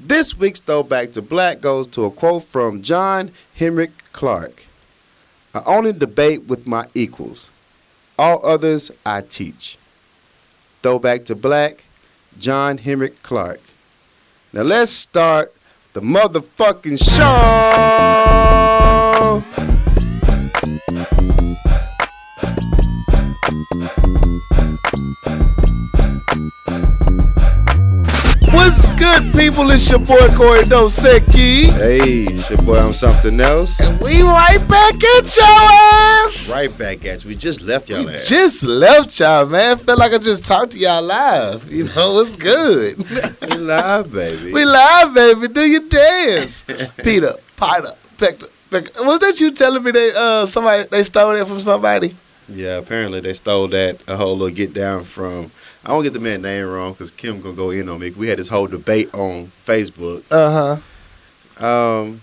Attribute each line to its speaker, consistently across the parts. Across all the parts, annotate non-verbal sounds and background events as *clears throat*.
Speaker 1: This week's Throwback to Black goes to a quote from John Henrik Clark I only debate with my equals, all others I teach. Throwback to Black, John Henrik Clark. Now let's start the motherfucking show! What's good, people? It's your boy Corey Dosecki. Hey, it's your boy, I'm something else. And we right back at your ass.
Speaker 2: Right back at you. We just left y'all ass.
Speaker 1: Just left y'all, man. Felt like I just talked to y'all live. You know, it's good.
Speaker 2: *laughs* we live, baby.
Speaker 1: we live, baby. Do your dance, Peter, Potter, Pector. Pector. Was that you telling me they uh somebody they stole it from somebody?
Speaker 2: yeah, apparently they stole that a whole little get down from. I won't get the man name wrong because Kim gonna go in on me. We had this whole debate on Facebook.
Speaker 1: Uh huh.
Speaker 2: Um,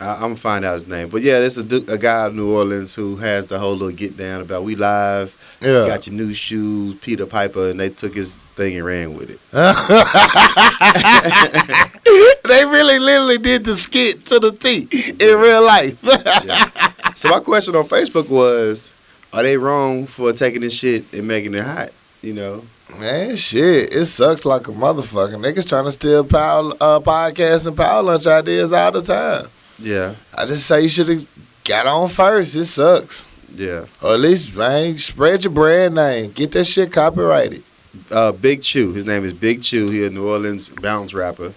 Speaker 2: I, I'm gonna find out his name, but yeah, this is a, du- a guy out of New Orleans who has the whole little get down about we live.
Speaker 1: Yeah.
Speaker 2: Got your new shoes, Peter Piper, and they took his thing and ran with it.
Speaker 1: *laughs* they really literally did the skit to the T in real life. *laughs*
Speaker 2: Yeah. so my question on Facebook was, are they wrong for taking this shit and making it hot? You know,
Speaker 1: Man, shit, it sucks like a motherfucker. Niggas trying to steal power, uh, podcasts and power lunch ideas all the time.
Speaker 2: yeah,
Speaker 1: I just say you should have got on first. It sucks.
Speaker 2: yeah.
Speaker 1: Or at least, man, spread your brand name. Get that shit copyrighted.
Speaker 2: uh, Big Chew. His name is Big Chew. He a New Orleans bounce rapper,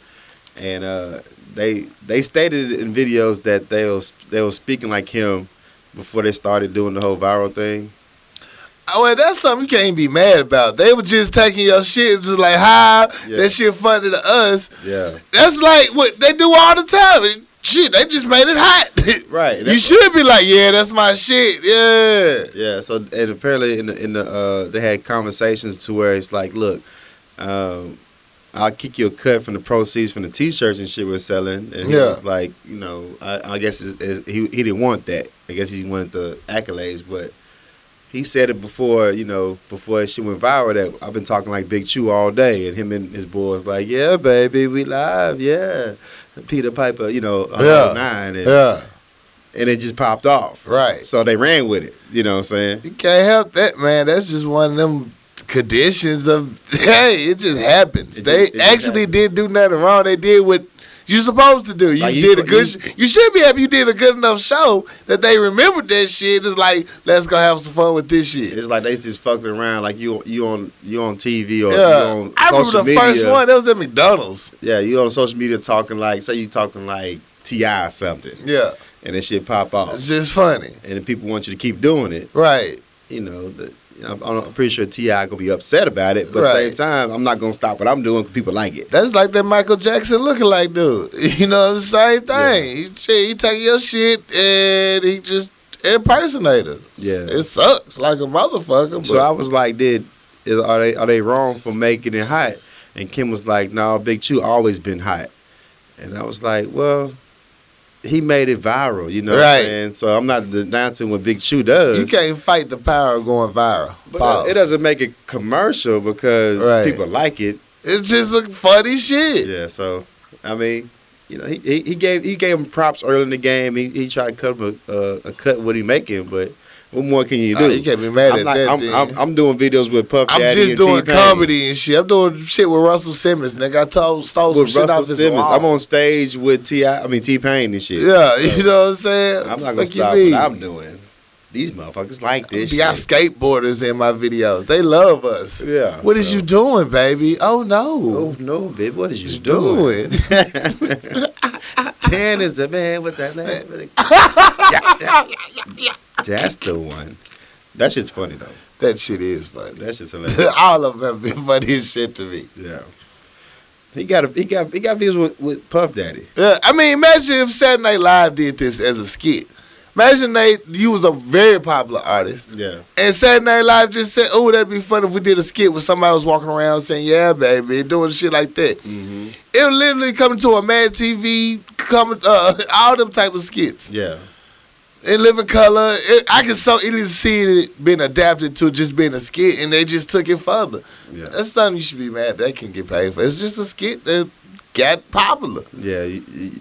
Speaker 2: and uh, they they stated in videos that they was they was speaking like him before they started doing the whole viral thing.
Speaker 1: Oh, well, that's something you can't be mad about. They were just taking your shit and just like, hi,
Speaker 2: Yeah.
Speaker 1: that shit funny to us.
Speaker 2: Yeah,
Speaker 1: That's like what they do all the time. And shit, they just made it hot. *laughs*
Speaker 2: right.
Speaker 1: you should be like, yeah, that's my shit. Yeah.
Speaker 2: Yeah. So and apparently in the in the uh, they had conversations to where it's like, look, um, I'll kick you a cut from the proceeds from the t-shirts and shit we're selling. And he
Speaker 1: Yeah.
Speaker 2: was like, you know, I, I guess it, it, he he didn't want that. I guess he wanted the accolades, but he said it before, you know, before shit went viral that I've been talking like Big Chew all day, and him and his boys like, yeah, baby, we live, yeah. Peter Piper, you know,
Speaker 1: Yeah.
Speaker 2: yeah. nine, and,
Speaker 1: Yeah.
Speaker 2: and it just popped off.
Speaker 1: Right.
Speaker 2: So they ran with it. You know what I'm saying?
Speaker 1: You can't help that, man. That's just one of them conditions of *laughs* hey, it just happens.
Speaker 2: It
Speaker 1: they
Speaker 2: just- it just
Speaker 1: actually did do nothing wrong. They did what you're supposed to do. You
Speaker 2: Like, you
Speaker 1: did a
Speaker 2: fu-
Speaker 1: good.
Speaker 2: you-
Speaker 1: sh- You should be happy. You did a good enough show that they remembered that shit. It's like let's go have some fun with this shit.
Speaker 2: It's like they just fucking around, like you you on you on TV or you
Speaker 1: Yeah,
Speaker 2: on
Speaker 1: I remember
Speaker 2: social
Speaker 1: the
Speaker 2: media.
Speaker 1: first one. That was at McDonald's.
Speaker 2: Yeah, you on social media talking like say you talking like Ti or something,
Speaker 1: Yeah,
Speaker 2: and this shit pop off,
Speaker 1: it's just funny,
Speaker 2: and then people want you to keep doing it.
Speaker 1: right?
Speaker 2: You know, the, I'm, I'm pretty sure Ti gonna be upset about it, but
Speaker 1: Right.
Speaker 2: at the same time, I'm not gonna stop what I'm doing because people like it.
Speaker 1: That's like that Michael Jackson looking like dude. *laughs* You know, the same thing. He, shit, he take your shit and he just impersonate it.
Speaker 2: Yeah.
Speaker 1: It sucks like a motherfucker. But
Speaker 2: So I was like, did is, are they are they wrong for making it hot? And Kim was like, no, Big Chew always been hot. And I was like, well, he made it viral, you know what
Speaker 1: Right.
Speaker 2: I'm saying? So I'm not denouncing what Big Chew does.
Speaker 1: you can't fight the power of going viral.
Speaker 2: but
Speaker 1: Pause.
Speaker 2: it doesn't make it commercial because
Speaker 1: Right.
Speaker 2: people like it.
Speaker 1: It's just a funny shit.
Speaker 2: Yeah, so I mean, you know, he, he, he gave he gave him props early in the game. He, he tried to cut him a, a, a cut what he making, but what more can you
Speaker 1: Oh,
Speaker 2: do?
Speaker 1: you can't be mad
Speaker 2: I'm,
Speaker 1: at
Speaker 2: not-
Speaker 1: that.
Speaker 2: I'm,
Speaker 1: then.
Speaker 2: I'm, I'm doing videos with Puff
Speaker 1: I'm
Speaker 2: Daddy
Speaker 1: just
Speaker 2: and
Speaker 1: doing
Speaker 2: T-Pain.
Speaker 1: comedy and shit. I'm doing shit with Russell Simmons. Nigga, I told, stole Oh, some
Speaker 2: with
Speaker 1: shit
Speaker 2: Russell
Speaker 1: off his
Speaker 2: Simmons.
Speaker 1: wall.
Speaker 2: I'm on stage with Ti. I mean T Pain and shit.
Speaker 1: Yeah, you know what I'm saying?
Speaker 2: I'm not gonna
Speaker 1: Fuck you
Speaker 2: stop
Speaker 1: mean?
Speaker 2: what I'm doing. These motherfuckers like this.
Speaker 1: We got
Speaker 2: shit.
Speaker 1: skateboarders in my videos. They love us.
Speaker 2: Yeah.
Speaker 1: What is you doing, baby? Oh no.
Speaker 2: Oh no, babe! What is you,
Speaker 1: You
Speaker 2: doing?
Speaker 1: doing?
Speaker 2: *laughs* Tan is the man with that name.
Speaker 1: *laughs*
Speaker 2: That's the one. That shit's funny though.
Speaker 1: that shit is funny. *laughs*
Speaker 2: That shit's hilarious.
Speaker 1: All of them have been funny as shit to me.
Speaker 2: Yeah. He got a, he got he got views with, with Puff Daddy.
Speaker 1: Yeah, I mean, imagine if Saturday Night Live did this as a skit. Imagine they you was a very popular artist,
Speaker 2: Yeah.
Speaker 1: and Saturday Night Live just said, "Oh, that'd be fun if we did a skit where somebody was walking around saying, yeah, baby,' and doing shit like that."
Speaker 2: Mm-hmm.
Speaker 1: It would literally come to a Mad TV, coming uh, *laughs* all them type of skits.
Speaker 2: Yeah.
Speaker 1: in living color. It, I can so easily see it being adapted to just being a skit, and they just took it further.
Speaker 2: Yeah.
Speaker 1: That's something you should be mad. They can get paid for. It's just a skit that got popular.
Speaker 2: Yeah, you, you-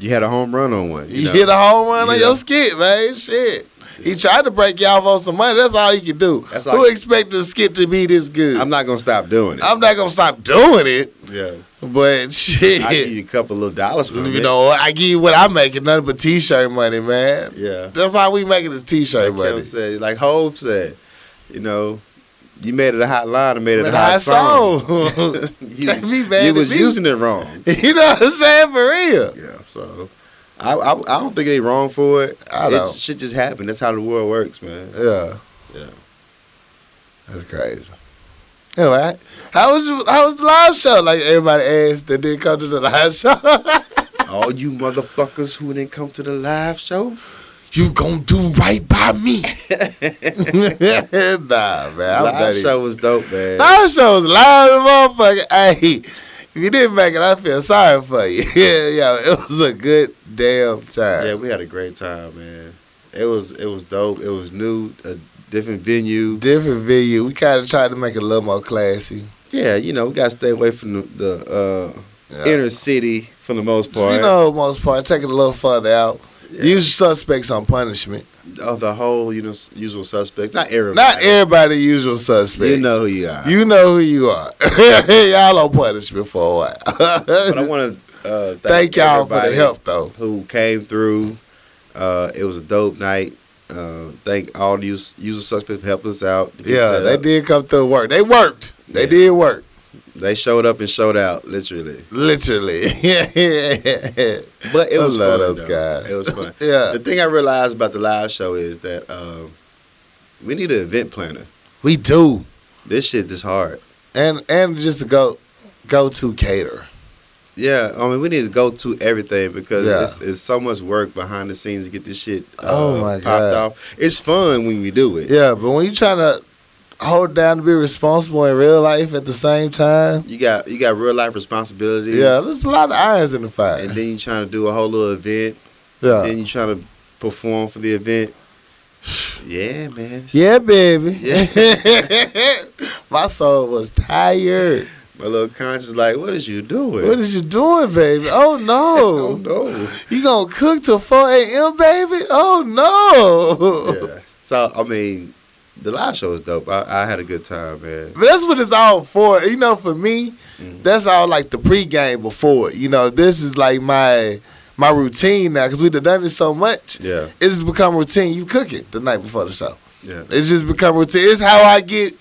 Speaker 2: you had a home run on one.
Speaker 1: You,
Speaker 2: know?
Speaker 1: hit a home run on
Speaker 2: Yeah.
Speaker 1: your skit, man. Shit. He tried to break y'all for some money. That's all he could do.
Speaker 2: That's all
Speaker 1: Who
Speaker 2: he-
Speaker 1: expected the skit to be this good?
Speaker 2: I'm
Speaker 1: I'm,
Speaker 2: not gonna stop doing it.
Speaker 1: not gonna stop doing it,
Speaker 2: yeah,
Speaker 1: but *laughs* shit,
Speaker 2: I give you a couple little dollars from
Speaker 1: you
Speaker 2: it.
Speaker 1: know, I give you what I'm making, nothing but t-shirt money, man.
Speaker 2: yeah,
Speaker 1: That's how we making this t-shirt
Speaker 2: like
Speaker 1: money.
Speaker 2: Kim said, like Hope said, you know, you made it a hot line and made it
Speaker 1: But
Speaker 2: a hot,
Speaker 1: I
Speaker 2: song.
Speaker 1: saw.
Speaker 2: *laughs* you
Speaker 1: That'd be bad
Speaker 2: you
Speaker 1: to
Speaker 2: was
Speaker 1: me.
Speaker 2: using it wrong.
Speaker 1: *laughs* you know what I'm saying? For real.
Speaker 2: Yeah, so. I, I, I don't think they wrong for it.
Speaker 1: I
Speaker 2: It
Speaker 1: don't.
Speaker 2: shit just happened. That's how the world works, man.
Speaker 1: Yeah.
Speaker 2: Yeah.
Speaker 1: That's crazy. Anyway, how was you, how was the live show? Like everybody asked that didn't come to the live show. *laughs*
Speaker 2: All you motherfuckers who didn't come to the live show, *laughs*
Speaker 1: you gonna do right by *laughs* me? nah, man. I'm
Speaker 2: live
Speaker 1: not even-
Speaker 2: show was dope, man.
Speaker 1: Live show was live, motherfucker. Hey, if you didn't make it, I feel sorry for you. *laughs* yeah, yeah. It was a good damn time.
Speaker 2: Yeah, we had a great time, man. It was it was dope. It was new, a different venue.
Speaker 1: Different venue. We kind of tried to make it a little more classy.
Speaker 2: Yeah, you know, we gotta stay away from the, the uh,
Speaker 1: Yeah.
Speaker 2: inner city for the most part.
Speaker 1: You know, most part, take it a little further out.
Speaker 2: Yeah.
Speaker 1: Use suspects on punishment.
Speaker 2: of the whole you know s- usual suspects. Not everybody.
Speaker 1: Not everybody usual suspects.
Speaker 2: You know who you are.
Speaker 1: You know who you are. *laughs* y'all on punishment for a
Speaker 2: *laughs* but I
Speaker 1: while.
Speaker 2: want to uh, thank,
Speaker 1: *laughs* Thank y'all for the
Speaker 2: everybody
Speaker 1: help, though.
Speaker 2: who came through. Uh, it was a dope night. Uh, thank all the us- usual suspects for helping us out. uh, to get
Speaker 1: Yeah,
Speaker 2: set
Speaker 1: they
Speaker 2: up.
Speaker 1: did come through and work. They worked. They
Speaker 2: Yeah.
Speaker 1: did work.
Speaker 2: They showed up and showed out, literally.
Speaker 1: Literally. *laughs*
Speaker 2: But it
Speaker 1: I
Speaker 2: was fun,
Speaker 1: love those
Speaker 2: though.
Speaker 1: guys.
Speaker 2: It was
Speaker 1: *laughs*
Speaker 2: fun.
Speaker 1: yeah.
Speaker 2: The thing I realized about the live show is that uh, we need an event planner.
Speaker 1: We do.
Speaker 2: This shit is hard.
Speaker 1: And and just to go go to cater.
Speaker 2: Yeah, I mean, we need to go to everything because
Speaker 1: Yeah.
Speaker 2: it's, it's so much work behind the scenes to get this shit uh,
Speaker 1: Oh my
Speaker 2: popped
Speaker 1: God.
Speaker 2: off. It's fun when we do it.
Speaker 1: Yeah, but when you trying to hold down to be responsible in real life at the same time,
Speaker 2: You got you got real life responsibilities.
Speaker 1: yeah, there's a lot of irons in the fire.
Speaker 2: and then you trying to do a whole little event.
Speaker 1: yeah.
Speaker 2: Then you trying to perform for the
Speaker 1: *sighs*
Speaker 2: event. Yeah, man.
Speaker 1: Yeah, baby.
Speaker 2: Yeah.
Speaker 1: *laughs* My soul was tired.
Speaker 2: My little conscience, like, what is you doing?
Speaker 1: What is you doing, baby?
Speaker 2: *laughs*
Speaker 1: Oh
Speaker 2: Oh
Speaker 1: no. *laughs*
Speaker 2: no.
Speaker 1: You gonna cook till 4 a.m., baby? Oh no.
Speaker 2: yeah. So I mean, the live show is dope. I, I had a good time, man.
Speaker 1: But *laughs* that's what it's all for. You know, for me,
Speaker 2: Mhm.
Speaker 1: that's all like the pregame before. it. You know, this is like my my routine now because we've done this so much.
Speaker 2: Yeah,
Speaker 1: It's just become routine. You cook it the night before the show.
Speaker 2: yeah,
Speaker 1: It's just become routine. It's how I get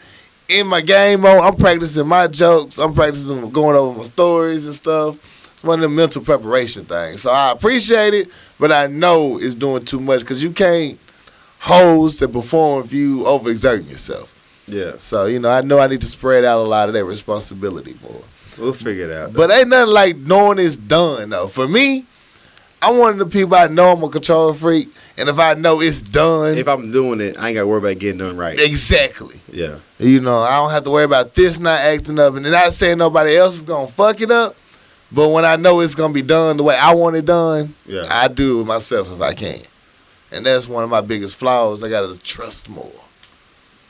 Speaker 1: in my game mode. I'm practicing my jokes. I'm practicing going over my stories and stuff. It's one of the mental preparation things. So I appreciate it, but I know it's doing too much because you can't host and perform if you overexerting yourself.
Speaker 2: yeah.
Speaker 1: So you know, I know I need to spread out a lot of that responsibility more.
Speaker 2: We'll figure it out.
Speaker 1: But ain't nothing like knowing it's done though. For me, I'm one of the people I know I'm a control freak, and if I know it's done,
Speaker 2: if I'm doing it, I ain't got to worry about getting done right.
Speaker 1: exactly.
Speaker 2: Yeah,
Speaker 1: You know, I don't have to worry about this not acting up and not saying nobody else is gonna fuck it up. But when I know it's gonna be done the way I want it done,
Speaker 2: yeah.
Speaker 1: I do it myself if I can. And that's one of my biggest flaws. I gotta trust more.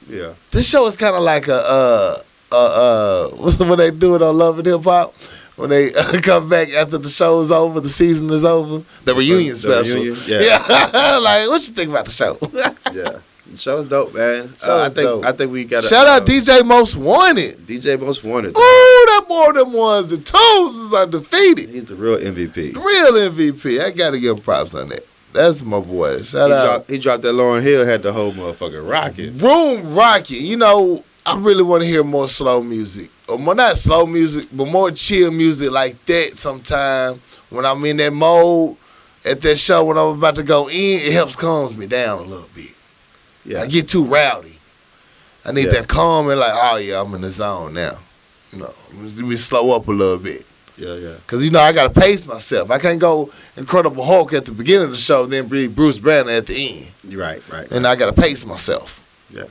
Speaker 2: yeah.
Speaker 1: This show is kind of like a uh uh uh what's when they do it on Love and Hip Hop when they *laughs* uh, come back after the show is over, the season is over, the reunion
Speaker 2: The
Speaker 1: special.
Speaker 2: reunion,
Speaker 1: Yeah,
Speaker 2: Yeah,
Speaker 1: *laughs* like what you think about the show?
Speaker 2: yeah. The show's dope, man.
Speaker 1: Show's
Speaker 2: Uh, I think
Speaker 1: dope.
Speaker 2: I think we got
Speaker 1: Shout out DJ Most Wanted.
Speaker 2: DJ Most Wanted.
Speaker 1: Ooh, that boy, them ones, the toes is undefeated.
Speaker 2: He's the real MVP.
Speaker 1: The Real MVP. I gotta give him props on that. That's my boy.
Speaker 2: He
Speaker 1: Shout out.
Speaker 2: dropped, he dropped that Lauren Hill, had the whole motherfucker rocking.
Speaker 1: Room rocking. You know, I really want to hear more slow music, or more not slow music, but more chill music like that. Sometime when I'm in that mode at that show, when I'm about to go in, it helps calms me down a little bit.
Speaker 2: Yeah,
Speaker 1: I get too rowdy. I need
Speaker 2: Yeah.
Speaker 1: that calm and like, oh yeah, I'm in the zone now. You know, let me slow up a little bit.
Speaker 2: yeah, yeah.
Speaker 1: Cause you know I gotta pace myself. I can't go Incredible Hulk at the beginning of the show, then be Bruce Banner at the end,
Speaker 2: You're right, right.
Speaker 1: and I gotta pace myself.
Speaker 2: Yeah.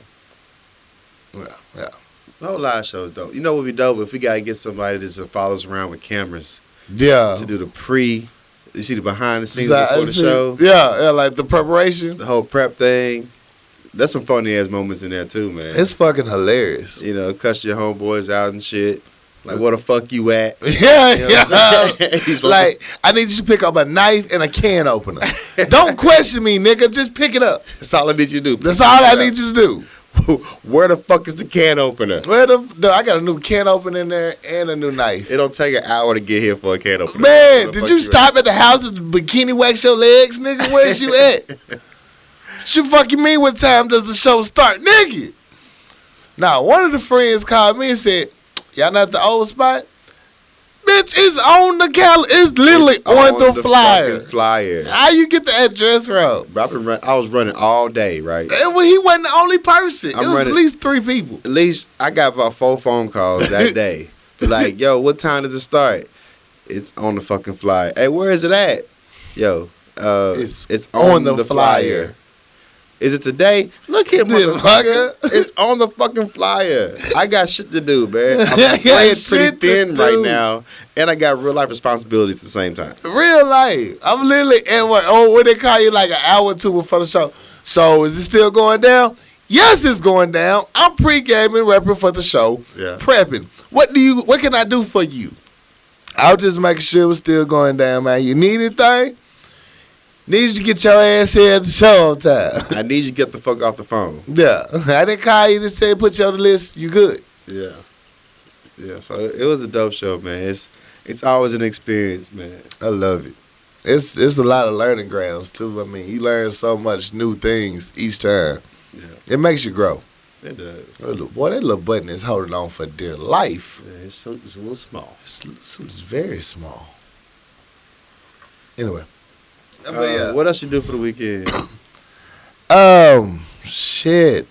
Speaker 1: yeah, yeah.
Speaker 2: The whole live show's dope. You know what would be dope if we gotta get somebody that just follows around with cameras.
Speaker 1: yeah.
Speaker 2: to do the pre, you see the behind the scenes
Speaker 1: So I
Speaker 2: before the
Speaker 1: see-
Speaker 2: show,
Speaker 1: Yeah, yeah, like the preparation.
Speaker 2: the whole prep thing. That's some funny ass moments in there too, man.
Speaker 1: It's fucking hilarious.
Speaker 2: you know, cuss your homeboys out and shit. Like, where the fuck you at?
Speaker 1: *laughs*
Speaker 2: *laughs*
Speaker 1: Yeah,
Speaker 2: You know
Speaker 1: yeah.
Speaker 2: what I'm saying? *laughs* He's
Speaker 1: like I need you to pick up a knife and a can opener.
Speaker 2: *laughs*
Speaker 1: Don't question me, nigga. Just pick it up.
Speaker 2: That's all I need you to do.
Speaker 1: That's all I need you to do.
Speaker 2: *laughs* Where the fuck is the can opener?
Speaker 1: Where the no, I got a new can opener in there and a new knife.
Speaker 2: It don't take an hour to get here for a can opener. Where
Speaker 1: Man,
Speaker 2: the
Speaker 1: did
Speaker 2: fuck
Speaker 1: you
Speaker 2: at?
Speaker 1: stop at the house and bikini wax your legs, nigga? Where's
Speaker 2: *laughs*
Speaker 1: you at? She fucking mean what time does the show start, nigga? Now one of the friends called me and said, "Y'all not at the old spot, bitch. It's on the cal. It's literally
Speaker 2: It's
Speaker 1: on, the,
Speaker 2: fucking
Speaker 1: flyer.
Speaker 2: Flyer.
Speaker 1: How you get the address from?
Speaker 2: Bro, I've been run, I was running all day, right?
Speaker 1: And well, he wasn't the only person.
Speaker 2: I'm
Speaker 1: it was
Speaker 2: running-
Speaker 1: at least three people.
Speaker 2: At least I got about four phone calls *laughs* that day. They're like, yo, what time does it start? It's on the fucking flyer. Hey, where is it at? Yo, uh,
Speaker 1: It's
Speaker 2: it's, on, the, flyer. Is it today? Look here,
Speaker 1: Then,
Speaker 2: motherfucker. *laughs* it's on the fucking flyer. I got shit to do, man. *laughs*
Speaker 1: I
Speaker 2: I'm
Speaker 1: got
Speaker 2: playing pretty
Speaker 1: shit to
Speaker 2: thin right
Speaker 1: do.
Speaker 2: now, and I got real life responsibilities at the same time.
Speaker 1: Real life. I'm literally at what? Oh, what they call you like an hour or two before the show. So is it still going down? Yes, it's going down. I'm pre-gaming, repping for the show,
Speaker 2: Yeah.
Speaker 1: prepping. What do you? What can I do for you? I'll just make sure it was still going down, man. You need anything? Need you to get your ass here at the show on time. *laughs*
Speaker 2: I need you to get the fuck off the phone.
Speaker 1: yeah, *laughs* I didn't call you to say put you on the list. You good?
Speaker 2: Yeah. Yeah, so it it was a dope show, man. It's it's always an experience, man.
Speaker 1: I love it. It's it's a lot of learning grounds too. I mean, you learn so much new things each time.
Speaker 2: Yeah.
Speaker 1: It makes you grow.
Speaker 2: It does.
Speaker 1: That little- Boy, that little button is holding on for dear life.
Speaker 2: Yeah, it's, so, it's a little small.
Speaker 1: This suit is very small. Anyway. I mean,
Speaker 2: Uh, What else you do for the weekend?
Speaker 1: yeah. Um, shit.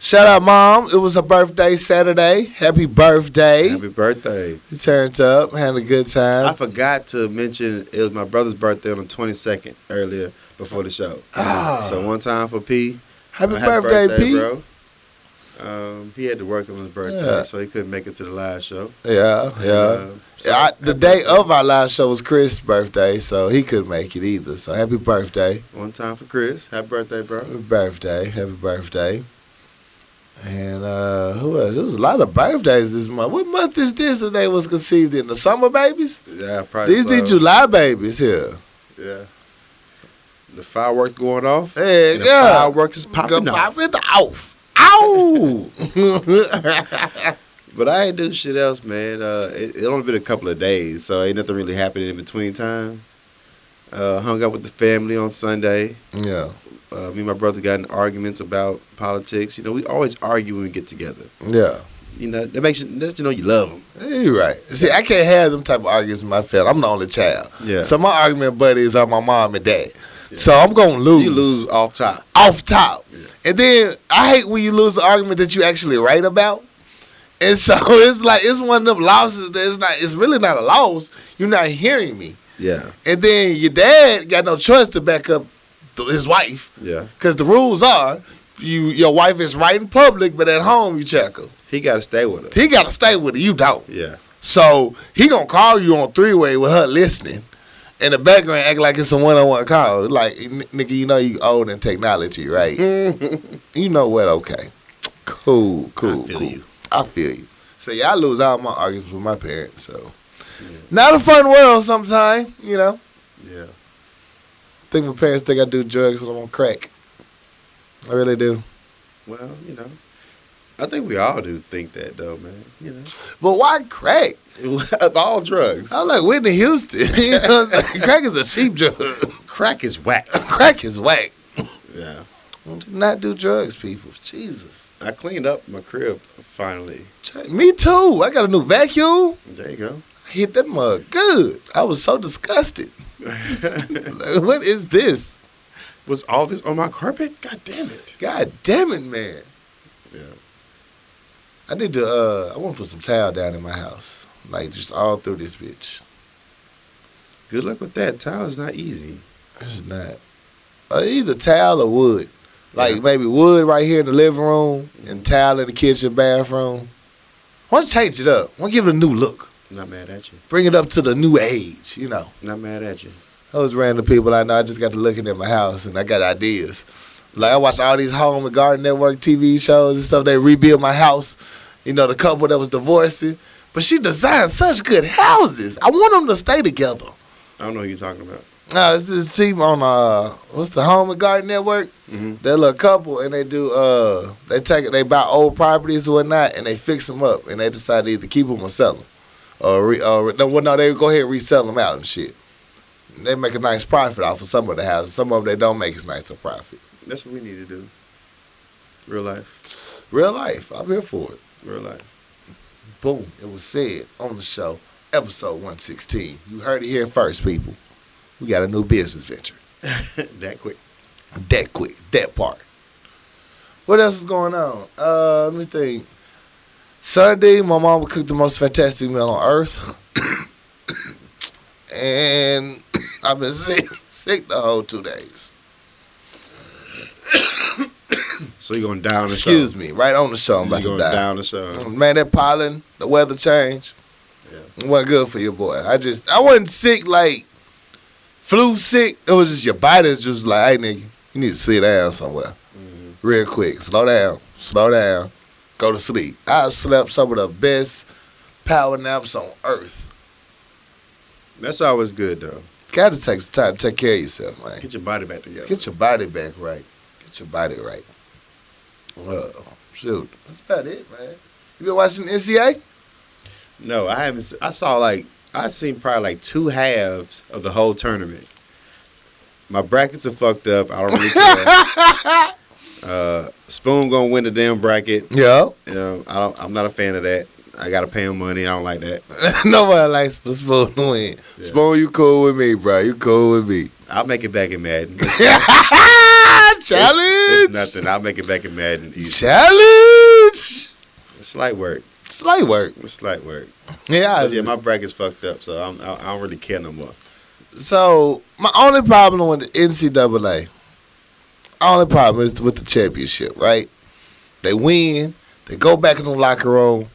Speaker 1: Shout out, mom. It was her birthday Saturday. Happy birthday.
Speaker 2: Happy birthday.
Speaker 1: You turned up, had a good
Speaker 2: I
Speaker 1: time.
Speaker 2: forgot to mention it was my brother's birthday on the 22nd earlier before the show.
Speaker 1: Ah.
Speaker 2: So one time for P.
Speaker 1: Happy,
Speaker 2: Uh,
Speaker 1: birthday, Pete.
Speaker 2: bro. Um, he had to work on his birthday,
Speaker 1: Yeah.
Speaker 2: so he couldn't make it to the live show.
Speaker 1: Yeah, yeah.
Speaker 2: Um, so-
Speaker 1: I, the day of our live show was Chris' birthday, so he couldn't make it either. So happy birthday.
Speaker 2: One time for Chris. Happy birthday, bro.
Speaker 1: Happy birthday. Happy birthday. And uh who else? It was a lot of birthdays this month. What month is this that they was conceived in? The summer babies?
Speaker 2: Yeah, probably.
Speaker 1: These
Speaker 2: so.
Speaker 1: the July babies here.
Speaker 2: Yeah. The fireworks going off.
Speaker 1: Hey,
Speaker 2: and the
Speaker 1: yeah.
Speaker 2: fireworks is popping
Speaker 1: Go
Speaker 2: off.
Speaker 1: Popping off.
Speaker 2: *laughs*
Speaker 1: Ow!
Speaker 2: But I ain't do shit else, man. Uh, it, it only been a couple of days, so ain't nothing really happening in between time. Uh, hung out with the family on Sunday.
Speaker 1: yeah.
Speaker 2: Uh, me and my brother got in arguments about politics. You know, we always argue when we get together.
Speaker 1: Yeah.
Speaker 2: You know, that makes you, that you know you love them.
Speaker 1: You're right. See, I can't have them type of arguments in my family. I'm the only child.
Speaker 2: Yeah.
Speaker 1: So my argument buddies are my mom and dad. So I'm gonna lose.
Speaker 2: You lose off top.
Speaker 1: off top. And then I hate when you lose an argument that you actually right about. And so *laughs* it's like it's one of them losses that it's not it's really not a loss. You're not hearing me.
Speaker 2: Yeah,
Speaker 1: And then your dad got no choice to back up th- his wife
Speaker 2: yeah.
Speaker 1: because the rules are you your wife is right in public, but at home you chuckle.
Speaker 2: He got to stay with us.
Speaker 1: He gotta stay with her, you don't.
Speaker 2: Yeah,
Speaker 1: So he gonna call you on three way with her listening, in the background act like it's a one on one call. Like "N- nigga, you know you old in technology, right? you know what? Okay, cool, cool,
Speaker 2: Mm-hmm. I feel
Speaker 1: cool.
Speaker 2: you.
Speaker 1: I feel you. So yeah, I lose all my arguments with my parents. So not a fun world sometimes. You know,
Speaker 2: yeah.
Speaker 1: think my parents think I do drugs and I'm on crack. I really do.
Speaker 2: Well, you know, I think we all do think that though, man. You
Speaker 1: But why crack?
Speaker 2: know, *laughs* of all drugs,
Speaker 1: I'm like Whitney Houston. *laughs* you know what I'm saying? crack is a cheap drug.
Speaker 2: crack is whack.
Speaker 1: crack is whack.
Speaker 2: Yeah.
Speaker 1: Do not do drugs, people. Jesus.
Speaker 2: I cleaned up my crib finally.
Speaker 1: Ch- Me too. I got a new vacuum.
Speaker 2: There you go. *laughs*
Speaker 1: I hit that mug good. I was so disgusted. *laughs* Like, what is this?
Speaker 2: Was all this on my carpet? God damn it.
Speaker 1: God damn it, man.
Speaker 2: Yeah.
Speaker 1: I need to, uh, I want to put some towel down in my house. Like, just all through this bitch.
Speaker 2: Good luck with that. Tile is not easy.
Speaker 1: It's not. Uh, either towel or wood. Like,
Speaker 2: Yeah.
Speaker 1: maybe wood right here in the living room and towel in the kitchen, bathroom. Why don't you change it up? Why don't you give it a new look?
Speaker 2: Not mad at you.
Speaker 1: Bring it up to the new age, you know.
Speaker 2: Not mad at you.
Speaker 1: Those random people I know, I just got to looking at my house and I got ideas. Like I watch all these home and garden network TV shows and stuff. They rebuild my house. You know, the couple that was divorcing, But she designed such good houses. I want them to stay together.
Speaker 2: I don't know who you're talking about.
Speaker 1: Now it's this team on uh what's the Home and Garden Network?
Speaker 2: Mhm.
Speaker 1: They're a little couple and they do uh they take they buy old properties or whatnot and they fix them up and they decide to either keep them or sell them or re, or no well, no they go ahead and resell them out and shit. They make a nice profit off of some of the houses. Some of them they don't make as nice a profit.
Speaker 2: That's what we need to do. Real life.
Speaker 1: Real life, I'm here for it.
Speaker 2: Real life. *laughs*
Speaker 1: Boom, it was said on the show, episode 116. You heard it here first, people. We got a new business venture.
Speaker 2: that quick.
Speaker 1: that quick, that part. What else is going on? Uh, let me think. Sunday, my mama cooked the most fantastic meal on earth, *coughs* and *coughs* I've been sick, sick the whole two days.
Speaker 2: So you're gonna die on the
Speaker 1: Excuse
Speaker 2: show.
Speaker 1: me, right on the show, I'm about
Speaker 2: you're
Speaker 1: to
Speaker 2: gonna
Speaker 1: die.
Speaker 2: die on the show.
Speaker 1: Man, that pollen, the weather change, it wasn't good for your boy. I just, I wasn't sick like flu sick. It was just your body was just like, hey nigga, you need to sit down somewhere.
Speaker 2: Mhm.
Speaker 1: real quick. Slow down. Slow down. Go to sleep. I slept some of the best power naps on earth.
Speaker 2: That's always good though.
Speaker 1: Gotta take some time to take care of yourself, man.
Speaker 2: Get your body back together.
Speaker 1: Get your body back right. Get your body right. Well, shoot. That's about it, man. You been watching NCA?
Speaker 2: No, I haven't. se- I saw like I seen probably like two halves of the whole tournament. My brackets are fucked up. I don't really care. uh, Spoon gonna win the damn bracket.
Speaker 1: Yeah. *laughs*
Speaker 2: Um, I don't, I'm not a fan of that. I gotta pay him money. I don't like that.
Speaker 1: Nobody likes for Spoon to win.
Speaker 2: Yeah.
Speaker 1: Spoon, you cool with me, bro. You cool with *laughs* me.
Speaker 2: I'll make it back in Madden. It's-
Speaker 1: Challenge.
Speaker 2: It's, nothing. I'll make it back in Madden. Easy.
Speaker 1: Challenge.
Speaker 2: It's light work.
Speaker 1: Slight work.
Speaker 2: It's light work.
Speaker 1: Yeah, I
Speaker 2: But yeah, my bracket's fucked up, so I'm, I, I don't really care no more.
Speaker 1: So my only problem with the NCAA, only problem is with the championship, right? They win, they go back in the locker room,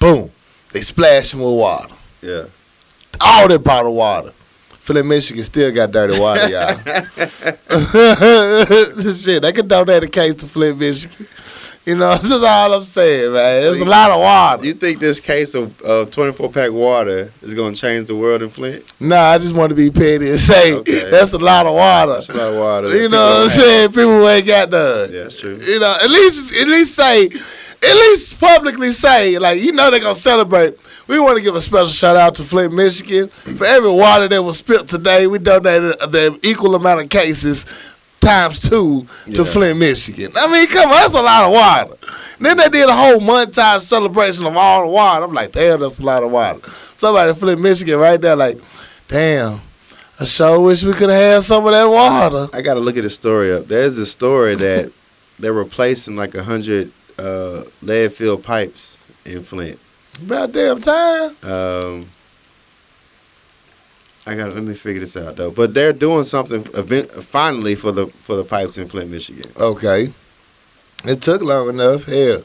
Speaker 1: boom, they splash them with water,
Speaker 2: Yeah.
Speaker 1: all that bottled water. Flint, Michigan still got dirty
Speaker 2: *laughs*
Speaker 1: water, y'all. *laughs* Shit, they could donate a case to Flint, Michigan. You know, *laughs* this is all I'm saying, man.
Speaker 2: So
Speaker 1: There's a
Speaker 2: you-
Speaker 1: lot of water.
Speaker 2: You think this case of uh, 24 pack water is gonna change the world in Flint?
Speaker 1: nah, I just want to be petty and say
Speaker 2: Okay.
Speaker 1: that's a lot of water.
Speaker 2: That's a lot of water.
Speaker 1: You know what I'm saying? People ain't got none.
Speaker 2: Yeah, that's true.
Speaker 1: You know, at least at least say, at least publicly say, like you know they're gonna celebrate. We want to give a special shout out to Flint, Michigan, for every water that was spilled today. We donated the equal amount of cases times two to
Speaker 2: Yeah.
Speaker 1: Flint, Michigan. I mean, come on, that's a lot of water. Then they did a whole montage celebration of all the water. I'm like, damn, that's a lot of water. Somebody in Flint, Michigan, right there, like, damn. I sure wish we could have had some of that water.
Speaker 2: I gotta look at the story up. There's a story that they're replacing like a hundred uh, lead filled pipes in Flint.
Speaker 1: About damn time.
Speaker 2: Um, I gotta let me figure this out though. But they're doing something event finally for the for the pipes in Flint, Michigan.
Speaker 1: Okay. It took long enough. Hell,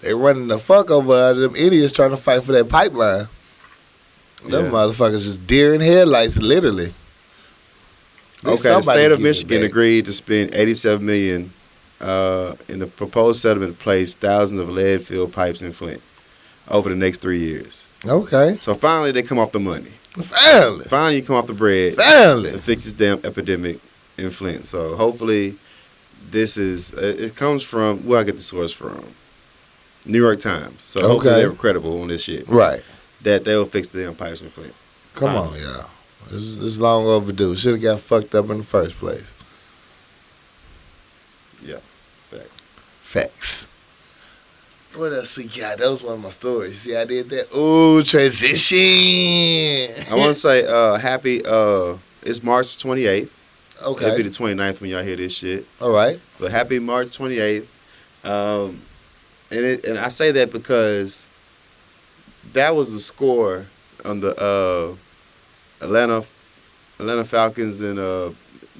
Speaker 1: they running the fuck over out of them idiots trying to fight for that pipeline. Them
Speaker 2: Yeah.
Speaker 1: motherfuckers just deer in headlights, literally. At least
Speaker 2: Okay, the
Speaker 1: somebody
Speaker 2: state of
Speaker 1: getting it
Speaker 2: Michigan
Speaker 1: back.
Speaker 2: agreed to spend 87 million uh, in the proposed settlement to place thousands of lead filled pipes in Flint over the next three years.
Speaker 1: Okay.
Speaker 2: So finally, they come off the money.
Speaker 1: Finally.
Speaker 2: Finally, you come off the bread.
Speaker 1: Finally.
Speaker 2: to fix this damn epidemic in Flint. So hopefully, this is uh, it comes from where I get the source from, New York Times. So hopefully
Speaker 1: Okay.
Speaker 2: they're credible on this shit.
Speaker 1: Right.
Speaker 2: That they'll fix the damn pipes in Flint.
Speaker 1: Come on, y'all. This this long overdue. Should have got fucked up in the first place.
Speaker 2: Yeah, fact.
Speaker 1: Facts. What else we got? That was one of my stories. See, I did that. Ooh, transition.
Speaker 2: I want to say uh, happy. Uh, it's March 28th. It'll be
Speaker 1: *laughs* okay.
Speaker 2: the 29th when y'all hear this shit.
Speaker 1: All right.
Speaker 2: But happy March 28th. Um, and it, and I say that because that was the score on the uh, Atlanta Atlanta Falcons and uh,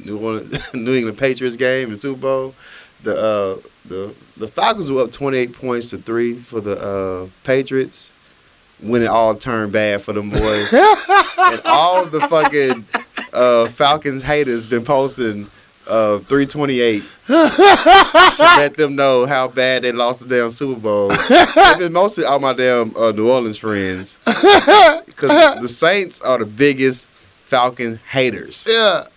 Speaker 2: New Orleans, *laughs* New England Patriots game in Super Bowl. The uh, the the Falcons were up 28 points to three for the uh, Patriots. When it all turned bad for them boys, and all the fucking uh, Falcons haters been posting of 328 to let them know how bad they lost the damn Super Bowl. Even mostly all my damn uh, New Orleans friends. Because the Saints are the biggest Falcon haters.
Speaker 1: Yeah.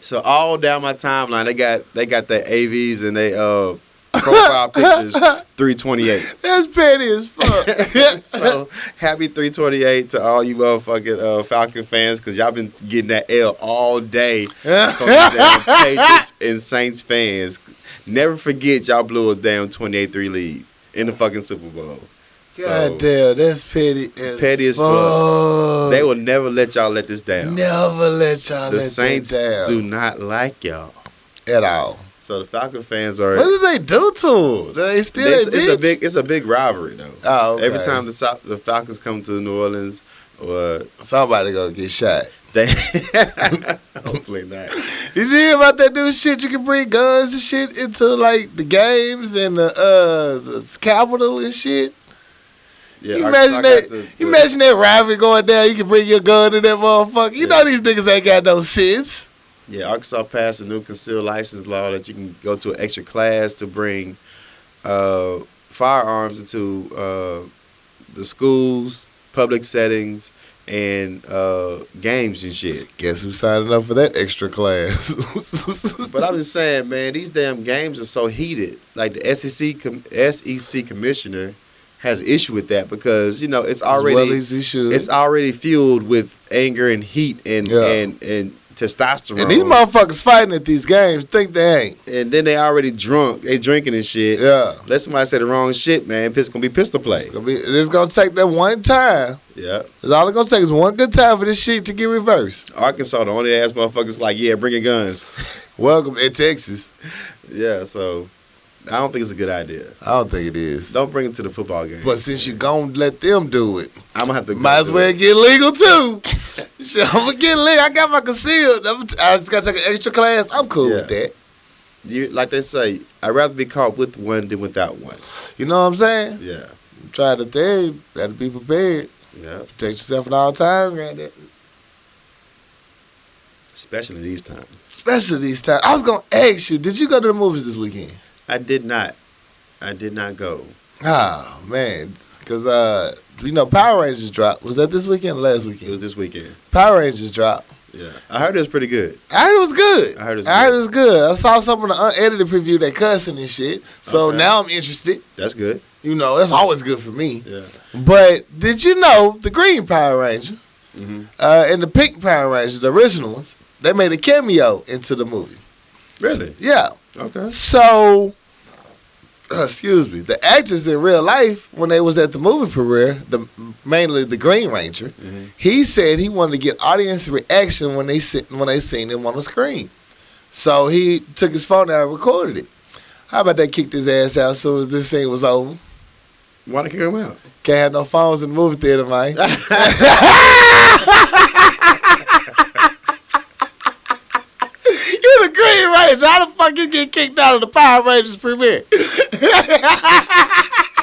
Speaker 2: So all down my timeline, they got they got their AVs and they uh
Speaker 1: *laughs*
Speaker 2: profile pictures 328.
Speaker 1: That's petty as *laughs* fuck.
Speaker 2: so happy 328 to all you motherfucking uh, Falcon fans because y'all been getting that L all day from the damn Patriots and Saints fans. Never forget y'all blew a damn 28-3 lead in the fucking Super Bowl.
Speaker 1: God
Speaker 2: so
Speaker 1: damn, that's petty as
Speaker 2: Petty as fuck.
Speaker 1: fuck.
Speaker 2: they will never let y'all let this down.
Speaker 1: never let y'all
Speaker 2: the
Speaker 1: let
Speaker 2: Saints
Speaker 1: that
Speaker 2: do
Speaker 1: down
Speaker 2: not like y'all.
Speaker 1: at all.
Speaker 2: So the Falcon fans are.
Speaker 1: What did they do to them? They still
Speaker 2: it's,
Speaker 1: ain't
Speaker 2: it's a
Speaker 1: bitch?
Speaker 2: big it's a big rivalry though.
Speaker 1: Oh, okay.
Speaker 2: Every time the Sou- the Falcons come to New Orleans, or
Speaker 1: somebody gonna get shot.
Speaker 2: they *laughs* hopefully not.
Speaker 1: Did you hear about that new shit? You can bring guns and shit into like the games and the uh the capital and shit.
Speaker 2: Yeah,
Speaker 1: you
Speaker 2: I-
Speaker 1: imagine
Speaker 2: I got
Speaker 1: that?
Speaker 2: the-
Speaker 1: you
Speaker 2: the-
Speaker 1: imagine that rivalry going down. You can bring your gun to that motherfucker. You
Speaker 2: Yeah.
Speaker 1: know these niggas ain't got no sense.
Speaker 2: Yeah, Arkansas passed a new concealed license law that you can go to an extra class to bring uh, firearms into uh, the schools, public settings, and uh, games and shit.
Speaker 1: Guess who signing up for that extra class? *laughs*
Speaker 2: But I'm just saying, man, these damn games are so heated. Like the SEC com- SEC commissioner has an issue with that because you know it's already
Speaker 1: as well as he should.
Speaker 2: it's already fueled with anger and heat and
Speaker 1: Yeah.
Speaker 2: and and testosterone.
Speaker 1: and these motherfuckers fighting at these games think they ain't.
Speaker 2: and then they already drunk. They drinking and shit.
Speaker 1: Yeah.
Speaker 2: Let somebody say the wrong shit, man. Piss gonna be pistol play.
Speaker 1: It's gonna, be, it's gonna take that one time.
Speaker 2: Yeah.
Speaker 1: It's all it's gonna take is one good time for this shit to get reversed.
Speaker 2: Arkansas, the only ass motherfuckers like, yeah, bring your guns.
Speaker 1: Welcome in Texas.
Speaker 2: Yeah, so I don't think it's a good idea.
Speaker 1: I don't think it is.
Speaker 2: Don't bring it to the football game.
Speaker 1: But since you're gonna let them do it,
Speaker 2: I'm gonna have to. go
Speaker 1: might as
Speaker 2: do
Speaker 1: well
Speaker 2: it.
Speaker 1: get legal too. *laughs* Shit, I'm gonna get legal. I got my concealed. I'm t- I just gotta take an extra class. I'm cool with
Speaker 2: Yeah.
Speaker 1: that.
Speaker 2: You like they say, I'd rather be caught with one than without one.
Speaker 1: You know what I'm saying?
Speaker 2: Yeah.
Speaker 1: Try to tell you, gotta be prepared.
Speaker 2: Yeah.
Speaker 1: Protect yourself at all times, granddad.
Speaker 2: Especially these times.
Speaker 1: Especially these times. I was gonna ask you, did you go to the movies this weekend?
Speaker 2: I did not. I did not go.
Speaker 1: Oh man, because uh, you know, Power Rangers dropped. Was that this weekend or last
Speaker 2: It was
Speaker 1: weekend?
Speaker 2: this weekend.
Speaker 1: Power Rangers dropped.
Speaker 2: Yeah. I heard it was pretty good.
Speaker 1: I heard it was good.
Speaker 2: I heard it was
Speaker 1: it was good. I saw some of the unedited preview that cussing and shit. So
Speaker 2: Okay.
Speaker 1: now I'm interested.
Speaker 2: That's good.
Speaker 1: You know, that's always good for me.
Speaker 2: Yeah.
Speaker 1: But did you know the Green Power Ranger
Speaker 2: hmm
Speaker 1: uh, and the Pink Power Ranger, the original ones, they made a cameo into the movie.
Speaker 2: Really?
Speaker 1: Yeah.
Speaker 2: Okay.
Speaker 1: So, uh, excuse me, the actors in real life when they was at the movie premiere, the mainly the Green Ranger,
Speaker 2: Mhm.
Speaker 1: he said he wanted to get audience reaction when they sit, when they seen him on the screen. So he took his phone out and recorded it. How about they kicked his ass out as soon as this scene was over?
Speaker 2: Why not kick him out?
Speaker 1: Can't have no phones in the movie
Speaker 2: *laughs*
Speaker 1: theater, man. you the Green Ranger. How the fuck you get kicked out of the Power Rangers premiere?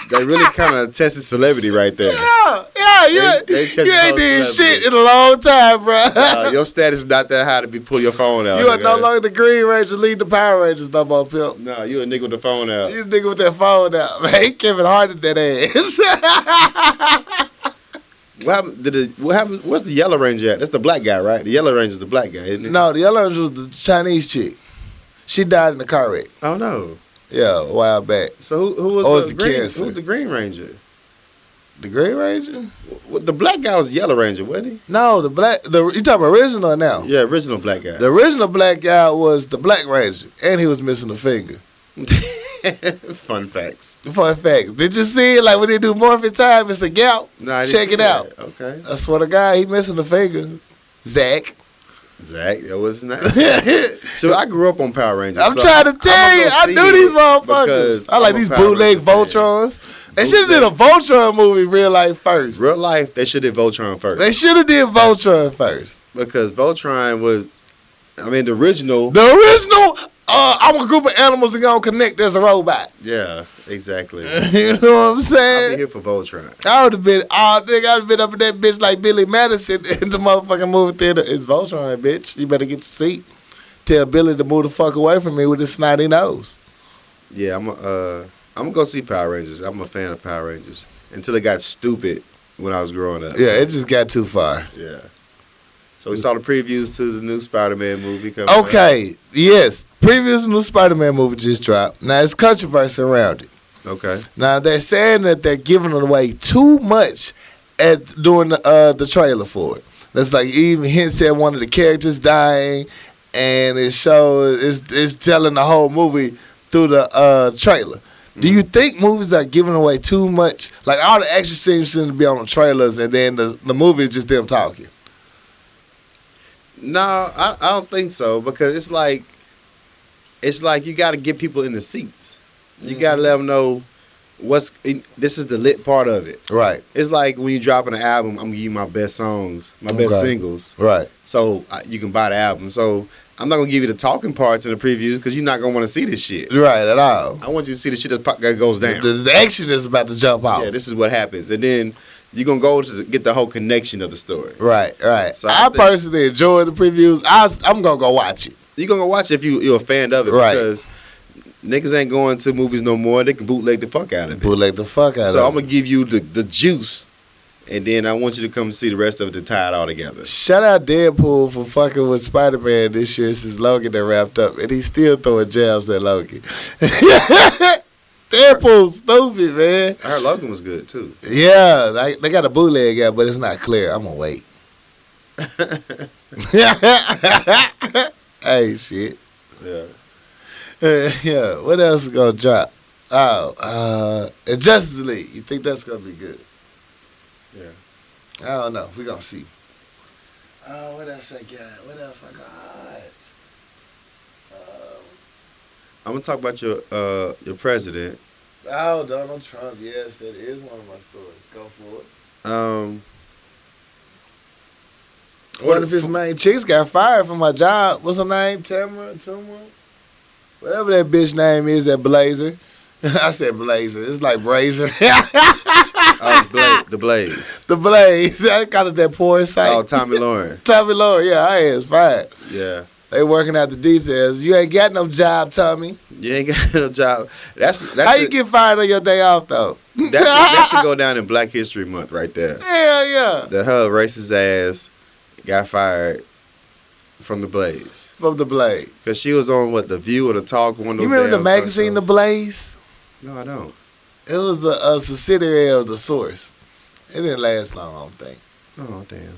Speaker 2: They really kind of tested celebrity right *laughs* there.
Speaker 1: Yeah, yeah, yeah.
Speaker 2: They- they testing
Speaker 1: you ain't
Speaker 2: those
Speaker 1: did
Speaker 2: celebrities.
Speaker 1: shit in a long time, bro.
Speaker 2: Uh, your status is not that high to be pull your phone out.
Speaker 1: *laughs* you are
Speaker 2: nigga.
Speaker 1: no longer the Green Ranger, lead the Power Rangers no more, pimp.
Speaker 2: No, you a nigga with the phone out.
Speaker 1: You nigga with that phone out, *laughs* man. He Kevin Hart at that *laughs* ass.
Speaker 2: What happened? Did the, what happened? What's the Yellow Ranger at? That's the black guy, right? The Yellow Ranger's the black guy, isn't it?
Speaker 1: no, the Yellow Ranger was the Chinese chick. She died in a car wreck.
Speaker 2: Oh no.
Speaker 1: Yeah, a while back.
Speaker 2: So who, who was
Speaker 1: Oh, it's
Speaker 2: the
Speaker 1: the
Speaker 2: green?
Speaker 1: cancer.
Speaker 2: Who was the Green Ranger?
Speaker 1: The Green Ranger?
Speaker 2: Well, the black guy was the Yellow Ranger, wasn't
Speaker 1: No, the black. The you talking about original now?
Speaker 2: he? Yeah, original black guy.
Speaker 1: The original black guy was the Black Ranger, and he was missing a finger.
Speaker 2: *laughs* Fun facts.
Speaker 1: Fun fact. Did you see it? Like when they do morphin' time, it's a gout.
Speaker 2: No, I didn't
Speaker 1: Check
Speaker 2: see
Speaker 1: it out.
Speaker 2: that. Okay.
Speaker 1: I swear to God, he missing a finger. Zach.
Speaker 2: Zach, that was not. *laughs*
Speaker 1: I'm
Speaker 2: so I grew up on Power Rangers. so
Speaker 1: trying to tell
Speaker 2: I'ma
Speaker 1: you,
Speaker 2: go
Speaker 1: I
Speaker 2: see
Speaker 1: knew
Speaker 2: it
Speaker 1: these
Speaker 2: because
Speaker 1: motherfuckers. I like
Speaker 2: I'm a
Speaker 1: these
Speaker 2: Power
Speaker 1: bootleg
Speaker 2: Ranger fan.
Speaker 1: Voltrons. They should have did a
Speaker 2: Bootleg.
Speaker 1: Voltron movie real life first.
Speaker 2: Real life, they should have Voltron first.
Speaker 1: They should have did Voltron first.
Speaker 2: because Voltron was, I mean, the original.
Speaker 1: The original, uh, I'm a group of animals that gonna connect as a robot. *laughs*
Speaker 2: Yeah, exactly.
Speaker 1: you know what I'm
Speaker 2: I'll be
Speaker 1: saying?
Speaker 2: here for Voltron.
Speaker 1: I would have been, oh, nigga, I'd have been up in that *laughs* bitch like Billy Madison in the motherfucking movie theater. It's Voltron, bitch. You better get your seat. tell Billy to move the fuck away from me with his snotty nose.
Speaker 2: Yeah, I'm a, uh, I'm gonna go see Power Rangers. I'm a fan of Power Rangers until it got stupid when I was growing up.
Speaker 1: Yeah, it just got too far.
Speaker 2: yeah. So we saw the previews to the new Spider-Man movie coming. out.
Speaker 1: Okay, yes. Previous new Spider Man movie just dropped. Now, it's controversy around it.
Speaker 2: Okay.
Speaker 1: Now, they're saying that they're giving away too much at during the, uh, the trailer for it. That's like even hints at one of the characters dying, and it shows it's, it's telling the whole movie through the uh, trailer. Do you think movies are giving away too much? Like all the action scenes seem to be on the trailers, and then the, the movie is just them talking.
Speaker 2: No, I, I don't think so because it's like it's like you got to get people in the seats. You got to let them know what's this is the lit part of it.
Speaker 1: Right,
Speaker 2: It's like when you dropping an album, I'm gonna give you my best songs, my best
Speaker 1: Okay.
Speaker 2: singles,
Speaker 1: right.
Speaker 2: so I, you can buy the album. So I'm not gonna give you the talking parts in the previews because you're not gonna want to see this shit.
Speaker 1: Right at all.
Speaker 2: I want you to see the shit that, pop, that goes down.
Speaker 1: The, the action is about to jump out.
Speaker 2: yeah, this is what happens, and then you're gonna go to the- get the whole connection of the story.
Speaker 1: right, right.
Speaker 2: So I
Speaker 1: I,
Speaker 2: think-
Speaker 1: personally enjoy the previews. I, am gonna go watch it.
Speaker 2: You're gonna watch if you you're a fan of it
Speaker 1: Right.
Speaker 2: because niggas ain't going to movies no more. They can bootleg the fuck out of it.
Speaker 1: Bootleg the fuck out
Speaker 2: So I'm
Speaker 1: of
Speaker 2: gonna
Speaker 1: it.
Speaker 2: give you the the juice, and then I want you to come see the rest of it to tie it all together.
Speaker 1: Shout out Deadpool for fucking with Spider Man this year since Logan that wrapped up, and he's still throwing jabs at Logan. *laughs* Deadpool stupid man.
Speaker 2: I heard Logan was good too.
Speaker 1: Yeah, like, they got a bootleg out, but it's not clear. I'm gonna *laughs* wait. hey, shit.
Speaker 2: Yeah.
Speaker 1: Uh, *laughs* yeah, what else is gonna drop? Oh, uh, and Justice League. You think that's gonna be good? Yeah. I don't know. We're gonna see. Oh, what else I got? What else I got? Uh,
Speaker 2: I'm gonna talk about your uh, your president.
Speaker 1: Oh, Donald Trump. Yes, that is one of my stories. Go for it.
Speaker 2: Um,
Speaker 1: One of his main chicks got fired from my job. What's her name? Tamara? Tumra? Whatever that bitch name is, that Blazer. *laughs* I said Blazer. It's like *laughs* Brazer.
Speaker 2: I was
Speaker 1: *laughs*
Speaker 2: Blaze, oh, the Blaze.
Speaker 1: the Blaze. *laughs* I got it that poor sight.
Speaker 2: Oh, Tommy Lauren.
Speaker 1: Tommy Lauren, yeah, I is fired.
Speaker 2: Yeah,
Speaker 1: They working out the details. You ain't got no job, Tommy.
Speaker 2: you ain't got no job. That's that's
Speaker 1: How you
Speaker 2: a-
Speaker 1: get fired on your day off though?
Speaker 2: that's a-
Speaker 1: *laughs*
Speaker 2: that should go down in Black History Month right there.
Speaker 1: Hell yeah.
Speaker 2: The hell racist ass got fired from the Blaze
Speaker 1: From the Blaze.
Speaker 2: because she was on what the View or the Talk one. Of those
Speaker 1: You remember the
Speaker 2: damn
Speaker 1: magazine The
Speaker 2: talk
Speaker 1: Blaze?
Speaker 2: shows. No, I don't.
Speaker 1: It was a, a subsidiary of the source. It didn't last long, I don't think.
Speaker 2: Oh damn.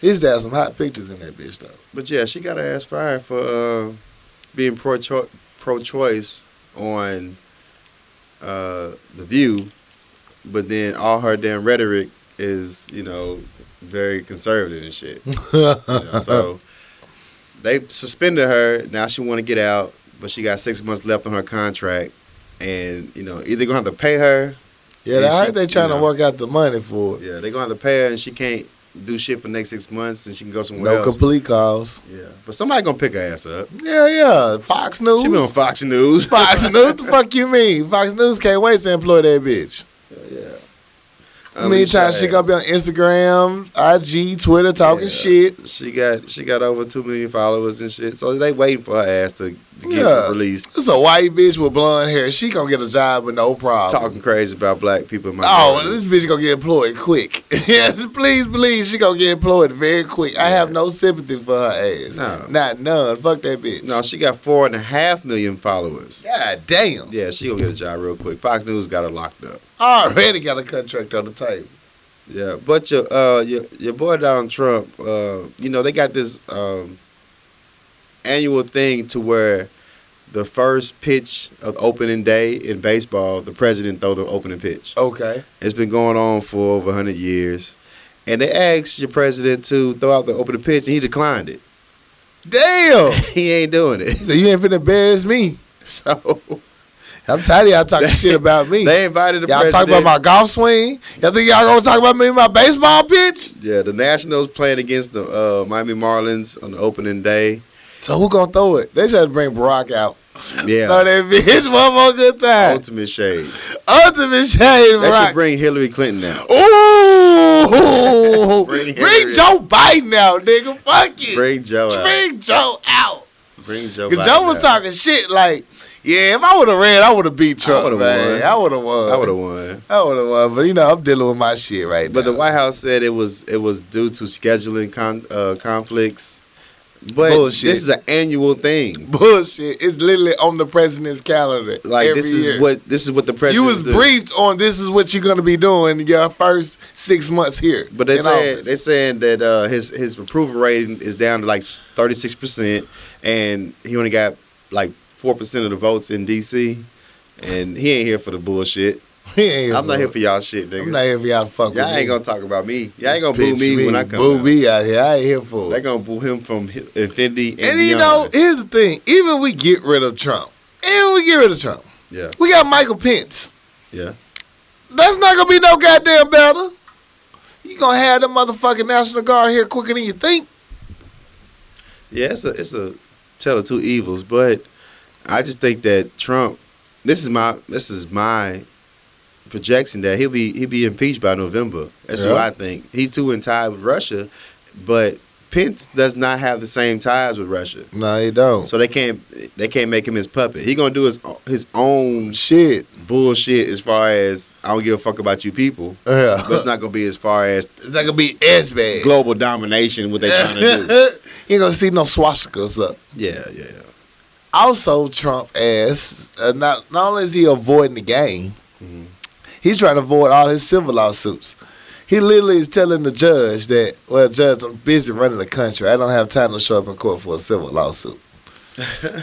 Speaker 1: He used to have some hot pictures in that bitch though.
Speaker 2: But yeah, she got her ass fired for uh, being pro cho- pro choice on uh, the View, but then all her damn rhetoric is you know very conservative and shit. you know,
Speaker 1: *laughs*
Speaker 2: so they suspended her. Now she want to get out, but she got six months left on her contract, and you know either gonna have to pay her.
Speaker 1: Yeah,
Speaker 2: Yeah,
Speaker 1: I
Speaker 2: she-
Speaker 1: heard they trying
Speaker 2: you know.
Speaker 1: to work out the money for it.
Speaker 2: Yeah, they gonna have to pay her, and she can't do shit for the next six months, and she can go somewhere
Speaker 1: No
Speaker 2: else.
Speaker 1: complete calls.
Speaker 2: yeah, but somebody gonna pick her ass up.
Speaker 1: Yeah, yeah. Fox News.
Speaker 2: She been on Fox News.
Speaker 1: *laughs* Fox
Speaker 2: *laughs*
Speaker 1: News, the fuck you mean? Fox News can't wait to employ that bitch.
Speaker 2: I mean,
Speaker 1: Meantime, she gonna be on Instagram, IG, Twitter, talking
Speaker 2: Yeah.
Speaker 1: shit.
Speaker 2: She got she got over two million followers and shit. So they waiting for her ass to, to get
Speaker 1: Yeah.
Speaker 2: released,
Speaker 1: This a white bitch with blonde hair. She gonna get a job with no problem.
Speaker 2: talking crazy about black people. And
Speaker 1: Oh,
Speaker 2: minorities.
Speaker 1: this bitch gonna get employed quick. *laughs* yes, please, please, she gonna get employed very quick. I have no sympathy for her ass.
Speaker 2: No.
Speaker 1: Not none. Fuck that bitch.
Speaker 2: No, she got four and a half million followers.
Speaker 1: God damn.
Speaker 2: Yeah, she gonna get a job real quick. Fox News got her locked up.
Speaker 1: Already got a contract on the table.
Speaker 2: Yeah, but your uh your your boy Donald Trump, uh, you know they got this um annual thing to where the first pitch of opening day in baseball, the president throw the opening pitch.
Speaker 1: Okay.
Speaker 2: It's been going on for over 100 years. And they asked your president to throw out the opening pitch, and he declined it. *laughs*
Speaker 1: Damn.
Speaker 2: he ain't doing it. *laughs*
Speaker 1: *laughs* so you ain't finna embarrass me.
Speaker 2: So
Speaker 1: I'm tired of y'all talking
Speaker 2: *laughs* They-
Speaker 1: shit about me.
Speaker 2: they invited the
Speaker 1: Y'all
Speaker 2: president.
Speaker 1: talk about my golf swing. Y'all think y'all gonna talk about me and my baseball pitch?
Speaker 2: yeah, the Nationals playing against the uh, Miami Marlins on the opening day.
Speaker 1: So who gonna throw it? They just bring Barack out.
Speaker 2: Yeah.
Speaker 1: Throw that bitch one more good time.
Speaker 2: Ultimate shade.
Speaker 1: Ultimate shade,
Speaker 2: That
Speaker 1: rock.
Speaker 2: should bring Hillary Clinton out.
Speaker 1: Ooh,
Speaker 2: *laughs* Bring
Speaker 1: bring,
Speaker 2: Hillary.
Speaker 1: Joe Biden out, nigga. Fuck it.
Speaker 2: Bring Joe out.
Speaker 1: Bring Joe out.
Speaker 2: Bring Joe.
Speaker 1: Cause
Speaker 2: Biden
Speaker 1: Joe was
Speaker 2: out.
Speaker 1: talking shit like, yeah, if I would have ran, I would have beat Trump. I
Speaker 2: would've won.
Speaker 1: man. I would have won.
Speaker 2: I would have won.
Speaker 1: I would have won. But you know, I'm dealing with my shit right
Speaker 2: But
Speaker 1: now.
Speaker 2: the White House said it was it was due to scheduling con- uh, conflicts. But
Speaker 1: Bullshit.
Speaker 2: this is an annual thing.
Speaker 1: bullshit is literally on the president's calendar.
Speaker 2: Like
Speaker 1: every
Speaker 2: this is
Speaker 1: year.
Speaker 2: what this is what the
Speaker 1: you
Speaker 2: president.
Speaker 1: was
Speaker 2: do.
Speaker 1: briefed on. This is what you're gonna be doing your first six months here.
Speaker 2: But they
Speaker 1: in
Speaker 2: said
Speaker 1: office. *laughs*
Speaker 2: they saying that uh, his his approval rating is down to like thirty six percent, and he only got like four percent of the votes in D.C. And he ain't here for the bullshit.
Speaker 1: He ain't
Speaker 2: I'm not
Speaker 1: vote.
Speaker 2: here for y'all shit,
Speaker 1: I'm
Speaker 2: nigga.
Speaker 1: not here for y'all to fuck
Speaker 2: y'all
Speaker 1: with
Speaker 2: ain't
Speaker 1: me.
Speaker 2: gonna talk about me. Y'all ain't gonna boo
Speaker 1: Bitch,
Speaker 2: me, when I come.
Speaker 1: Boo
Speaker 2: out.
Speaker 1: me out here. I ain't here for
Speaker 2: They
Speaker 1: it.
Speaker 2: gonna boo him from hi- infinity and,
Speaker 1: And you know,
Speaker 2: beyond.
Speaker 1: here's the thing. Even we get rid of Trump. Even we get rid of Trump.
Speaker 2: yeah,
Speaker 1: We got Michael Pence.
Speaker 2: yeah.
Speaker 1: That's not gonna be no goddamn battle. You gonna have the motherfucking National Guard here quicker than you think.
Speaker 2: Yeah, it's a it's a tale of two evils, but I just think that Trump. This is my this is my projection that he'll be he'll be impeached by November. That's what
Speaker 1: Yeah.
Speaker 2: I think. He's too in tie with Russia, but Pence does not have the same ties with Russia,
Speaker 1: No, you don't.
Speaker 2: so they can't they can't make him his puppet. He gonna do his his own
Speaker 1: Shit.
Speaker 2: bullshit as far as I don't give a fuck about you people.
Speaker 1: Yeah.
Speaker 2: But it's not gonna be as far as
Speaker 1: It's not gonna be as bad.
Speaker 2: global domination what they trying
Speaker 1: *laughs*
Speaker 2: to do.
Speaker 1: you ain't gonna see no swastikas up.
Speaker 2: Yeah, yeah, yeah.
Speaker 1: Also, Trump ass. Uh, not not only is he avoiding the game,
Speaker 2: Mm-hmm.
Speaker 1: he's trying to avoid all his civil lawsuits. He literally is telling the judge that, well, judge, I'm busy running the country. I don't have time to show up in court for a civil
Speaker 2: *laughs*
Speaker 1: lawsuit.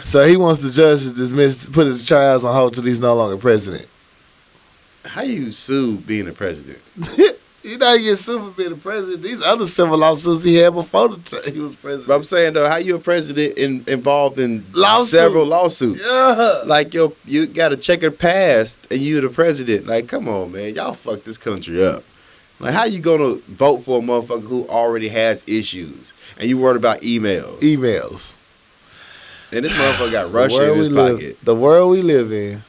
Speaker 1: so he wants the judge to dismiss, put his trials on hold till he's no longer president.
Speaker 2: How you sue being a president?
Speaker 1: You know, he gets sued for being the president. These other civil lawsuits he had before the t- he was president.
Speaker 2: But I'm saying though, how you a president in, involved in
Speaker 1: Lawsuits.
Speaker 2: several lawsuits?
Speaker 1: yeah.
Speaker 2: Like yo, you got a checkered past, and you the president. Like, come on, man, y'all fuck this country up. Like, how you gonna vote for a motherfucker who already has issues, and you worried about emails?
Speaker 1: Emails.
Speaker 2: And this motherfucker got
Speaker 1: The
Speaker 2: Russia in
Speaker 1: world
Speaker 2: his
Speaker 1: we live-
Speaker 2: pocket.
Speaker 1: the world we live in,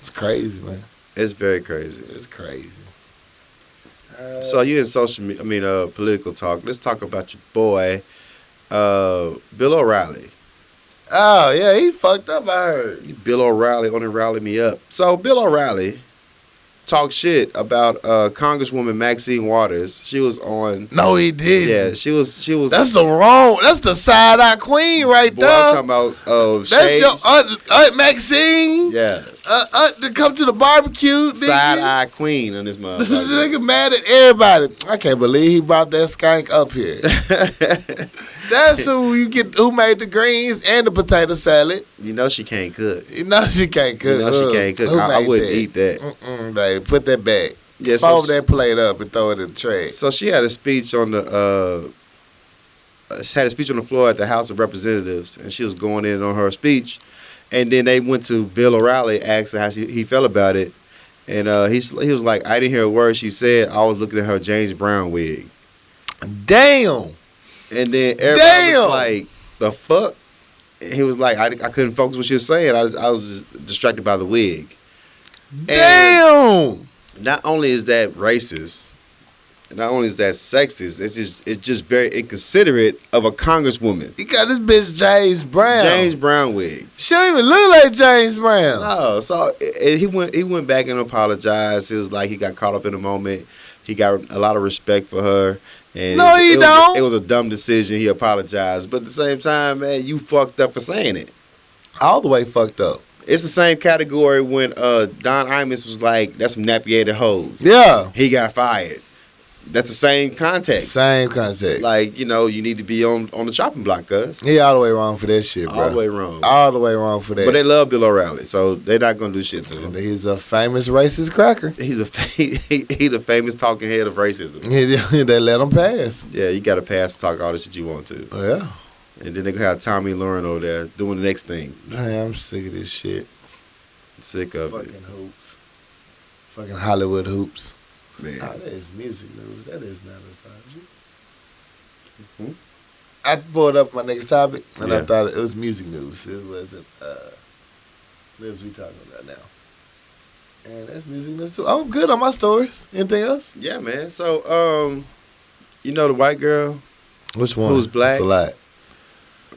Speaker 1: it's crazy, man.
Speaker 2: It's very crazy.
Speaker 1: It's crazy.
Speaker 2: So you in social media? I mean, uh, political talk. Let's talk about your boy, uh, Bill O'Reilly.
Speaker 1: Oh yeah, he fucked up. I heard.
Speaker 2: Bill O'Reilly only rally me up. So Bill O'Reilly talked shit about uh, Congresswoman Maxine Waters. She was on.
Speaker 1: No, he did.
Speaker 2: Yeah, she was. She was.
Speaker 1: That's the wrong. That's the side eye queen right
Speaker 2: boy,
Speaker 1: there.
Speaker 2: I'm talking about. Uh,
Speaker 1: that's your
Speaker 2: shades.
Speaker 1: aunt, aunt Maxine.
Speaker 2: yeah,
Speaker 1: Uh, aunt to come to the barbecue. nigga.
Speaker 2: side eye queen on this
Speaker 1: This
Speaker 2: motherfucker.
Speaker 1: *laughs* nigga mad at everybody. I can't believe he brought that skank up here. That's who you get. Who made the greens and the potato salad?
Speaker 2: *laughs* you know she can't cook.
Speaker 1: You know she can't cook.
Speaker 2: You know
Speaker 1: Ugh.
Speaker 2: she can't cook.
Speaker 1: Who
Speaker 2: I, I
Speaker 1: made
Speaker 2: wouldn't
Speaker 1: that? Mm.
Speaker 2: eat that.
Speaker 1: Mm-mm, babe, put that back.
Speaker 2: Yeah, so
Speaker 1: Fold
Speaker 2: she-
Speaker 1: that plate up and throw it in the trash.
Speaker 2: So she had a speech on the uh, uh, she had a speech on the floor at the House of Representatives, and she was going in on her speech, and then they went to Bill O'Reilly asking how she, he felt about it, and uh, he he was like, "I didn't hear a word she said. I was looking at her James Brown wig,"
Speaker 1: Damn.
Speaker 2: and then everybody
Speaker 1: Damn.
Speaker 2: was like, "The fuck." And He was like, I, I couldn't focus what she was saying. I, was- I was just distracted by the wig.
Speaker 1: Damn.
Speaker 2: not only is that racist, not only is that sexist, it's just it's just very inconsiderate of a congresswoman.
Speaker 1: You got this bitch James Brown.
Speaker 2: James Brown wig.
Speaker 1: She don't even look like James Brown.
Speaker 2: No, so and he went he went back and apologized. It was like he got caught up in the moment. He got a lot of respect for her. And
Speaker 1: No,
Speaker 2: it,
Speaker 1: he
Speaker 2: it was-
Speaker 1: don't.
Speaker 2: it was a dumb decision. He apologized, but at the same time, man, you fucked up for saying it.
Speaker 1: All the way fucked up.
Speaker 2: It's the same category when uh, Don Imus was like, "That's some nappy-headed hoes."
Speaker 1: Yeah.
Speaker 2: He got fired. That's the same context.
Speaker 1: Same context.
Speaker 2: Like you know, you need to be on on the chopping block, cuz
Speaker 1: he all the way wrong for that shit, bro.
Speaker 2: all the way wrong.
Speaker 1: All the way wrong for that.
Speaker 2: But they love Bill O'Reilly, so they're not gonna do shit to him.
Speaker 1: He's a famous racist cracker. *laughs*
Speaker 2: He's a *laughs* fa- he, he the famous talking head of racism.
Speaker 1: they let him pass.
Speaker 2: Yeah, you got to pass to talk all the shit you want to,
Speaker 1: Yeah.
Speaker 2: and then they gonna have Tommy Lauren over there doing the next thing.
Speaker 1: Man, I'm sick of this shit.
Speaker 2: Sick of it,
Speaker 1: Fucking hoops. Fucking Hollywood hoops.
Speaker 2: man.
Speaker 1: Hmm? that is music news. That is not a subject. I pulled up my next topic, and I
Speaker 3: Yeah.
Speaker 1: thought it was music news. It wasn't. Uh, what is we talking about now? And that's music news too. I'm good on my stories. Anything else?
Speaker 2: Yeah, man. So, um, you know the white girl,
Speaker 1: Which one?
Speaker 2: Who's black?
Speaker 1: That's a lot.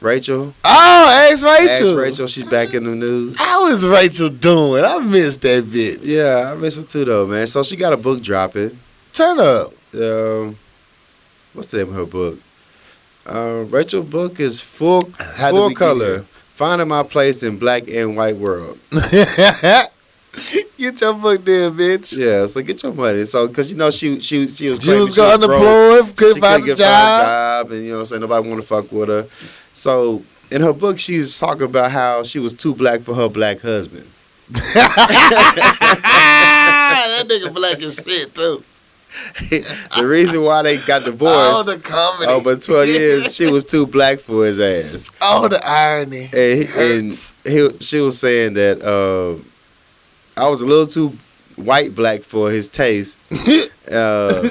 Speaker 2: Rachel.
Speaker 1: Oh, ask Rachel. Ah.
Speaker 2: Ask Rachel. She's back in the news.
Speaker 1: How is Rachel doing? I missed that bitch.
Speaker 2: Yeah, I miss her too though, man. So she got a book dropping.
Speaker 1: Turn up. *laughs*
Speaker 2: Um, what's the name of her book? Uh, Rachel book is full
Speaker 1: How did we
Speaker 2: full
Speaker 1: get
Speaker 2: color.
Speaker 1: here?
Speaker 2: Finding my place in black and white world.
Speaker 1: Get your book there, bitch.
Speaker 2: Yeah, so get your money. So, cause you know she she she was
Speaker 1: She
Speaker 2: claiming
Speaker 1: was going
Speaker 2: broke.
Speaker 1: unemployed, couldn't
Speaker 2: she
Speaker 1: find a
Speaker 2: get
Speaker 1: job.
Speaker 2: job, and you know what I'm saying. Nobody want to fuck with her. So in her book, she's talking about how she was too black for her black husband. *laughs*
Speaker 1: that nigga black as shit too.
Speaker 2: the reason why they got
Speaker 1: *laughs* All
Speaker 2: divorced
Speaker 1: the comedy,
Speaker 2: over 12 years, she was too black for his ass.
Speaker 1: all the irony. *laughs*
Speaker 2: And, he- and
Speaker 1: Hurts.
Speaker 2: he, she was saying that um I was a little too white black for his
Speaker 1: *laughs*
Speaker 2: taste. Uh,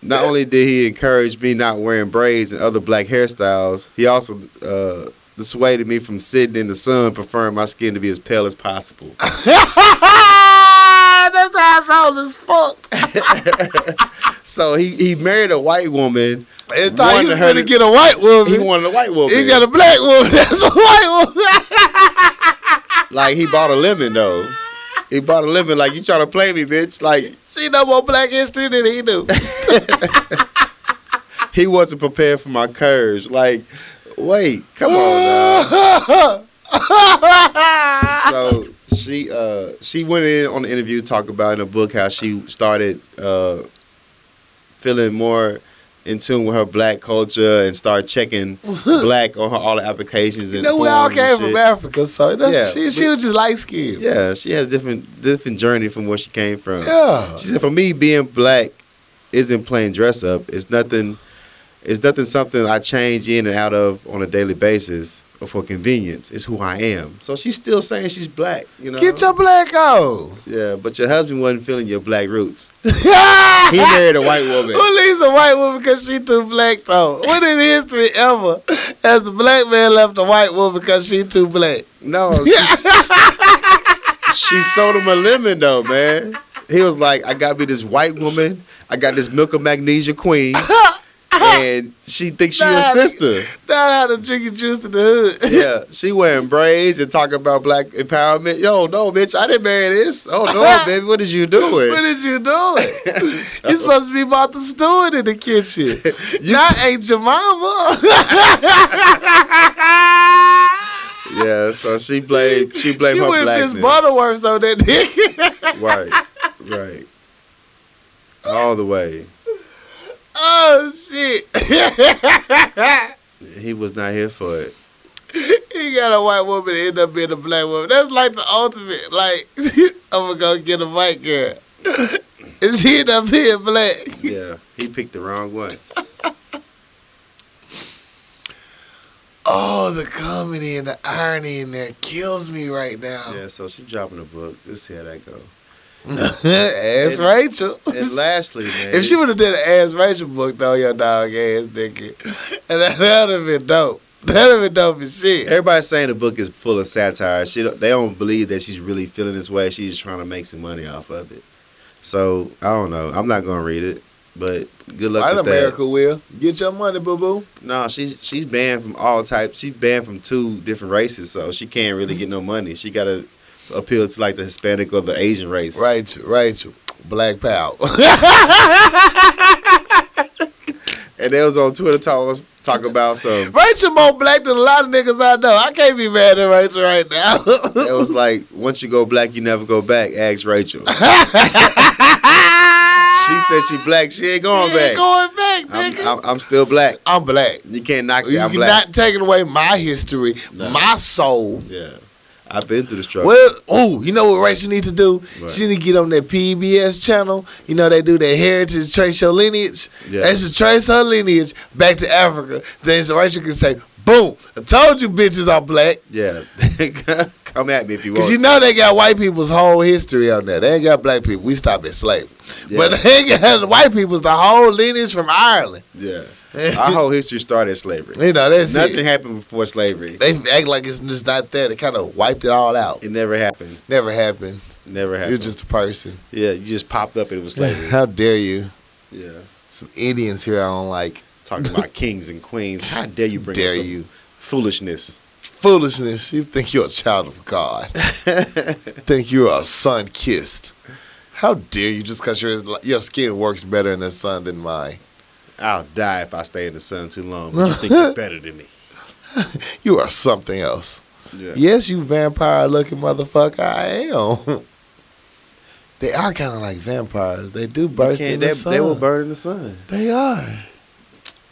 Speaker 2: not only did he encourage me not wearing braids and other black hairstyles, he also uh, dissuaded me from sitting in the sun, preferring my skin to be as pale as
Speaker 1: *laughs*
Speaker 2: possible.
Speaker 1: That's asshole is fucked.
Speaker 2: so he, he married a white woman.
Speaker 1: And thought he
Speaker 2: Wanted
Speaker 1: was
Speaker 2: her
Speaker 1: gonna get a white woman.
Speaker 2: He
Speaker 1: He,
Speaker 2: wanted a white woman.
Speaker 1: got a black woman. *laughs* That's a white woman.
Speaker 2: Like he bought a lemon though. He bought a lemon. Like you trying to play me, bitch. Like
Speaker 1: she know more black history than he do.
Speaker 2: he wasn't prepared for my courage. Like, wait, *laughs* come on.
Speaker 1: *laughs*
Speaker 2: Now.
Speaker 1: on.
Speaker 2: So she uh she went in on the interview talking about in the book how she started uh feeling more in tune with her black culture and started checking
Speaker 1: *laughs*
Speaker 2: black on her all the applications.
Speaker 1: you
Speaker 2: and
Speaker 1: know we all
Speaker 2: forms and
Speaker 1: came from
Speaker 2: shit.
Speaker 1: Africa, so that's,
Speaker 2: Yeah,
Speaker 1: she, she
Speaker 2: we-
Speaker 1: was just light skinned.
Speaker 2: Yeah, she has different different journey from where she came from.
Speaker 1: yeah.
Speaker 2: She said, "For me, being black isn't plain dress up. It's nothing. It's nothing. Something I change in and out of on a daily basis or for convenience. It's who I am. So she's still saying she's black. You know.
Speaker 1: Get your black on. *laughs*
Speaker 2: yeah, but your husband wasn't feeling your black roots. He
Speaker 1: he
Speaker 2: married a white woman.
Speaker 1: *laughs* Who leaves a white woman because she too black though? When in history ever has a black man left a white woman because she too black?
Speaker 2: No. She, *laughs* she sold him a lemon though, man. He was like, I got me this white woman. I got this milk of magnesia
Speaker 1: *laughs*
Speaker 2: queen. And she thinks she your
Speaker 1: Nah,
Speaker 2: sister.
Speaker 1: Not how to drink your juice in the
Speaker 2: *laughs*
Speaker 1: hood.
Speaker 2: yeah, she wearing braids and talking about black empowerment. Yo, no, bitch, I didn't marry this. Oh
Speaker 1: *laughs*
Speaker 2: no, baby, what is you
Speaker 1: What
Speaker 2: doing? *laughs*
Speaker 1: is you doing? you supposed to be Martha Stewart in
Speaker 2: *laughs*
Speaker 1: the kitchen. Not ain't your mama.
Speaker 2: yeah, so she blamed she blamed
Speaker 1: she
Speaker 2: her
Speaker 1: with
Speaker 2: blackness.
Speaker 1: Miss Butterworth on that
Speaker 2: *laughs*
Speaker 1: nigga.
Speaker 2: right, right, all the way.
Speaker 1: *laughs* oh shit.
Speaker 2: He was not here for it.
Speaker 1: he got a white woman and end up being a black woman. That's like the ultimate. Like *laughs* I'm gonna go get a white girl. And she end up being black.
Speaker 2: Yeah, he picked the wrong one.
Speaker 1: Oh, the comedy and the irony in there kills me right now.
Speaker 2: Yeah, so she dropping a book. Let's see how that go.
Speaker 1: *laughs* Ask
Speaker 2: And-
Speaker 1: Rachel.
Speaker 2: And lastly, man,
Speaker 1: *laughs* If she would have did an ass Rachel book though, your dog ass nigga, *laughs* and that would have been dope. That would have been dope as shit.
Speaker 2: everybody's saying the book is full of satire. She don't, they don't believe that she's really feeling this way. She's just trying to make some money off of it. So I don't know. I'm not gonna read it, but good luck
Speaker 1: Right,
Speaker 2: with
Speaker 1: America will get your money, boo boo.
Speaker 2: that. No, she's she's banned from all types. She's banned from two different races, so she can't really get no money. She gotta appeal to like the Hispanic or the Asian race.
Speaker 1: Rachel, Rachel, Black Power.
Speaker 2: And they was on Twitter talk talk about some.
Speaker 1: Rachel more black than a lot of niggas I know. I can't be mad at Rachel right now. *laughs*
Speaker 2: It was like once you go black, you never go back. Ask Rachel. She said she black. She ain't going
Speaker 1: Ah, She
Speaker 2: back.
Speaker 1: ain't going back,
Speaker 2: I'm,
Speaker 1: nigga. I'm,
Speaker 2: I'm, I'm still black.
Speaker 1: black.
Speaker 2: You can't knock me.
Speaker 1: You're
Speaker 2: I'm black.
Speaker 1: not taking away my history,
Speaker 2: No.
Speaker 1: my soul.
Speaker 2: yeah, I've been through the struggle.
Speaker 1: Well, oh, you know what Rachel need to do?
Speaker 2: What?
Speaker 1: She need to get on that PBS channel. You know they do their heritage, trace your lineage.
Speaker 2: Yeah.
Speaker 1: They should trace her lineage back to Africa. Then so Rachel can say, "Boom! I told you, bitches are black."
Speaker 2: Yeah, *laughs* come at me if you want.
Speaker 1: Cause you
Speaker 2: to.
Speaker 1: know they got white people's whole history on there. They ain't got black people. We stopped at slavery,
Speaker 2: Yeah.
Speaker 1: but they got white people's the whole lineage from Ireland.
Speaker 2: yeah, Our whole history started at slavery.
Speaker 1: You know, that's
Speaker 2: Nothing
Speaker 1: it.
Speaker 2: happened before slavery.
Speaker 1: They act like it's just not there. They kind of wiped it all out.
Speaker 2: It never happened.
Speaker 1: Never happened.
Speaker 2: Never happened.
Speaker 1: You're just a person.
Speaker 2: yeah, you just popped up and it was
Speaker 1: *laughs*
Speaker 2: slavery.
Speaker 1: How dare you?
Speaker 2: yeah,
Speaker 1: Some Indians here I don't like.
Speaker 2: talking about kings and queens. How dare you bring
Speaker 1: dare
Speaker 2: us some
Speaker 1: you?
Speaker 2: foolishness?
Speaker 1: Foolishness. You think you're a child
Speaker 2: *laughs*
Speaker 1: of God. think you're a sun kissed. How dare you just because your, your skin works better in the sun than mine?
Speaker 2: I'll die if I stay in the sun too long.
Speaker 1: *laughs*
Speaker 2: But you think you're better than me?
Speaker 1: You are something else.
Speaker 2: Yeah.
Speaker 1: Yes, you vampire looking motherfucker, I am. *laughs* They are kind of like vampires. They do
Speaker 2: You
Speaker 1: burst in
Speaker 2: can't-
Speaker 1: the
Speaker 2: They,
Speaker 1: sun.
Speaker 2: they will burn in the sun.
Speaker 1: They are.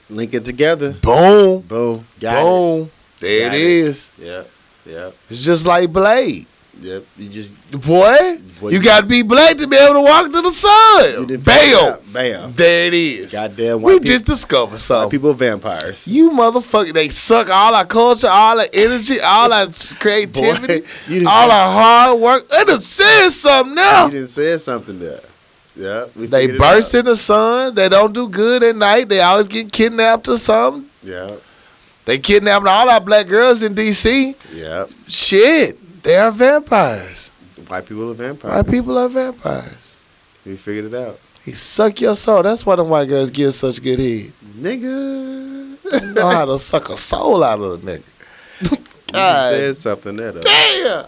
Speaker 2: Link it together.
Speaker 1: Boom.
Speaker 2: Boom. Got it.
Speaker 1: Boom. There
Speaker 2: Got
Speaker 1: it
Speaker 2: it.
Speaker 1: is.
Speaker 2: Yep. Yep.
Speaker 1: It's just like Blade.
Speaker 2: Yep. You just
Speaker 1: Boy,
Speaker 2: Boy,
Speaker 1: you
Speaker 2: you-
Speaker 1: got to be Blade to be able to walk to the
Speaker 2: you
Speaker 1: sun.
Speaker 2: didn't figure it
Speaker 1: Bam.
Speaker 2: out. Bam.
Speaker 1: There it is.
Speaker 2: Goddamn white
Speaker 1: we
Speaker 2: people.
Speaker 1: just discovered
Speaker 2: white
Speaker 1: something.
Speaker 2: people are *laughs* vampires.
Speaker 1: You motherfucker, they suck all our culture, all our energy, all
Speaker 2: *laughs*
Speaker 1: our creativity,
Speaker 2: you didn't-
Speaker 1: all our hard work. It done said something
Speaker 2: You
Speaker 1: now.
Speaker 2: didn't say something there. Yeah. we
Speaker 1: They
Speaker 2: figured it out.
Speaker 1: burst in the sun. They don't do good at night. They always get kidnapped or something.
Speaker 2: Yeah.
Speaker 1: They kidnapped all our black girls in D.C.
Speaker 2: Yeah.
Speaker 1: Shit, they are vampires.
Speaker 2: White people are vampires.
Speaker 1: White people are vampires.
Speaker 2: We figured it out.
Speaker 1: He suck your soul. That's why them white girls give such good head.
Speaker 2: Nigga.
Speaker 1: *laughs* They know how to suck a soul out of a nigga.
Speaker 2: You done
Speaker 1: God.
Speaker 2: said something there though.
Speaker 1: Damn,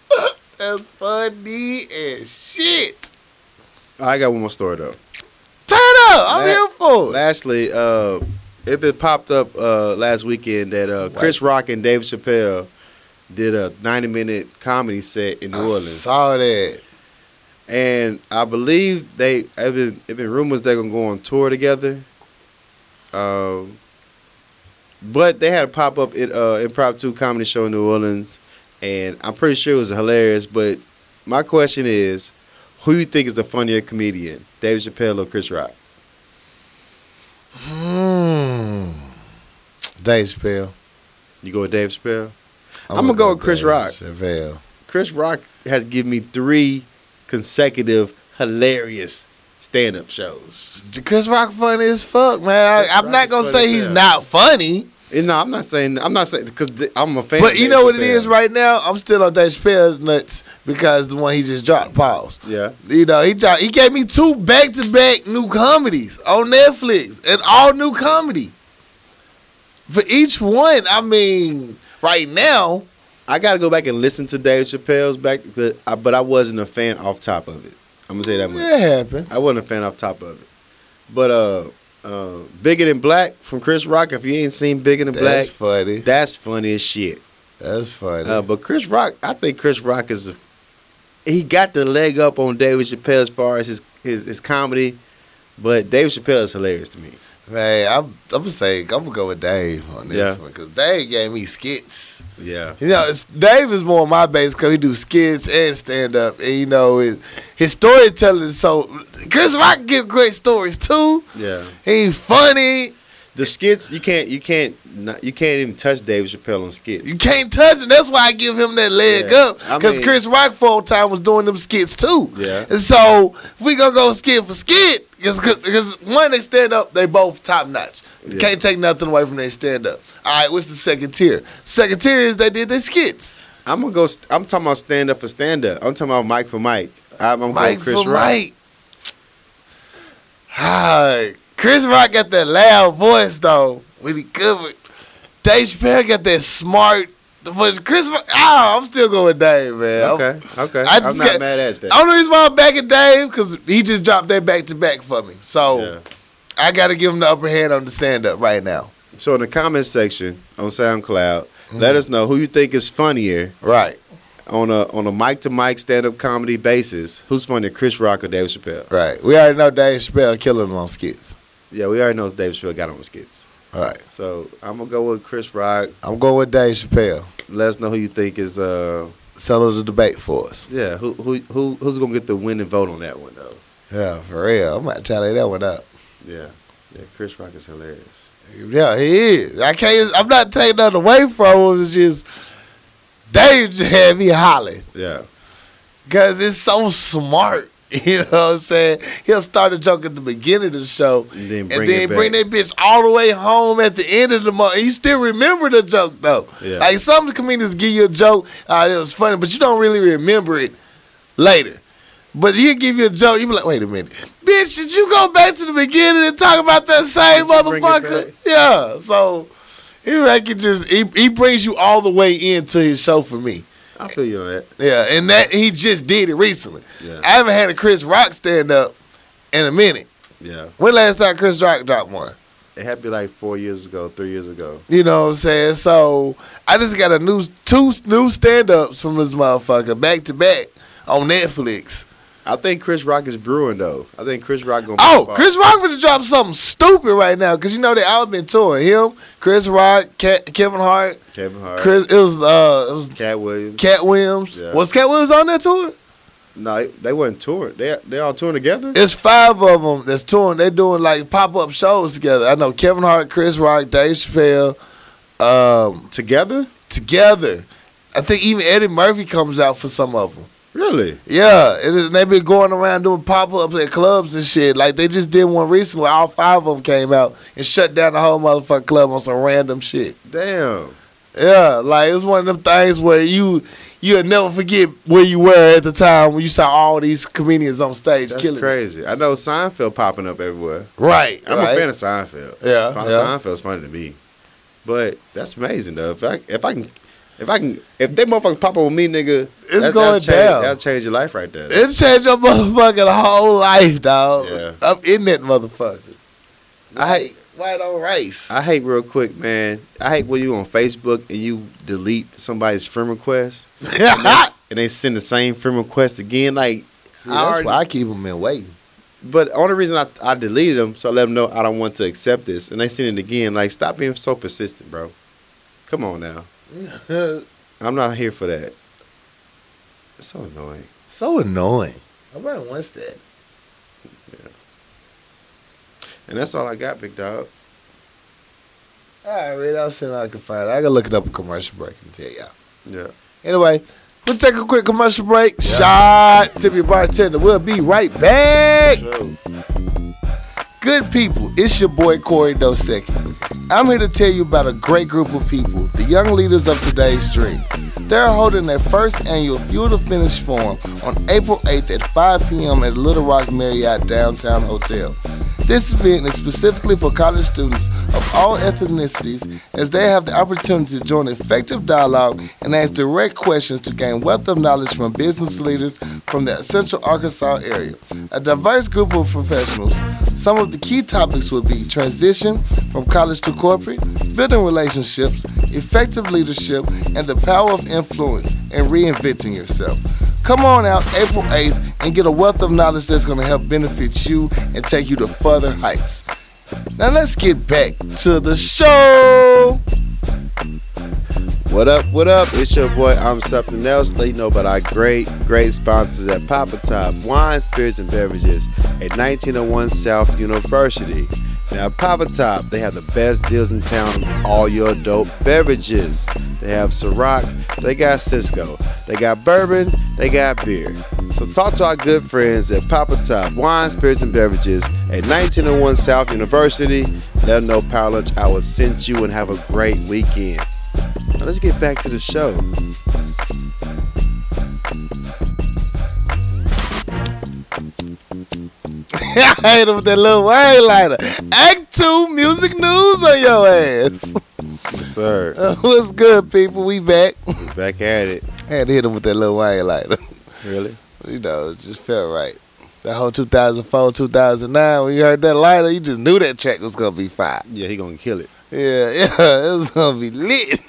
Speaker 1: *laughs* that's funny as shit.
Speaker 2: I got one more story though.
Speaker 1: Turn up, I'm
Speaker 2: La-
Speaker 1: here for it.
Speaker 2: Lastly, uh, it been popped up uh, last weekend that uh, Chris Rock and Dave Chappelle did a 90 minute comedy set in New
Speaker 1: I
Speaker 2: Orleans.
Speaker 1: saw that.
Speaker 2: and I believe they have been, it been rumors they're gonna go on tour together. Um, but they had a pop up at uh, impromptu comedy show in New Orleans, and I'm pretty sure it was hilarious. But my question is, who you think is the funnier comedian, Dave Chappelle or Chris Rock?
Speaker 1: Hmm. Dave Chappelle.
Speaker 2: You go with Dave Chappelle. I'ma go with Chris
Speaker 1: Dave
Speaker 2: Rock.
Speaker 1: Chappelle.
Speaker 2: Chris Rock has given me three consecutive hilarious stand up shows.
Speaker 1: Chris Rock funny as fuck, man.
Speaker 2: Chris
Speaker 1: I, I'm
Speaker 2: Rock
Speaker 1: not
Speaker 2: is
Speaker 1: gonna
Speaker 2: funny
Speaker 1: say
Speaker 2: as
Speaker 1: he's
Speaker 2: hell.
Speaker 1: not funny,
Speaker 2: And no, I'm not saying I'm not saying because I'm a fan.
Speaker 1: but
Speaker 2: of
Speaker 1: you
Speaker 2: Dave
Speaker 1: know what it
Speaker 2: Chappelle.
Speaker 1: is right now. I'm still on Dave Chappelle nuts because the one he just dropped. Pause.
Speaker 2: Yeah.
Speaker 1: You know, he dropped, he gave me two back to back new comedies on Netflix, an all new comedy. For each one, I mean, right now,
Speaker 2: I got to go back and listen to Dave Chappelle's back, but I, but I wasn't a fan off top of it. I'm gonna say that much.
Speaker 1: it happens.
Speaker 2: I wasn't a fan off top of it. But uh, uh, bigger than black from Chris Rock. If you ain't seen bigger than black,
Speaker 1: That's funny.
Speaker 2: that's funny as shit.
Speaker 1: That's funny.
Speaker 2: Uh, but Chris Rock, I think Chris Rock is a, he got the leg up on David Chappelle as far as his his, his comedy, but David Chappelle is hilarious to me.
Speaker 1: man, I'm, I'm gonna say I'm gonna go with Dave on this
Speaker 2: Yeah.
Speaker 1: one because Dave gave me skits.
Speaker 2: Yeah,
Speaker 1: You know, it's, Dave is more my base because he do skits and stand up, and you know his, his storytelling. is So Chris Rock give great stories too.
Speaker 2: yeah.
Speaker 1: He funny.
Speaker 2: The skits you can't you can't not, you can't even touch David Chappelle on skits.
Speaker 1: You can't touch him. That's why I give him that leg
Speaker 2: Yeah,
Speaker 1: up.
Speaker 2: I
Speaker 1: Because
Speaker 2: mean-
Speaker 1: Chris Rock full time was doing them skits too.
Speaker 2: Yeah.
Speaker 1: And so if we gonna go skit for skit, because one they stand up, they both top notch. You
Speaker 2: Yeah.
Speaker 1: Can't take nothing away from their stand up. All right, what's the second tier? Second tier is they did their skits.
Speaker 2: I'm gonna go. st- I'm talking about stand up for stand up. I'm talking about Mike for Mike. I'm, I'm
Speaker 1: Mike
Speaker 2: Mike Chris
Speaker 1: for
Speaker 2: Rock.
Speaker 1: Mike. Ah, Chris Rock got that loud voice though when he covered. Dave Chappelle got that smart. But Chris, Rock- ah, I'm still going with Dave, man. I'm-
Speaker 2: Okay, okay.
Speaker 1: I
Speaker 2: I'm
Speaker 1: just
Speaker 2: not
Speaker 1: got- Oh.
Speaker 2: mad at that.
Speaker 1: I only reason why I'm back at Dave because he just dropped that back to back for me. So
Speaker 2: Yeah.
Speaker 1: I got to give him the upper hand on the stand up right now.
Speaker 2: So in the comment section on SoundCloud,
Speaker 1: Mm-hmm.
Speaker 2: let us know who you think is funnier
Speaker 1: Right,
Speaker 2: on a on a mic to mic stand up comedy basis. Who's funnier, Chris Rock or David Chappelle?
Speaker 1: right. We already know Dave Chappelle killing him on skits.
Speaker 2: Yeah, we already know it's David Chappelle got on the skits.
Speaker 1: All right,
Speaker 2: So I'm gonna go with Chris Rock.
Speaker 1: I'm going with Dave Chappelle.
Speaker 2: Let us know who you think is uh
Speaker 1: Settle the debate for us.
Speaker 2: yeah who who who who's gonna get the winning vote on that one though.
Speaker 1: Yeah, for real. I'm gonna tally that one up.
Speaker 2: Yeah, yeah. Chris Rock is hilarious.
Speaker 1: Yeah, he is. I can't. I'm not taking nothing away from him. It's just Dave just had me hollering
Speaker 2: Yeah,
Speaker 1: because it's so smart. *laughs* You know what I'm saying? He'll start a joke at the beginning of the show
Speaker 2: And then
Speaker 1: and
Speaker 2: bring
Speaker 1: then
Speaker 2: it back.
Speaker 1: bring that bitch all the way home at the end of the month. And you still remember the joke though.
Speaker 2: Yeah.
Speaker 1: Like some comedians give you a joke, uh, it was funny, but you don't really remember it later. But he'll give you a joke, you be like, wait a minute. Bitch, did you go back to the beginning and talk about that same
Speaker 2: Did you bring it
Speaker 1: motherfucker?
Speaker 2: back?
Speaker 1: Yeah. So he like it just he, he brings you all the way into his show for me.
Speaker 2: I feel you on that.
Speaker 1: Yeah, and that he just did it recently.
Speaker 2: Yeah.
Speaker 1: I haven't had a Chris Rock stand up in a minute.
Speaker 2: Yeah.
Speaker 1: When last time Chris Rock dropped one?
Speaker 2: It had to be like four years ago, three years ago.
Speaker 1: You know what I'm saying? So I just got a new two new stand ups from this motherfucker back to back on Netflix.
Speaker 2: I think Chris Rock is brewing though. I think Chris Rock gonna.
Speaker 1: Oh,
Speaker 2: pop
Speaker 1: Chris Rock gonna drop something stupid right now because you know they all been touring him, Chris Rock, Ke- Kevin Hart,
Speaker 2: off. Kevin Hart,
Speaker 1: Chris. It was uh, it was
Speaker 2: Cat Williams.
Speaker 1: Cat Williams.
Speaker 2: Yeah.
Speaker 1: Was Cat Williams on that tour?
Speaker 2: No, they, they wasn't touring. They they all touring together.
Speaker 1: It's five of them that's touring. They're doing like pop up shows together. I know Kevin Hart, Chris Rock, Dave Chappelle, um,
Speaker 2: together?
Speaker 1: together. I think even Eddie Murphy comes out for some of them.
Speaker 2: Really?
Speaker 1: Yeah, and it- they been going around doing pop ups at clubs and shit. Like they just did one recently. All five of them came out and shut down the whole motherfucking club on some random shit.
Speaker 2: Damn.
Speaker 1: Yeah, like it's one of them things where you you'll never forget where you were at the time when you saw all these comedians on stage
Speaker 2: That's
Speaker 1: killing. it.
Speaker 2: crazy. I know Seinfeld popping up everywhere.
Speaker 1: Right,
Speaker 2: I'm a
Speaker 1: right.
Speaker 2: fan of Seinfeld.
Speaker 1: Yeah,
Speaker 2: Fin-
Speaker 1: yeah.
Speaker 2: Seinfeld's funny to me. But that's amazing though. If I if I can if I can if they motherfuckers pop up with me, nigga,
Speaker 1: It's
Speaker 2: that- that'll
Speaker 1: going
Speaker 2: change-
Speaker 1: down.
Speaker 2: That'll change your life right there.
Speaker 1: It changed your motherfucking whole life, dog.
Speaker 2: Yeah.
Speaker 1: I'm in that motherfucker.
Speaker 2: I hate
Speaker 1: White on *laughs* rice.
Speaker 2: I hate real quick, man. I hate when you on Facebook and you delete somebody's friend request
Speaker 1: *laughs* that's
Speaker 2: and they send the same friend request again. Like, I already-
Speaker 1: why I keep them in waiting.
Speaker 2: but only reason I, I deleted them so I let them know I don't want to accept this, and they send it again. Like, stop being so persistent, bro. Come on now, I'm not here for that. It's so annoying.
Speaker 1: so annoying. Nobody wants that.
Speaker 2: And that's all I got, big dog.
Speaker 1: All right, Red, I'll see what I can find. I can look it up a commercial break and tell y'all.
Speaker 2: Yeah.
Speaker 1: Anyway, we'll take a quick commercial break. Shot tip your bartender. We'll be right back. Good people, it's your boy Corey Dosek. I'm here to tell you about a great group of people, the young leaders of today's dream. They're holding their first annual Fuel to Finish Forum on April 8th at 5 p.m. at Little Rock Marriott Downtown Hotel. This event is specifically for college students of all ethnicities as they have the opportunity to join effective dialogue and ask direct questions to gain wealth of knowledge from business leaders from the Central Arkansas area. A diverse group of professionals. Some of the key topics will be transition from college to corporate, building relationships, effective leadership, and the power of influence and reinventing yourself. Come on out April 8th and get a wealth of knowledge that's going to help benefit you and take you to further heights. Now let's get back to the show. *laughs*
Speaker 2: What up, what up? It's your boy, I'm something else. Let you know about our great, great sponsors at Papa Top Wine, Spirits, and Beverages at 1901 South University. Now, Papa Top, they have the best deals in town on all your dope beverages. They have Ciroc, they got Cisco, they got bourbon, they got beer. So talk to our good friends at Papa Top Wine, Spirits, and Beverages at 1901 South University. Let them know Power Lunch Hour sent you and have a great weekend. Now let's get back to the show.
Speaker 1: I hate him with that little wine lighter. Act 2 music news on your ass. *laughs*
Speaker 2: sir.
Speaker 1: Uh, What's good, people? We back.
Speaker 2: We're back at it.
Speaker 1: Had to hit him with that little wine lighter. *laughs*
Speaker 2: Really?
Speaker 1: You know, it just felt right. That whole 2004, 2009, when you heard that lighter, you just knew that track was going to be fire.
Speaker 2: Yeah, he gonna kill it.
Speaker 1: Yeah, *laughs* yeah, it was going to be lit.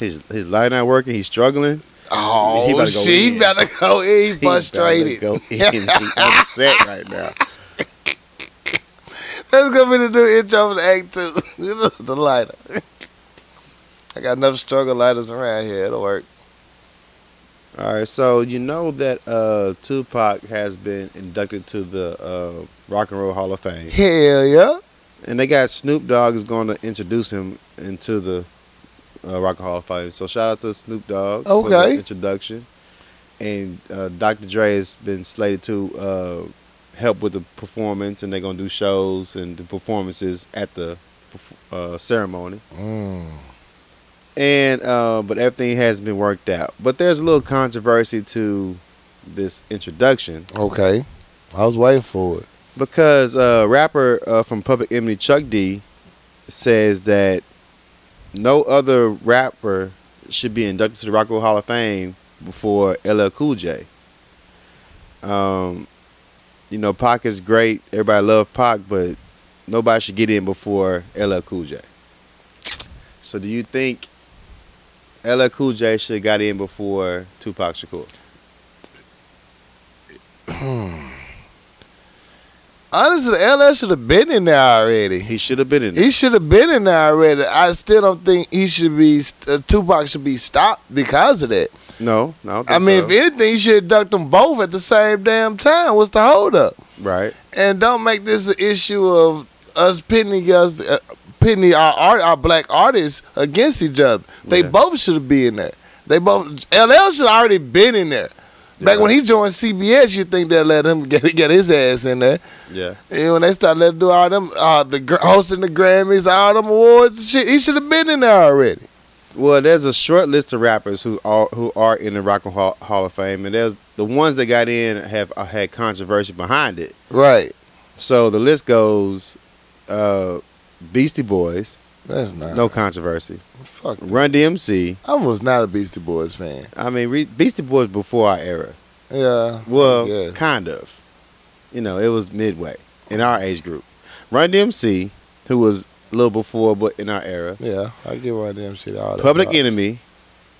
Speaker 2: His his light not working. He's struggling.
Speaker 1: Oh,
Speaker 2: He
Speaker 1: he
Speaker 2: about to go
Speaker 1: she
Speaker 2: in.
Speaker 1: better go in. He
Speaker 2: He about to
Speaker 1: frustrated.
Speaker 2: Go in. He upset right now.
Speaker 1: Let's go in the new intro for the act two. *laughs* the lighter. *laughs* I got enough struggle lighters around here. It'll work.
Speaker 2: All right. So you know that uh, Tupac has been inducted to the uh, Rock and Roll Hall of Fame,
Speaker 1: Hell yeah.
Speaker 2: and they got Snoop Dogg is going to introduce him into the uh, Rock and Roll Hall of Fame. So shout out to Snoop Dogg for the
Speaker 1: Okay.
Speaker 2: introduction. and uh, Dr. Dre has been slated to uh, help with the performance, and they're gonna do shows and the performances at the perf- uh, ceremony.
Speaker 1: Mm.
Speaker 2: And uh, but everything has been worked out. But there's a little controversy to this introduction
Speaker 1: Okay. I was waiting for it.
Speaker 2: because uh, rapper uh, from Public Enemy Chuck D says that no other rapper should be inducted to the Rock and Roll Hall of Fame before LL Cool J. Um, you know, Pac is great. Everybody loves Pac, but nobody should get in before LL Cool J. So, do you think LL Cool J should have got in before Tupac Shakur?
Speaker 1: Honestly, LL should have been in there already.
Speaker 2: He should have been in. there.
Speaker 1: He should have been in there already. I still don't think he should be. Uh, Tupac should be stopped because of that.
Speaker 2: no, no.
Speaker 1: I mean, if anything, you should induct them both at the same damn time. What's the holdup?
Speaker 2: right.
Speaker 1: And don't make this an issue of us pitting us, uh, pitting our art, our black artists against each other. They
Speaker 2: Yeah.
Speaker 1: both should have been in there. They both LL should have already been in there. Back
Speaker 2: Yeah.
Speaker 1: when he joined CBS, you think they let him *laughs* get get his ass in there?
Speaker 2: Yeah.
Speaker 1: And when they started letting do all them, uh, the gr- hosting the Grammys, all them awards and shit, he should have been in there already.
Speaker 2: Well, there's a short list of rappers who are who are in the Rock and Hall, Hall of Fame, and there's the ones that got in have uh, had controversy behind it.
Speaker 1: Right.
Speaker 2: So the list goes: uh, Beastie Boys,
Speaker 1: That's not.
Speaker 2: no controversy.
Speaker 1: Fuck.
Speaker 2: Run DMC.
Speaker 1: I was not a Beastie Boys fan.
Speaker 2: I mean, re- Beastie Boys before our era.
Speaker 1: Yeah.
Speaker 2: Well,
Speaker 1: Yes.
Speaker 2: kind of. You know, it was midway in our age group. Run DMC, who was a little before, but in our era.
Speaker 1: Yeah. I give one damn shit all that.
Speaker 2: Public
Speaker 1: props.
Speaker 2: Enemy,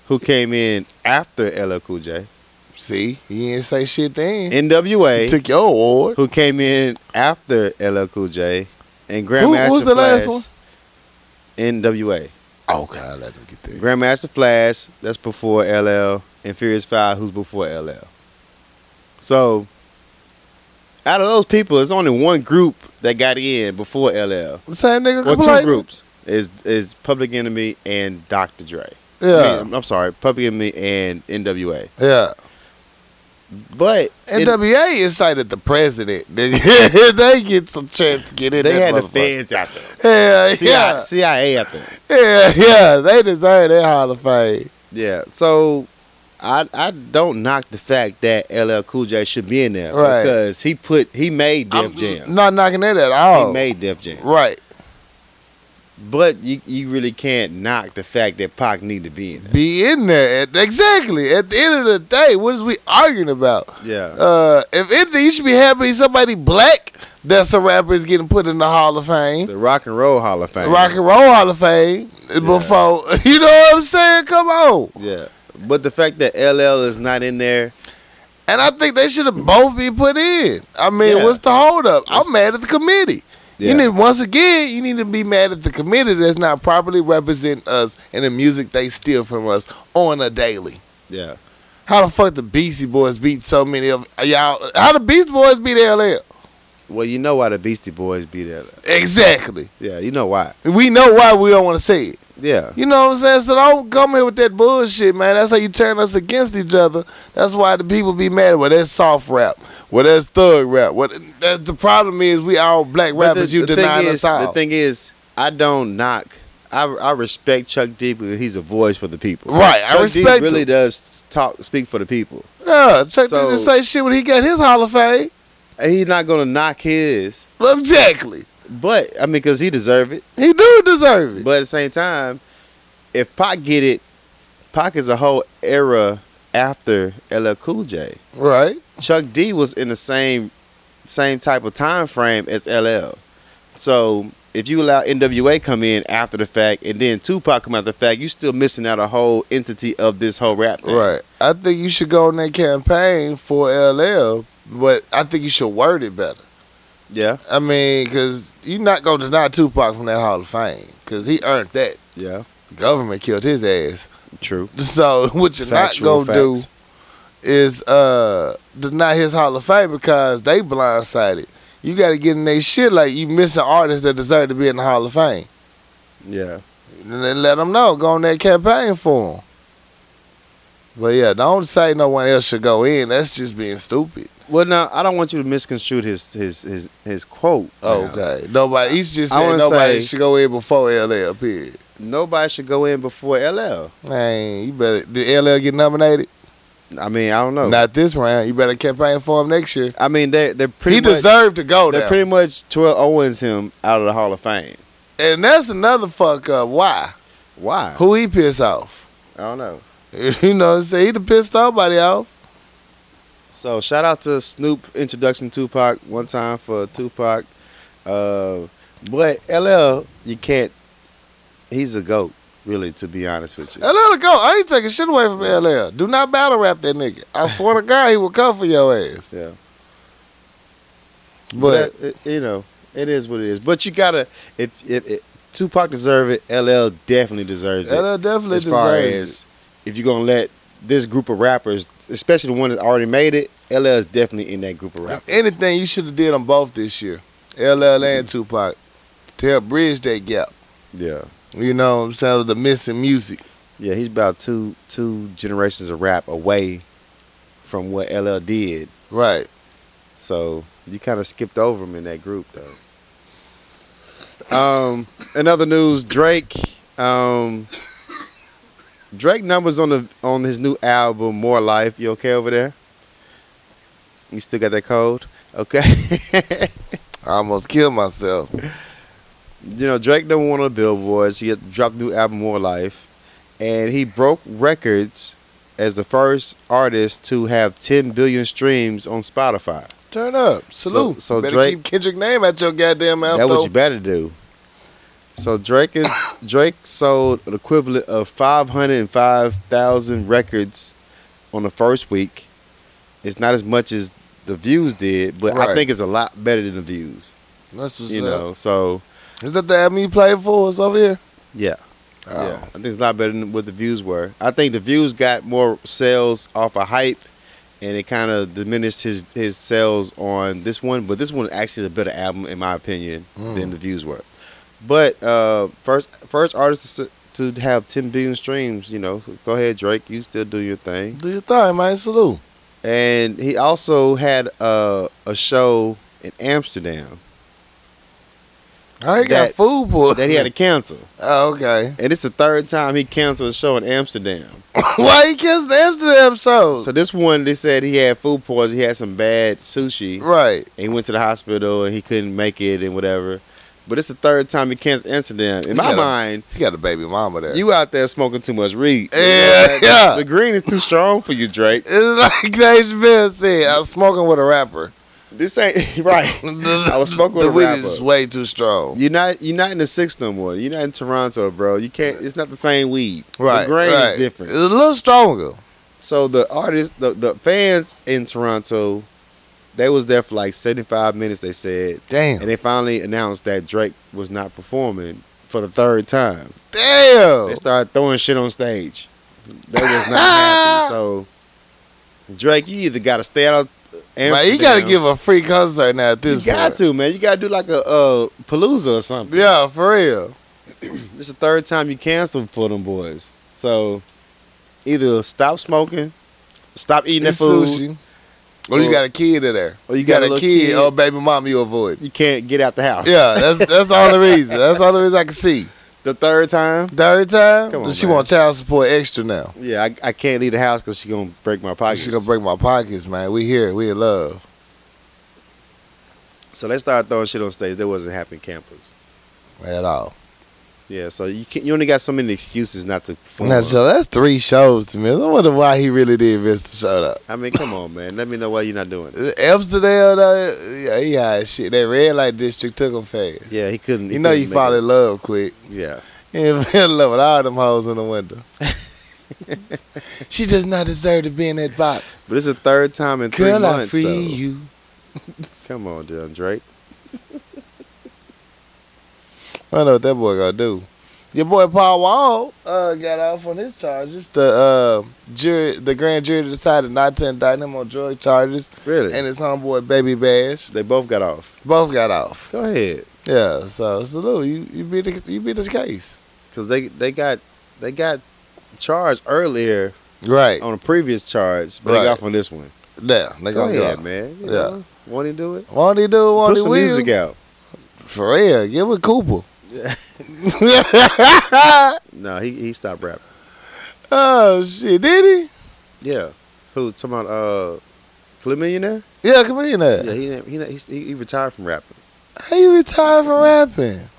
Speaker 2: who came in after LL Cool J.
Speaker 1: See, he didn't say shit then.
Speaker 2: NWA.
Speaker 1: He took your award.
Speaker 2: who came in after LL Cool J and
Speaker 1: Who,
Speaker 2: Grandmaster
Speaker 1: who's the
Speaker 2: Flash.
Speaker 1: last one?
Speaker 2: NWA.
Speaker 1: Okay, I let him get there.
Speaker 2: Grandmaster Flash, that's before LL, and Furious Five, who's before LL. So, out of those people, it's only one group that got in before LL.
Speaker 1: Same nigga.
Speaker 2: Well, two
Speaker 1: Kablai.
Speaker 2: groups is is Public Enemy and Dr. Dre. I
Speaker 1: Yeah.
Speaker 2: mean, I'm sorry, Public Enemy and NWA.
Speaker 1: Yeah.
Speaker 2: But in-
Speaker 1: NWA incited the president. *laughs* they get some chance to get in
Speaker 2: they
Speaker 1: that
Speaker 2: had the
Speaker 1: motherfucker.
Speaker 2: fans out there.
Speaker 1: Hell
Speaker 2: CIA,
Speaker 1: *laughs* yeah.
Speaker 2: CIA out there.
Speaker 1: Yeah, yeah, they deserve that Hall of Fame.
Speaker 2: Yeah. So I I don't knock the fact that LL Cool J should be in there
Speaker 1: Right.
Speaker 2: because he put he made Def
Speaker 1: I'm
Speaker 2: Jam.
Speaker 1: Not knocking that at all.
Speaker 2: He made Def Jam.
Speaker 1: right.
Speaker 2: But you you really can't knock the fact that Pac need to be in there.
Speaker 1: Be in there. At- exactly. At the end of the day, what is we arguing about?
Speaker 2: Yeah.
Speaker 1: Uh, if anything, you should be happy somebody black that's a rapper is getting put in the Hall of Fame.
Speaker 2: Uh, The Rock and Roll Hall of Fame.
Speaker 1: Rock and Roll Hall of Fame before *laughs* you know what I'm saying. Come on,
Speaker 2: Yeah. But the fact that LL is not in there,
Speaker 1: and I think they should have both be put in. I mean,
Speaker 2: Yeah.
Speaker 1: what's the holdup? I'm mad at the committee.
Speaker 2: Yeah.
Speaker 1: You need once again, you need to be mad at the committee that's not properly representing us and the music they steal from us on a daily.
Speaker 2: yeah.
Speaker 1: How the fuck the Beastie Boys beat so many of y'all? How the Beastie Boys beat LL?
Speaker 2: Well, you know why the Beastie Boys beat LL.
Speaker 1: Exactly.
Speaker 2: Yeah, you know why.
Speaker 1: We know why we don't want to say it.
Speaker 2: Yeah.
Speaker 1: You know what I'm saying? So don't come here with that bullshit, man. That's how you turn us against each other. That's why the people be mad. Well, that's soft rap. Well, that's thug rap. What? That's the problem is we all black
Speaker 2: But
Speaker 1: rappers. you
Speaker 2: thing
Speaker 1: denying
Speaker 2: is-
Speaker 1: us all.
Speaker 2: The thing is, I don't knock. I, I respect Chuck D because he's a voice for the people.
Speaker 1: Right, I
Speaker 2: Chuck
Speaker 1: respect
Speaker 2: D really
Speaker 1: him.
Speaker 2: does talk, speak for the people.
Speaker 1: yeah, Chuck
Speaker 2: So-
Speaker 1: didn't say shit when he got his Hall of Fame.
Speaker 2: And he's not gonna knock his,
Speaker 1: Exactly.
Speaker 2: but I mean, because he deserve it.
Speaker 1: He do deserve it.
Speaker 2: But at the same time, if Pac get it, Pac is a whole era after LL Cool J.
Speaker 1: right.
Speaker 2: Chuck D was in the same same type of time frame as LL. So if you allow NWA come in after the fact and then Tupac come after the fact, you're still missing out a whole entity of this whole rap thing.
Speaker 1: Right. I think you should go on that campaign for LL, but I think you should word it better.
Speaker 2: Yeah.
Speaker 1: I mean, because you're not going to deny Tupac from that Hall of Fame because he earned that.
Speaker 2: Yeah.
Speaker 1: Government killed his ass. *laughs*
Speaker 2: True.
Speaker 1: So what you're
Speaker 2: Factual
Speaker 1: not gonna
Speaker 2: facts.
Speaker 1: do is uh deny his Hall of Fame because they blindsided. You gotta get in their shit like you missing artists that deserve to be in the Hall of Fame.
Speaker 2: Yeah.
Speaker 1: And then let them know. Go on that campaign for them. But yeah, don't say no one else should go in. That's just being stupid.
Speaker 2: Well, now I don't want you to misconstrue his his his, his quote. Oh, now.
Speaker 1: Oh, Okay. Nobody. He's just
Speaker 2: I
Speaker 1: saying
Speaker 2: wanna
Speaker 1: nobody
Speaker 2: say-
Speaker 1: should go in before LL. Period.
Speaker 2: Nobody should go in before LL.
Speaker 1: Man, you better. Did LL get nominated?
Speaker 2: I mean, I don't know.
Speaker 1: Not this round. You better campaign for him next year.
Speaker 2: I mean, they they're pretty
Speaker 1: he
Speaker 2: much
Speaker 1: deserved to go
Speaker 2: they
Speaker 1: there.
Speaker 2: pretty much Terrell Owens him out of the Hall of Fame.
Speaker 1: and that's another fuck up. Why?
Speaker 2: Why?
Speaker 1: Who he piss off? *laughs*
Speaker 2: I don't know.
Speaker 1: You know what I'm saying? He done pissed somebody off.
Speaker 2: So shout out to Snoop introduction Tupac one time for Tupac, uh, but LL you can't. He's a goat, really. To be honest with you,
Speaker 1: LL to go. I ain't taking shit away from LL. Do not battle rap that nigga. I swear to God, he will come for your ass.
Speaker 2: yeah. But
Speaker 1: But
Speaker 2: it- you know, it is what it is. But you gotta if if, if Tupac deserve it, LL definitely deserves it.
Speaker 1: LL definitely
Speaker 2: as far
Speaker 1: deserves it.
Speaker 2: as if you're gonna let this group of rappers, especially the one that already made it, LL is definitely in that group of
Speaker 1: If
Speaker 2: rappers.
Speaker 1: anything, you should have did them both this year, LL and Tupac, to help bridge that gap.
Speaker 2: Yeah,
Speaker 1: You know what I'm saying? The missing music.
Speaker 2: yeah. He's about two two generations of rap away from what LL did,
Speaker 1: Right.
Speaker 2: so you kind of skipped over him in that group though. Um, in other news, Drake, um, Drake numbers on the on his new album More Life. You okay over there? You still got that cold? Okay. *laughs*
Speaker 1: I almost killed myself.
Speaker 2: you know, Drake number one on the billboards. He had dropped new album More Life, and he broke records as the first artist to have 10 billion streams on Spotify.
Speaker 1: Turn up. Salute.
Speaker 2: so
Speaker 1: Better
Speaker 2: Drake-
Speaker 1: keep Kendrick name at your goddamn mouth.
Speaker 2: That what
Speaker 1: though.
Speaker 2: you better do. So Drake
Speaker 1: *coughs*
Speaker 2: is Drake sold an equivalent of 505,000 records on the first week. It's not as much as the views did, but I
Speaker 1: Right.
Speaker 2: think it's a lot better than the views.
Speaker 1: That's what's
Speaker 2: you
Speaker 1: up.
Speaker 2: know, so
Speaker 1: Is that the album you played for? It's over here.
Speaker 2: yeah.
Speaker 1: Oh.
Speaker 2: Yeah, I think it's a lot better than what the views were. I think the views got more sales off of hype, and it kind of diminished his his sales on this one. But this one actually a better album in my opinion than the views were. But uh, first first artist to, s- to have 10 billion streams, you know, go ahead Drake, you still do your thing.
Speaker 1: Do your thing, man. Salute.
Speaker 2: And he also had uh, a show in Amsterdam
Speaker 1: I ain't got
Speaker 2: That-
Speaker 1: food for
Speaker 2: that he had to cancel,
Speaker 1: *laughs*
Speaker 2: *laughs*
Speaker 1: Oh, okay.
Speaker 2: and it's the third time he canceled a show in Amsterdam.
Speaker 1: Why he kissed the Amsterdam show?
Speaker 2: So this one, they said he had food poisoning. He had some bad sushi, and
Speaker 1: right.
Speaker 2: he went to the hospital, and he couldn't make it, and whatever. But it's the third time he canceled Amsterdam. In my
Speaker 1: Yeah.
Speaker 2: mind,
Speaker 1: He got a baby mama there.
Speaker 2: you out there smoking too much weed.
Speaker 1: Yeah, yeah.
Speaker 2: The green is too strong for you, Drake.
Speaker 1: *laughs* It's like Dave Bill said, I was smoking with a rapper.
Speaker 2: This ain't *laughs* right. I was smoking
Speaker 1: *laughs* the
Speaker 2: with a
Speaker 1: weed
Speaker 2: rapper.
Speaker 1: is way too strong.
Speaker 2: You're not you're not in the six no more. You're not in Toronto, bro. You can't. It's not the same weed.
Speaker 1: Right,
Speaker 2: The grain
Speaker 1: right.
Speaker 2: is different.
Speaker 1: It's a little stronger.
Speaker 2: So the artists, the, the fans in Toronto, they was there for like 75 minutes. They said.
Speaker 1: Damn,
Speaker 2: And they finally announced that Drake was not performing for the third time.
Speaker 1: damn.
Speaker 2: They started throwing shit on stage. They was not
Speaker 1: *laughs*
Speaker 2: happy. So Drake, you either gotta stay out of
Speaker 1: Man, you got to give a free concert now at
Speaker 2: you
Speaker 1: this
Speaker 2: got
Speaker 1: point.
Speaker 2: to, man. You gotta do like a uh palooza or something.
Speaker 1: Yeah, for real.
Speaker 2: This is the third time you canceled for them boys. So either stop smoking, stop eating
Speaker 1: It's
Speaker 2: that food.
Speaker 1: sushi. Or you got a kid in there.
Speaker 2: Or you
Speaker 1: You
Speaker 2: got
Speaker 1: got,
Speaker 2: a
Speaker 1: a
Speaker 2: little
Speaker 1: kid,
Speaker 2: kid.
Speaker 1: or baby mama you avoid.
Speaker 2: You can't get out the house.
Speaker 1: Yeah, that's that's the only
Speaker 2: *laughs*
Speaker 1: reason. That's the only reason I can see.
Speaker 2: The third time.
Speaker 1: Third time,
Speaker 2: Come on,
Speaker 1: she
Speaker 2: man.
Speaker 1: want child support extra now.
Speaker 2: Yeah, I, I can't leave the house because she gonna break my pocket.
Speaker 1: She gonna break my pockets, man. We here, we in love.
Speaker 2: So they started throwing shit on stage. That wasn't happening campus.
Speaker 1: At all.
Speaker 2: Yeah, so you can, you only got so many excuses not to perform.
Speaker 1: Now, so that's three shows to me. I wonder why he really did miss the show up.
Speaker 2: I mean, come on, man. Let me know why you're not doing it.
Speaker 1: Amsterdam, though, yeah, he high as shit. That red light district took him fast.
Speaker 2: Yeah, he couldn't. he
Speaker 1: You know
Speaker 2: couldn't
Speaker 1: you
Speaker 2: make
Speaker 1: fall
Speaker 2: it.
Speaker 1: in love quick. *laughs*
Speaker 2: Yeah,
Speaker 1: You fell in love with all them hoes in
Speaker 2: *laughs*
Speaker 1: the window. she does not deserve to be in that box.
Speaker 2: but it's the third time in three
Speaker 1: Girl, I
Speaker 2: months.
Speaker 1: free
Speaker 2: though.
Speaker 1: you.
Speaker 2: Come on, Dylan Drake.
Speaker 1: I don't know what that boy gonna do. Your boy Paul Wall uh, got off on his charges. The uh, jury, the grand jury decided not to indict him on drug charges,
Speaker 2: Really?
Speaker 1: and his homeboy Baby Bash
Speaker 2: they both got off.
Speaker 1: both got off.
Speaker 2: Go ahead,
Speaker 1: Yeah, so salute you. You beat the, you beat this case.
Speaker 2: because they they got they got charged earlier
Speaker 1: Right.
Speaker 2: on a previous charge, but they
Speaker 1: Right.
Speaker 2: got off on this one.
Speaker 1: Yeah, they
Speaker 2: Go
Speaker 1: gonna get
Speaker 2: ahead,
Speaker 1: off.
Speaker 2: man. You
Speaker 1: Yeah.
Speaker 2: know, want to do it?
Speaker 1: Won't he do? Won't
Speaker 2: Put
Speaker 1: he
Speaker 2: some
Speaker 1: will?
Speaker 2: music out.
Speaker 1: For real, give it Cooper.
Speaker 2: No, he he stopped rapping.
Speaker 1: oh shit, did
Speaker 2: Yeah, who talking about? Uh, Flip Millionaire?
Speaker 1: he? Yeah, come in there.
Speaker 2: Yeah, he didn't- he didn't- he he retired from rapping.
Speaker 1: How you retired from rapping?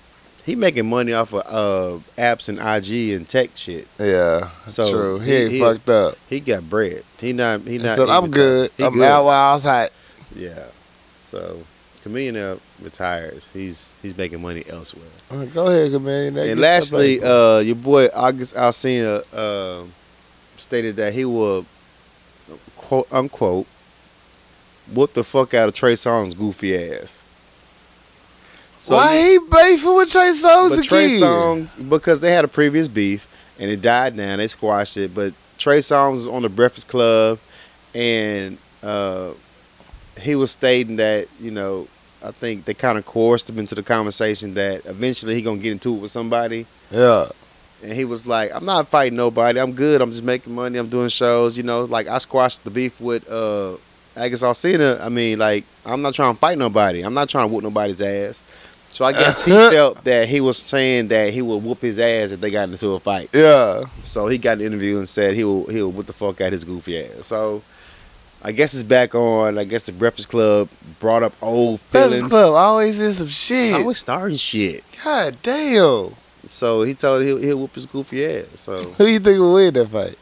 Speaker 2: He making money off of uh apps and IG and tech shit.
Speaker 1: Yeah,
Speaker 2: So,
Speaker 1: true. He,
Speaker 2: he-
Speaker 1: ain't
Speaker 2: he-
Speaker 1: fucked up.
Speaker 2: He got bread. He not he
Speaker 1: He
Speaker 2: not.
Speaker 1: said,
Speaker 2: he
Speaker 1: I'm
Speaker 2: retired.
Speaker 1: good.
Speaker 2: He
Speaker 1: I'm
Speaker 2: good.
Speaker 1: out while I was hot.
Speaker 2: Yeah. So Chameleon Up retired. He's he's making money elsewhere.
Speaker 1: Go ahead, chameleon. Get
Speaker 2: and
Speaker 1: your
Speaker 2: lastly,
Speaker 1: paper.
Speaker 2: uh, your boy August Alsina uh, stated that he will quote unquote whoop the fuck out of Trey Songz goofy ass.
Speaker 1: why he beefing with Trey Songz
Speaker 2: But Trey
Speaker 1: again?
Speaker 2: Songz because they had a previous beef and it died down. They squashed it, but Trey Songz is on the Breakfast Club, and uh, he was stating that you know I think they kind of coerced him into the conversation that eventually he gonna get into it with somebody.
Speaker 1: Yeah,
Speaker 2: And he was like, "I'm not fighting nobody. I'm good. I'm just making money. I'm doing shows. You know, like I squashed the beef with uh, Agus Alcina. I mean, like I'm not trying to fight nobody. I'm not trying to whoop nobody's ass." So I guess he felt that he was saying that he would whoop his ass if they got into a fight.
Speaker 1: yeah.
Speaker 2: So he got an interview and said he will he'll whoop the fuck out his goofy ass. So I guess it's back on. I guess the Breakfast Club brought up old
Speaker 1: Feelings
Speaker 2: feelings.
Speaker 1: Club always in some shit.
Speaker 2: I was starting shit.
Speaker 1: God damn.
Speaker 2: So he told he'll, he'll whoop his goofy ass. So.
Speaker 1: Who you think will win that fight?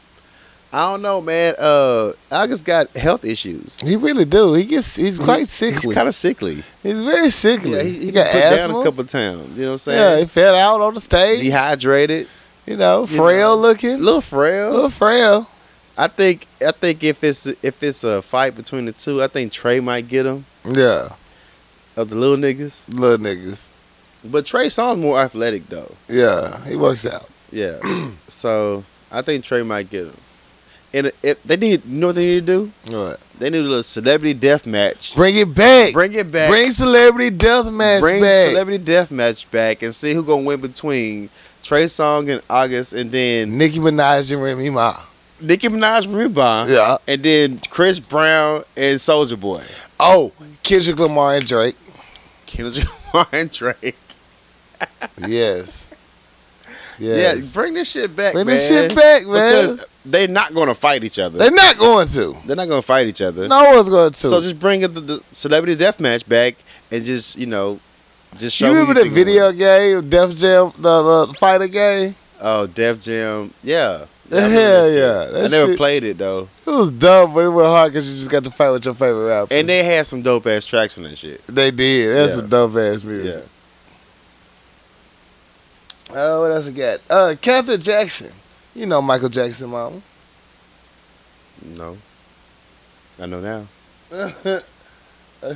Speaker 2: I don't know, man. Uh, I just got health issues.
Speaker 1: He really do. He gets. He's quite sickly.
Speaker 2: He's
Speaker 1: He's,
Speaker 2: kind of sickly.
Speaker 1: very sickly.
Speaker 2: Yeah,
Speaker 1: he,
Speaker 2: he, he
Speaker 1: got
Speaker 2: got put
Speaker 1: asthma.
Speaker 2: down a couple of times. You know what I'm
Speaker 1: yeah, he
Speaker 2: saying?
Speaker 1: fell out on the stage.
Speaker 2: Dehydrated,
Speaker 1: you know,
Speaker 2: you
Speaker 1: frail
Speaker 2: know.
Speaker 1: looking,
Speaker 2: little frail.
Speaker 1: little frail.
Speaker 2: I think I think if it's if it's a fight between the two, I think Trey might get him
Speaker 1: Yeah,
Speaker 2: of the little niggas.
Speaker 1: little niggas.
Speaker 2: But Trey sounds more athletic though.
Speaker 1: Yeah, he works out.
Speaker 2: *clears throat* Yeah. so I think Trey might get him. And if they need, you know what they need to do?
Speaker 1: All right.
Speaker 2: They need a little celebrity death match.
Speaker 1: Bring it back.
Speaker 2: Bring it back.
Speaker 1: Bring celebrity death match
Speaker 2: bring
Speaker 1: back.
Speaker 2: celebrity death match back and see who gonna win between Trey Song and August, and then
Speaker 1: Nicki Minaj and Remy Ma.
Speaker 2: Nicki Minaj from Reebok,
Speaker 1: Yeah.
Speaker 2: and then Chris Brown and Soldier Boy,
Speaker 1: Oh, Kendrick Lamar and Drake.
Speaker 2: Kendrick *laughs* Lamar and Drake.
Speaker 1: Yes.
Speaker 2: *laughs* Yeah,
Speaker 1: Yes.
Speaker 2: bring this shit back,
Speaker 1: Bring
Speaker 2: man.
Speaker 1: this shit back, man.
Speaker 2: Because they're not gonna fight each other.
Speaker 1: They're not going to.
Speaker 2: They're not gonna fight each other.
Speaker 1: No one's going to.
Speaker 2: So just bring the, the celebrity death match back and just you know, just show.
Speaker 1: you
Speaker 2: who
Speaker 1: remember that
Speaker 2: think gonna
Speaker 1: video
Speaker 2: win.
Speaker 1: game, Def Jam, the, the fighter game?
Speaker 2: Oh, Def Jam.
Speaker 1: *laughs*
Speaker 2: Yeah.
Speaker 1: Hell
Speaker 2: I remember that shit.
Speaker 1: yeah, that
Speaker 2: I never
Speaker 1: shit-
Speaker 2: played it though.
Speaker 1: It was dumb, but it went hard because you just got to fight with your favorite rapper.
Speaker 2: And they had some dope ass tracks on that shit.
Speaker 1: they did. That's
Speaker 2: Yeah.
Speaker 1: some dumb ass
Speaker 2: Yeah.
Speaker 1: music. Uh, what else I got? Uh, Catherine Jackson. You know Michael Jackson, mama.
Speaker 2: No. I know now.
Speaker 1: Uh,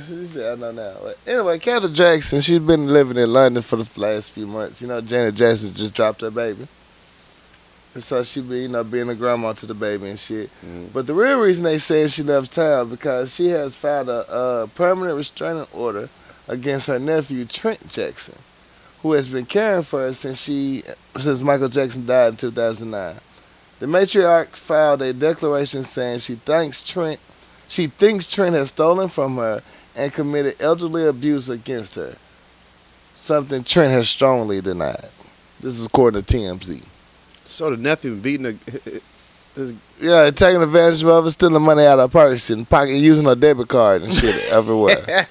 Speaker 1: She said, I know now. But anyway, Kathy Jackson, she's been living in London for the last few months. You know, Janet Jackson just dropped her baby. And so she been, you know, being a grandma to the baby and shit.
Speaker 2: Mm.
Speaker 1: But the real reason they said she left town because she has filed a, uh permanent restraining order against her nephew Trent Jackson, who has been caring for her since she since Michael Jackson died in 2009. The matriarch filed a declaration saying she thanks Trent, she thinks Trent has stolen from her and committed elderly abuse against her, something Trent has strongly denied. This is according to TMZ.
Speaker 2: So the nephew beating the
Speaker 1: Yeah, taking advantage of her, stealing money out of her purse and pocket, using her debit card and
Speaker 2: *laughs*
Speaker 1: shit everywhere.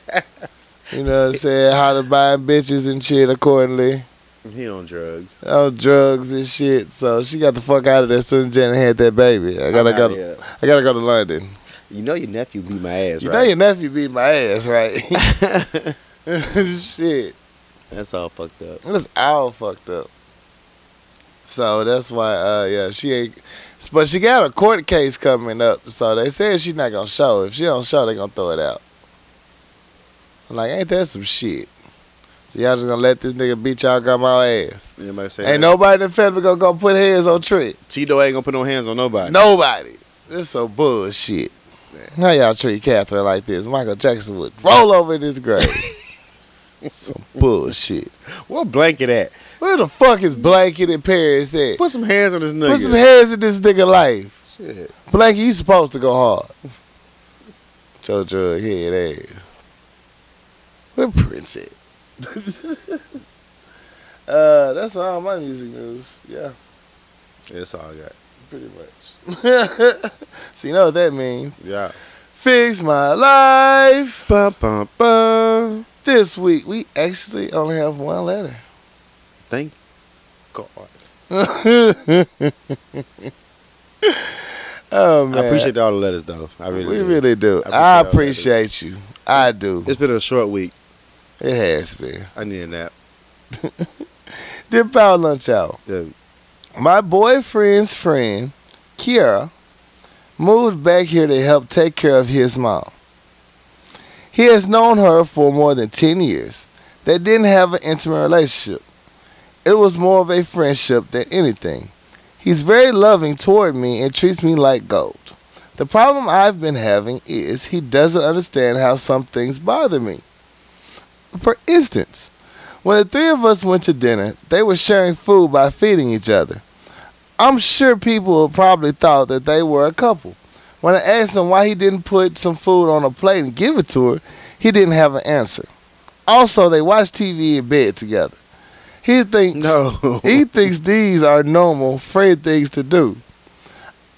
Speaker 1: you know what I'm saying? How to buy bitches and shit accordingly.
Speaker 2: *laughs* he on drugs.
Speaker 1: On drugs and shit. So she got the fuck out of there as soon as Janet had that baby. I gotta
Speaker 2: I'm
Speaker 1: go.
Speaker 2: outta
Speaker 1: To,
Speaker 2: here.
Speaker 1: I gotta go to London.
Speaker 2: You know your nephew beat my ass,
Speaker 1: You
Speaker 2: right?
Speaker 1: know your nephew beat my ass, right?
Speaker 2: *laughs*
Speaker 1: *laughs* shit.
Speaker 2: That's all fucked up.
Speaker 1: This owl fucked up. So that's why, uh, yeah, she ain't. But she got a court case coming up, so they said she's not gonna show. If she don't show, they gonna throw it out. Like, ain't that some shit? So y'all just gonna let this nigga beat y'all grandma ass?
Speaker 2: Anybody say
Speaker 1: Ain't
Speaker 2: that?
Speaker 1: nobody in the family gonna go put hands on Trick.
Speaker 2: Tito ain't gonna put no hands on nobody.
Speaker 1: Nobody. This so bullshit. How y'all treat Catherine like this? Michael Jackson would roll over in his grave. some bullshit.
Speaker 2: What blanket at?
Speaker 1: Where the fuck is Blanket in Paris at?
Speaker 2: Put some hands on this nigga.
Speaker 1: Put some hands in this nigga life.
Speaker 2: Shit.
Speaker 1: Blackie, you supposed to go hard. JoJo, here it is. Where
Speaker 2: *laughs*
Speaker 1: Prince at? uh, that's all my music news. Yeah,
Speaker 2: That's all I got.
Speaker 1: pretty much. so you know what that means.
Speaker 2: Yeah.
Speaker 1: Fix my life.
Speaker 2: Bum, bum, bum.
Speaker 1: This week we actually only have one letter.
Speaker 2: Thank God.
Speaker 1: *laughs* Oh man,
Speaker 2: I appreciate all the letters, though. I really
Speaker 1: We
Speaker 2: do.
Speaker 1: really do. I
Speaker 2: I appreciate all
Speaker 1: appreciate you. I do.
Speaker 2: It's been a short week.
Speaker 1: It has been.
Speaker 2: I need a nap.
Speaker 1: Dear Power Lunch Hour.
Speaker 2: Yeah.
Speaker 1: My boyfriend's friend, Kiara, moved back here to help take care of his mom. He has known her for more than 10 years. They didn't have an intimate relationship, it was more of a friendship than anything. He's very loving toward me and treats me like gold. The problem I've been having is he doesn't understand how some things bother me. For instance, when the three of us went to dinner, they were sharing food by feeding each other. I'm sure people probably thought that they were a couple. When I asked him why he didn't put some food on a plate and give it to her, he didn't have an answer. Also, they watch TV in bed together. He thinks
Speaker 2: No.
Speaker 1: he thinks these are normal friend things to do.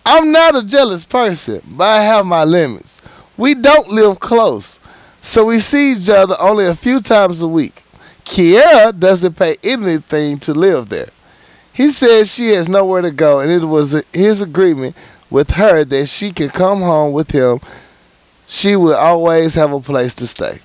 Speaker 1: I'm not a jealous person, but I have my limits. We don't live close, so we see each other only a few times a week. Kiera doesn't pay anything to live there. He says she has nowhere to go, and it was his agreement with her that she could come home with him. She will always have a place to stay.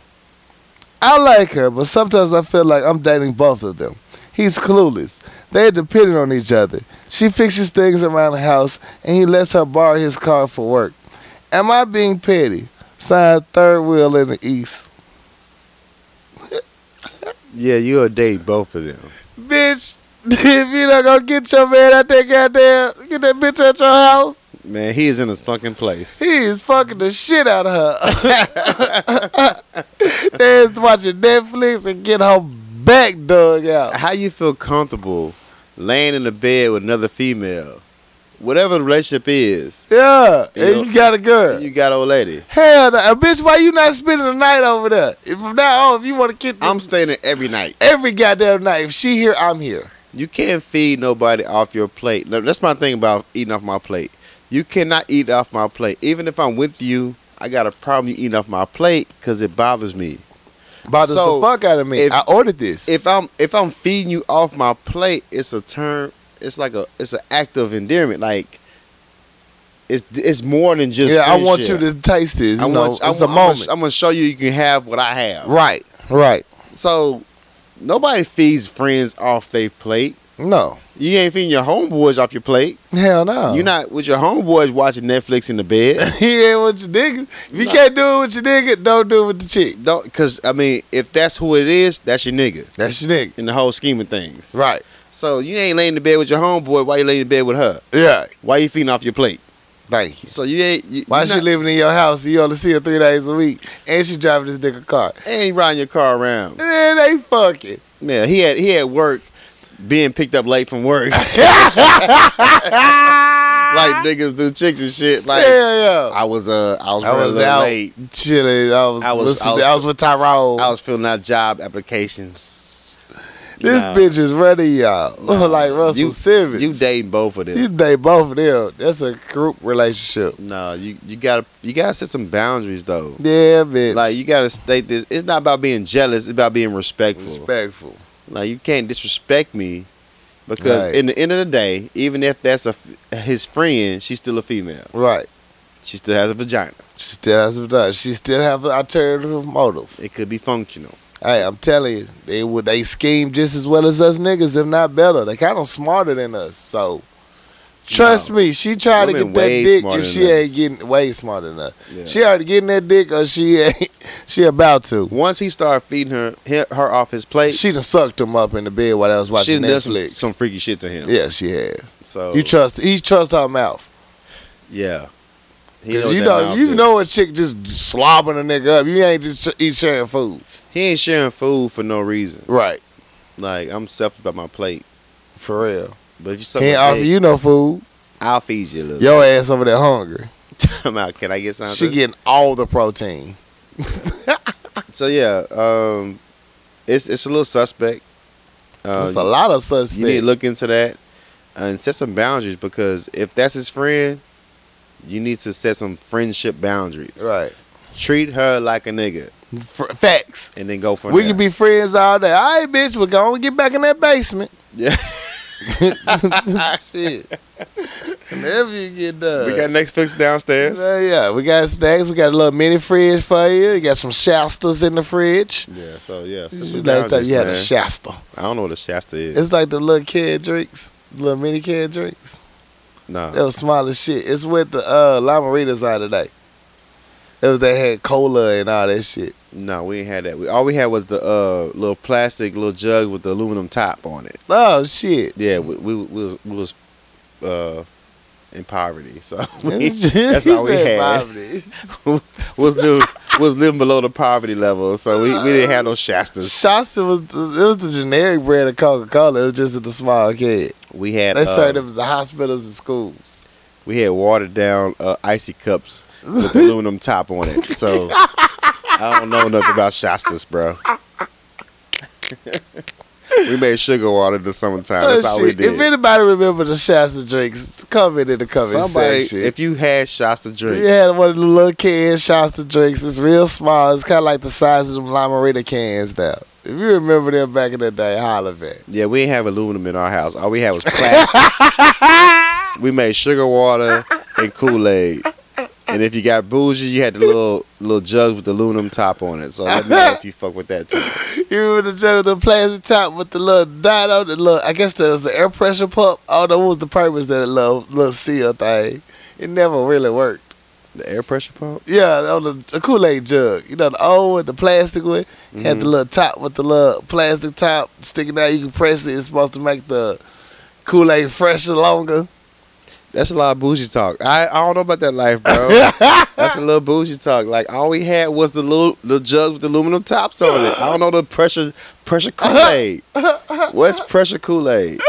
Speaker 1: I like her, but sometimes I feel like I'm dating both of them. He's clueless. They're dependent on each other. She fixes things around the house, and he lets her borrow his car for work. Am I being petty? Signed, third wheel in the east.
Speaker 2: Yeah, you'll date both of them.
Speaker 1: Bitch, *laughs* if you not gonna get your man out there, goddamn, get that bitch at your house.
Speaker 2: Man, he is in a sunken place.
Speaker 1: He is fucking the shit out *laughs* of her. They's watching Netflix and get her back dug out.
Speaker 2: How you feel comfortable laying in the bed with another female, whatever the relationship is?
Speaker 1: Yeah,
Speaker 2: You
Speaker 1: and you got a girl.
Speaker 2: You got old lady.
Speaker 1: Hell, no. Uh, bitch, why you not spending the night over there? If from now on, if you want to keep
Speaker 2: I'm staying there every night.
Speaker 1: every goddamn night, if she here, I'm here.
Speaker 2: You can't feed nobody off your plate. No, That's my thing about eating off my plate. You cannot eat off my plate. Even if I'm with you, I got a problem you eating off my plate because it bothers me.
Speaker 1: Bothers
Speaker 2: So,
Speaker 1: the fuck out of me.
Speaker 2: if-
Speaker 1: I ordered this.
Speaker 2: If I'm if I'm feeding you off my plate, it's a term. It's like a it's an act of endearment. Like it's it's more than just
Speaker 1: yeah, I want
Speaker 2: friendship.
Speaker 1: you to taste this. You
Speaker 2: I
Speaker 1: know,
Speaker 2: want, I
Speaker 1: it's
Speaker 2: want- I'm
Speaker 1: a
Speaker 2: gonna-
Speaker 1: moment.
Speaker 2: I'm gonna show you you can have what I have.
Speaker 1: right, right.
Speaker 2: So nobody feeds friends off their plate.
Speaker 1: No,
Speaker 2: You ain't feeding your homeboys off your plate.
Speaker 1: hell no. *laughs*
Speaker 2: You're not with your homeboys watching Netflix in the bed.
Speaker 1: He ain't with your nigga. If you can't do it with your nigga, don't do it with the chick.
Speaker 2: Don't, cause I mean, if that's who it is, that's your nigga
Speaker 1: That's your nigga.
Speaker 2: in the whole scheme of things.
Speaker 1: Right.
Speaker 2: So you ain't laying in the bed with your homeboy. Why you laying in bed with her?
Speaker 1: Yeah.
Speaker 2: Why you feeding off your plate?
Speaker 1: Thank you.
Speaker 2: So you ain't. You,
Speaker 1: Why
Speaker 2: you
Speaker 1: she
Speaker 2: not-
Speaker 1: living in your house? and You only see her three days a week, and she driving this nigga car.
Speaker 2: ain't riding your car around?
Speaker 1: Man, they fucking.
Speaker 2: Yeah, he had he had work, being picked up late from work. *laughs*
Speaker 1: *laughs*
Speaker 2: like niggas do chicks and shit. Like
Speaker 1: yeah, yeah.
Speaker 2: I was uh I was
Speaker 1: I was
Speaker 2: running
Speaker 1: out
Speaker 2: late.
Speaker 1: chilling. I was,
Speaker 2: I was-
Speaker 1: listening-
Speaker 2: I was-
Speaker 1: I was with Tyrone.
Speaker 2: I was filling out job applications.
Speaker 1: this
Speaker 2: Nah.
Speaker 1: bitch is ready, y'all. *laughs* like Russell
Speaker 2: You-
Speaker 1: Simmons.
Speaker 2: You dating both of them?
Speaker 1: You date both of them. That's a group relationship.
Speaker 2: no, you you gotta you gotta set some boundaries though.
Speaker 1: Yeah, bitch.
Speaker 2: Like you gotta state this. It's not about being jealous. It's about being respectful.
Speaker 1: respectful.
Speaker 2: Like you can't disrespect me, because
Speaker 1: Right.
Speaker 2: in the end of the day, even if that's a f- his friend, she's still a female.
Speaker 1: Right.
Speaker 2: She still has a vagina.
Speaker 1: She still has some time. She still have an alternative motive.
Speaker 2: It could be functional.
Speaker 1: Hey, I'm telling you, they would they scheme just as well as us niggas, if not better. They kind of smarter than us. So trust
Speaker 2: No.
Speaker 1: me, she tried to
Speaker 2: Women
Speaker 1: get that
Speaker 2: way
Speaker 1: dick
Speaker 2: smarter
Speaker 1: if
Speaker 2: than
Speaker 1: she ain't
Speaker 2: us.
Speaker 1: getting way smarter than us.
Speaker 2: Yeah.
Speaker 1: She already getting that dick or she ain't *laughs* she about to.
Speaker 2: Once he started feeding her he- her off his plate,
Speaker 1: She done sucked him up in the bed while I was
Speaker 2: she
Speaker 1: watching
Speaker 2: done done some,
Speaker 1: Netflix.
Speaker 2: some freaky shit Oh. to him.
Speaker 1: yeah, she had.
Speaker 2: So
Speaker 1: You trust he trust her mouth.
Speaker 2: Yeah. He
Speaker 1: 'Cause
Speaker 2: what
Speaker 1: you
Speaker 2: that
Speaker 1: know
Speaker 2: mouth
Speaker 1: you
Speaker 2: do.
Speaker 1: know a chick just slobbing a nigga up. You ain't just eat sharing food.
Speaker 2: he ain't sharing food for no reason.
Speaker 1: Right.
Speaker 2: Like I'm selfish about my plate.
Speaker 1: For real.
Speaker 2: But if you suck
Speaker 1: He ain't
Speaker 2: my
Speaker 1: offer
Speaker 2: dick,
Speaker 1: you no food.
Speaker 2: I'll feed you a *laughs* little.
Speaker 1: Your ass over there hungry.
Speaker 2: Time out. Can I get something?
Speaker 1: She getting all the protein.
Speaker 2: so yeah, um, it's it's a little suspect. Uh,
Speaker 1: It's a lot of
Speaker 2: you-
Speaker 1: suspects.
Speaker 2: You need to look into that uh, and set some boundaries because if that's his friend, you need to set some friendship boundaries.
Speaker 1: right.
Speaker 2: Treat her like a nigga
Speaker 1: F- facts.
Speaker 2: and then go from
Speaker 1: We
Speaker 2: there.
Speaker 1: can be friends all day. All right, bitch, we're going to get back in that basement.
Speaker 2: Yeah.
Speaker 1: *laughs* Shit. Whenever you get done.
Speaker 2: we got next fix downstairs.
Speaker 1: Yeah, yeah, we got snacks. We got a little mini fridge for you. We got some Shastas in the fridge.
Speaker 2: Yeah, so yeah. set some
Speaker 1: Last time
Speaker 2: boundaries,
Speaker 1: you had a
Speaker 2: man.
Speaker 1: Shasta.
Speaker 2: I don't know what a Shasta is.
Speaker 1: It's like the little kid drinks, little mini kid drinks.
Speaker 2: nah.
Speaker 1: That was small as shit. It's what the uh, Lamaritas are today. It was they had cola and all that shit.
Speaker 2: No, we ain't had that. We, all we had was the uh, little plastic little jug with the aluminum top on it.
Speaker 1: Oh
Speaker 2: *laughs*
Speaker 1: shit!
Speaker 2: Yeah, we we, we was, we was uh, in poverty, so *laughs* we,
Speaker 1: That's
Speaker 2: that's all we had. was living was living below the poverty level, so we, we didn't have no Shastas.
Speaker 1: Shasta was it was the generic brand of Coca Cola. It was just at the small kid.
Speaker 2: We had
Speaker 1: They served
Speaker 2: uh,
Speaker 1: them at the hospitals and schools.
Speaker 2: we had watered down uh, icy cups
Speaker 1: *laughs*
Speaker 2: with aluminum top on it. So I don't know nothing about Shastas, bro. *laughs* we made sugar water in the summertime. That's
Speaker 1: Oh,
Speaker 2: all we
Speaker 1: shit.
Speaker 2: did.
Speaker 1: If anybody remember the Shasta drinks, comment in the comment
Speaker 2: Somebody,
Speaker 1: section.
Speaker 2: if you had Shasta drink,
Speaker 1: We had one of the little can Shasta drinks. It's real small. It's kind of like the size of them Lamarita cans now. If you remember them back in the day, holla back.
Speaker 2: Yeah, we didn't have aluminum in our house. All we had was plastic.
Speaker 1: *laughs*
Speaker 2: we made sugar water and Kool Aid. And if you got bougie, you had the little little jugs with the aluminum top on it. So let me know if you fuck with that too.
Speaker 1: You remember the joke, the plastic top with the little dot on the little, I guess there was the air pressure pump. I don't know what was the purpose of that little, little seal thing. It never really worked.
Speaker 2: The air pressure pump.
Speaker 1: Yeah, on the, the Kool Aid jug. You know, the old one, the plastic one. Had the little top with the little plastic top sticking out. You can press it. It's supposed to make the Kool Aid fresher, longer.
Speaker 2: That's a lot of bougie talk. I, I don't know about that life,
Speaker 1: *laughs*
Speaker 2: bro. That's a little bougie talk. Like all we had was the little the jugs with the aluminum tops on it. I don't know the pressure pressure Kool Aid. What's pressure Kool Aid?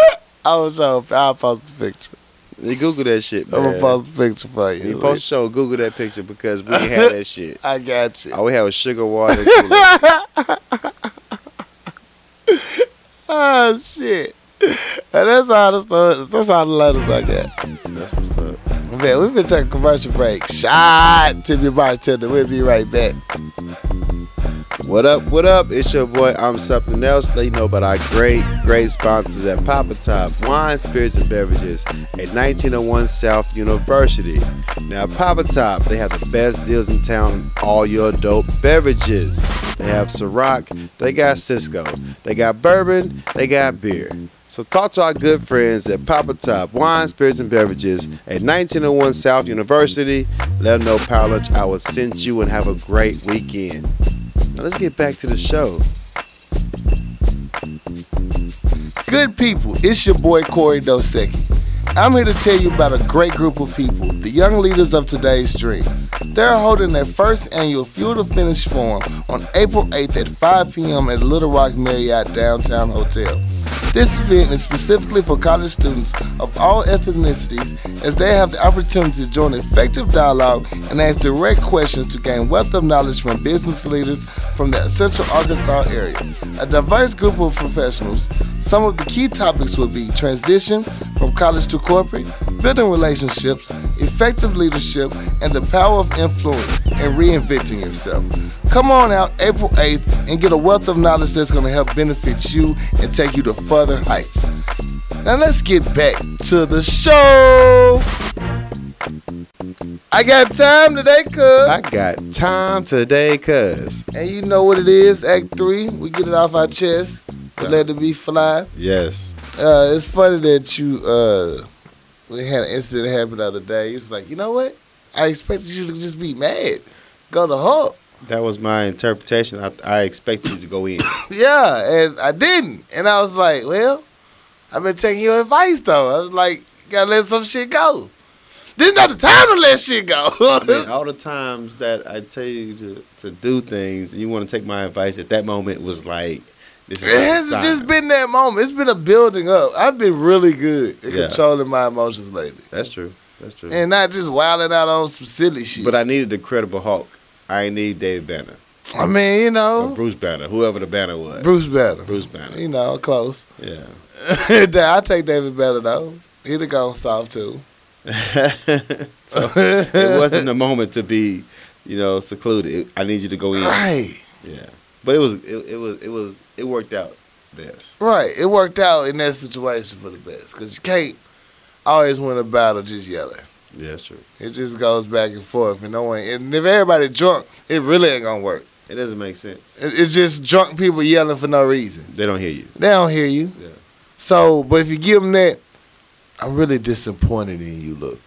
Speaker 1: I was show. I'll post the picture.
Speaker 2: You Google that shit,
Speaker 1: I'm
Speaker 2: man.
Speaker 1: gonna post the picture for you.
Speaker 2: You post show Google that picture because we ain't had that shit.
Speaker 1: I got you.
Speaker 2: All we had was sugar water.
Speaker 1: *laughs*
Speaker 2: and Kool-Aid.
Speaker 1: Oh shit. *laughs* And that's all the stories. That's all the letters I got.
Speaker 2: That's what's up.
Speaker 1: Man, we've been taking commercial break. Shot to your bartender. We'll be right back.
Speaker 2: What up? What up? It's your boy. I'm something else. Let you know about our great, great sponsors at Papa Top Wine, Spirits, and Beverages at 1901 South University. Now, Papa Top, they have the best deals in town on all your dope beverages. They have Ciroc, they got Cisco, they got bourbon, they got beer. So talk to our good friends at Papa Top Wine, Spirits, and Beverages at 1901 South University. Let them know Power Lunch I will send you and have a great weekend. Now let's get back to the show.
Speaker 1: Good people, it's your boy Corey Dosecki. I'm here to tell you about a great group of people, the young leaders of today's dream. They're holding their first annual Fuel to Finish Forum on April 8th at 5 p.m. at Little Rock Marriott Downtown Hotel. This event is specifically for college students of all ethnicities as they have the opportunity to join effective dialogue and ask direct questions to gain wealth of knowledge from business leaders from the Central Arkansas area. A diverse group of professionals, some of the key topics will be transition from college to corporate, building relationships, effective leadership, and the power of influence and reinventing yourself. Come on out April 8th and get a wealth of knowledge that's going to help benefit you and take you to further heights. Now let's get back to the show. I got time today, cuz.
Speaker 2: I got time today, cuz.
Speaker 1: And you know what it is, Act 3. We get it off our chest. We let it be fly.
Speaker 2: Yes.
Speaker 1: Uh, it's funny that you uh, we had an incident happen the other day. It's like, you know what? I expected you to just be mad, go to Hulk. *laughs*
Speaker 2: That was my interpretation. I, I expected you to go in.
Speaker 1: Yeah, and I didn't, and I was like, well, I've been taking your advice though. I was like, gotta let some shit go. This is not the time to let shit go. *laughs*
Speaker 2: I mean, all the times that I tell you to, to do things and you want to take my advice at that moment was like, This
Speaker 1: It hasn't
Speaker 2: the
Speaker 1: just
Speaker 2: time.
Speaker 1: been that moment. It's been a building up. I've been really good at
Speaker 2: Yeah.
Speaker 1: controlling my emotions lately,
Speaker 2: That's true. That's true.
Speaker 1: and not just wilding out on some silly shit.
Speaker 2: but I needed the credible Hulk. I ain't need Dave Banner
Speaker 1: I, mean, you
Speaker 2: or
Speaker 1: know,
Speaker 2: Bruce Banner, whoever the Banner was.
Speaker 1: Oh. Bruce Banner.
Speaker 2: Bruce Banner.
Speaker 1: You know, close. *laughs*
Speaker 2: Yeah. *laughs*
Speaker 1: I take David Banner though. He'd have gone soft too.
Speaker 2: so it wasn't a moment to be, you know, secluded. It- I need you to go in.
Speaker 1: Right,
Speaker 2: Yeah. But it was it, it was it was it worked out best.
Speaker 1: right. It worked out in that situation for the best because you can't always win a battle just yelling.
Speaker 2: Yeah, that's true.
Speaker 1: It just goes back and forth, and no one. And if everybody drunk, it really ain't gonna work.
Speaker 2: It doesn't make sense.
Speaker 1: It- It's just drunk people yelling for no reason.
Speaker 2: They don't hear you.
Speaker 1: They don't hear you.
Speaker 2: Yeah.
Speaker 1: So, but if you give them that, I'm really disappointed in you. Look,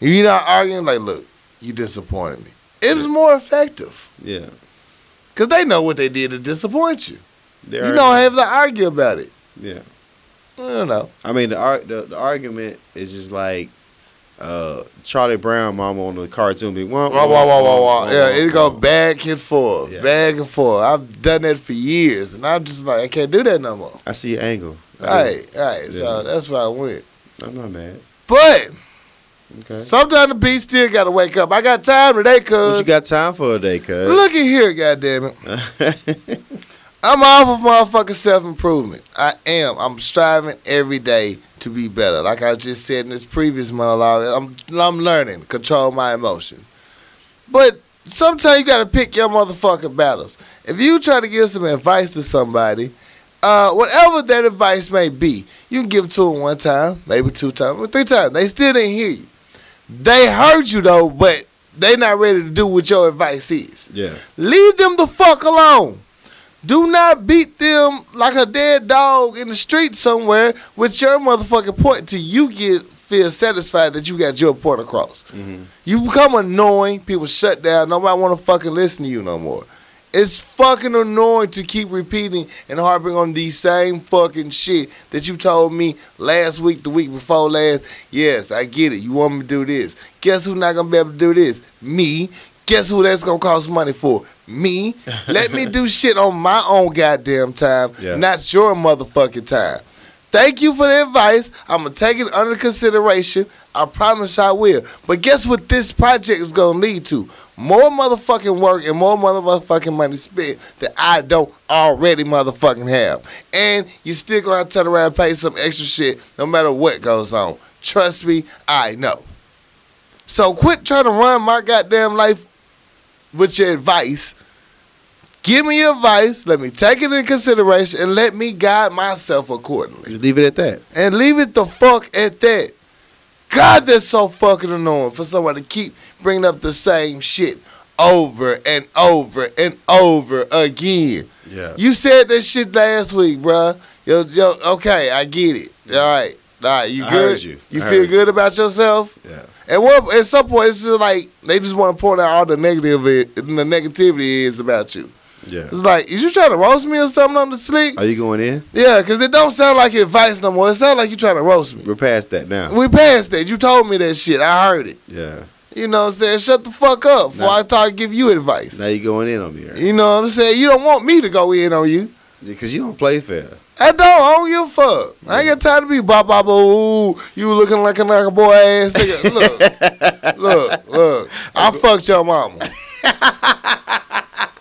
Speaker 1: you're not arguing like, look, you disappointed me. It was more effective
Speaker 2: Yeah.
Speaker 1: because they know what they did to disappoint you.
Speaker 2: They
Speaker 1: you
Speaker 2: already-
Speaker 1: don't have to argue about it.
Speaker 2: Yeah.
Speaker 1: I don't know.
Speaker 2: I mean the ar- the, the argument is just like uh, Charlie Brown mama on the cartoon be wah,
Speaker 1: Wah, wah, wah, wah, wah. Yeah,
Speaker 2: wah,
Speaker 1: it go
Speaker 2: wah.
Speaker 1: back and forth,
Speaker 2: Yeah.
Speaker 1: back and forth. I've done that for years, and I'm just like, I can't do that no more.
Speaker 2: I see your angle. I
Speaker 1: All
Speaker 2: do.
Speaker 1: right, all right.
Speaker 2: Yeah.
Speaker 1: So that's where I went.
Speaker 2: I'm not mad.
Speaker 1: But
Speaker 2: Okay.
Speaker 1: sometimes the beast still got to wake up. I got time today,
Speaker 2: what you
Speaker 1: cuz.
Speaker 2: got time for today, cuz?
Speaker 1: Look at here, goddamn it. I'm off of motherfucking self improvement. I am. I'm striving every day to be better. Like I just said in this previous monologue, I'm I'm learning to control my emotions. But sometimes you gotta pick your motherfucking battles. If you try to give some advice to somebody, uh, whatever that advice may be, you can give it to them one time, maybe two times, or three times. They still didn't hear you. They heard you though, but they not ready to do what your advice is.
Speaker 2: *laughs* yeah.
Speaker 1: Leave them the fuck alone. Do not beat them like a dead dog in the street somewhere with your motherfucking point till you get feel satisfied that you got your point across.
Speaker 2: Mhm.
Speaker 1: You become annoying, people shut down, nobody wanna fucking listen to you no more. It's fucking annoying to keep repeating and harping on the same fucking shit that you told me last week, the week before last. Yes, I get it. You want me to do this. Guess who's not gonna be able to do this? Me. Guess who that's gonna cost money for? Me. Let me do shit on my own goddamn time,
Speaker 2: Yeah.
Speaker 1: not your motherfucking time. Thank you for the advice. I'm gonna take it under consideration. I promise I will. But guess what this project is gonna lead to? More motherfucking work and more motherfucking money spent that I don't already motherfucking have. And you still gonna have to turn around and pay some extra shit no matter what goes on. Trust me, I know. So quit trying to run my goddamn life with your advice. Give me your advice. Let me take it in consideration and let me guide myself accordingly.
Speaker 2: Just leave it at that.
Speaker 1: And leave it the fuck at that. God, that's so fucking annoying for somebody to keep bringing up the same shit over and over and over again.
Speaker 2: Yeah.
Speaker 1: You said that shit last week, bruh. Yo, yo, okay, I get it. All right, all right, you
Speaker 2: I
Speaker 1: good?
Speaker 2: heard you. I
Speaker 1: feel
Speaker 2: heard
Speaker 1: good about yourself?
Speaker 2: Yeah.
Speaker 1: At what at some point it's just like they just want to point out all the negative it, the negativity is about you.
Speaker 2: Yeah.
Speaker 1: It's like, is you trying to roast me or something on the slick?
Speaker 2: Are you going in?
Speaker 1: Yeah, because it don't sound like advice no more. It sounds like you trying to roast me.
Speaker 2: We're past that now.
Speaker 1: We passed that. You told me that shit. I heard it.
Speaker 2: Yeah.
Speaker 1: You know what I'm saying? Shut the fuck up before
Speaker 2: Nah.
Speaker 1: I talk give you advice.
Speaker 2: Now you're going in on me,
Speaker 1: You know what I'm saying? You don't want me to go in on you.
Speaker 2: because you don't play fair.
Speaker 1: I don't I don't give a fuck. I ain't got time to be bop bop ooh, you looking like a like a boy ass nigga. Look,
Speaker 2: *laughs*
Speaker 1: look, look. I fucked your mama.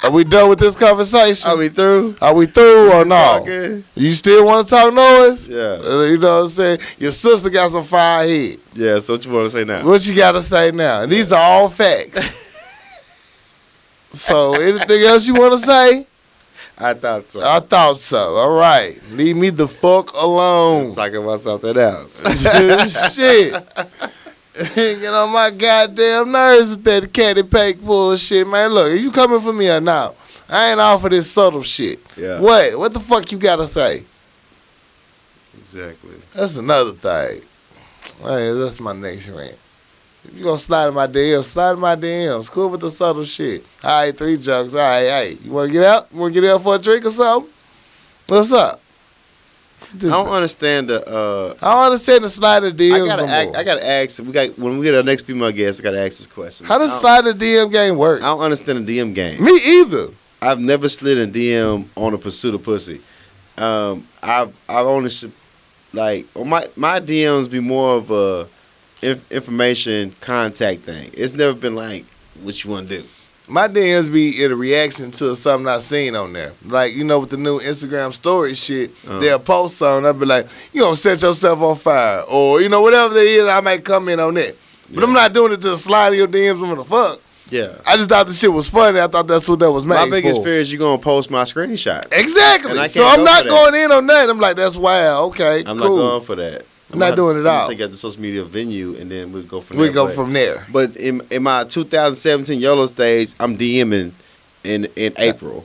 Speaker 1: Are we done with this conversation?
Speaker 2: Are we through?
Speaker 1: Are we through or no?
Speaker 2: Talking?
Speaker 1: You still want to talk noise?
Speaker 2: Yeah.
Speaker 1: Uh, you know what I'm saying? Your sister got some fire head.
Speaker 2: Yeah. So what you want to say now?
Speaker 1: What you got to say now? And these are
Speaker 2: *laughs*
Speaker 1: all facts. so anything else you want to say?
Speaker 2: I thought so.
Speaker 1: I thought so. All right. Leave me the fuck alone.
Speaker 2: I'm talking about something else.
Speaker 1: *laughs* Shit. *laughs* Get on my goddamn nerves with that catty pack bullshit, man. Look, you coming for me or not? I ain't all for this subtle shit.
Speaker 2: Yeah.
Speaker 1: What? What the fuck you gotta say?
Speaker 2: Exactly.
Speaker 1: That's another thing. Hey, that's my next rant. If you gonna slide in my DMs, slide in my DMs. Cool with the subtle shit. All right, three junks. All right, hey, you wanna get out? You wanna get out for a drink or something? What's up?
Speaker 2: I
Speaker 1: This- I,
Speaker 2: don't
Speaker 1: don't,
Speaker 2: understand the. Uh,
Speaker 1: understand the slide of DMs.
Speaker 2: I gotta.
Speaker 1: no
Speaker 2: act,
Speaker 1: more.
Speaker 2: I gotta ask. We got when we get our next female guest. I gotta ask this question.
Speaker 1: How does
Speaker 2: I don't-
Speaker 1: slide the DM game
Speaker 2: I
Speaker 1: work?
Speaker 2: don't understand the DM game.
Speaker 1: Me either.
Speaker 2: I've never slid a DM on a pursuit of pussy. Um, I've I've only s- like on my my DMs be more of a inf- information contact thing. It's never been like what you want to do.
Speaker 1: My DMs be in a reaction to something I seen on there. Like, you know, with the new Instagram story shit,
Speaker 2: Uh-huh.
Speaker 1: they'll post something. I'll be like, you gonna set yourself on fire. Or, you know, whatever that is, I might come in on that. But I'm
Speaker 2: Yeah.
Speaker 1: not doing it to slide in your DMs. I'm gonna fuck.
Speaker 2: Yeah.
Speaker 1: I just thought the shit was funny. I thought that's what that was made
Speaker 2: My biggest
Speaker 1: for.
Speaker 2: fear is you're gonna post my screenshot.
Speaker 1: Exactly.
Speaker 2: And I
Speaker 1: so
Speaker 2: can't
Speaker 1: I'm
Speaker 2: go
Speaker 1: not
Speaker 2: for that.
Speaker 1: going in on that. I'm like, that's wild. Okay,
Speaker 2: I'm not
Speaker 1: cool.
Speaker 2: going for that.
Speaker 1: I'm not
Speaker 2: gonna have to-
Speaker 1: doing it
Speaker 2: I'm gonna
Speaker 1: out.
Speaker 2: Take out the social media venue, and then we'll go from
Speaker 1: we
Speaker 2: there.
Speaker 1: go
Speaker 2: But-
Speaker 1: from there.
Speaker 2: But in in my 2017 YOLO stage, I'm DMing in in April.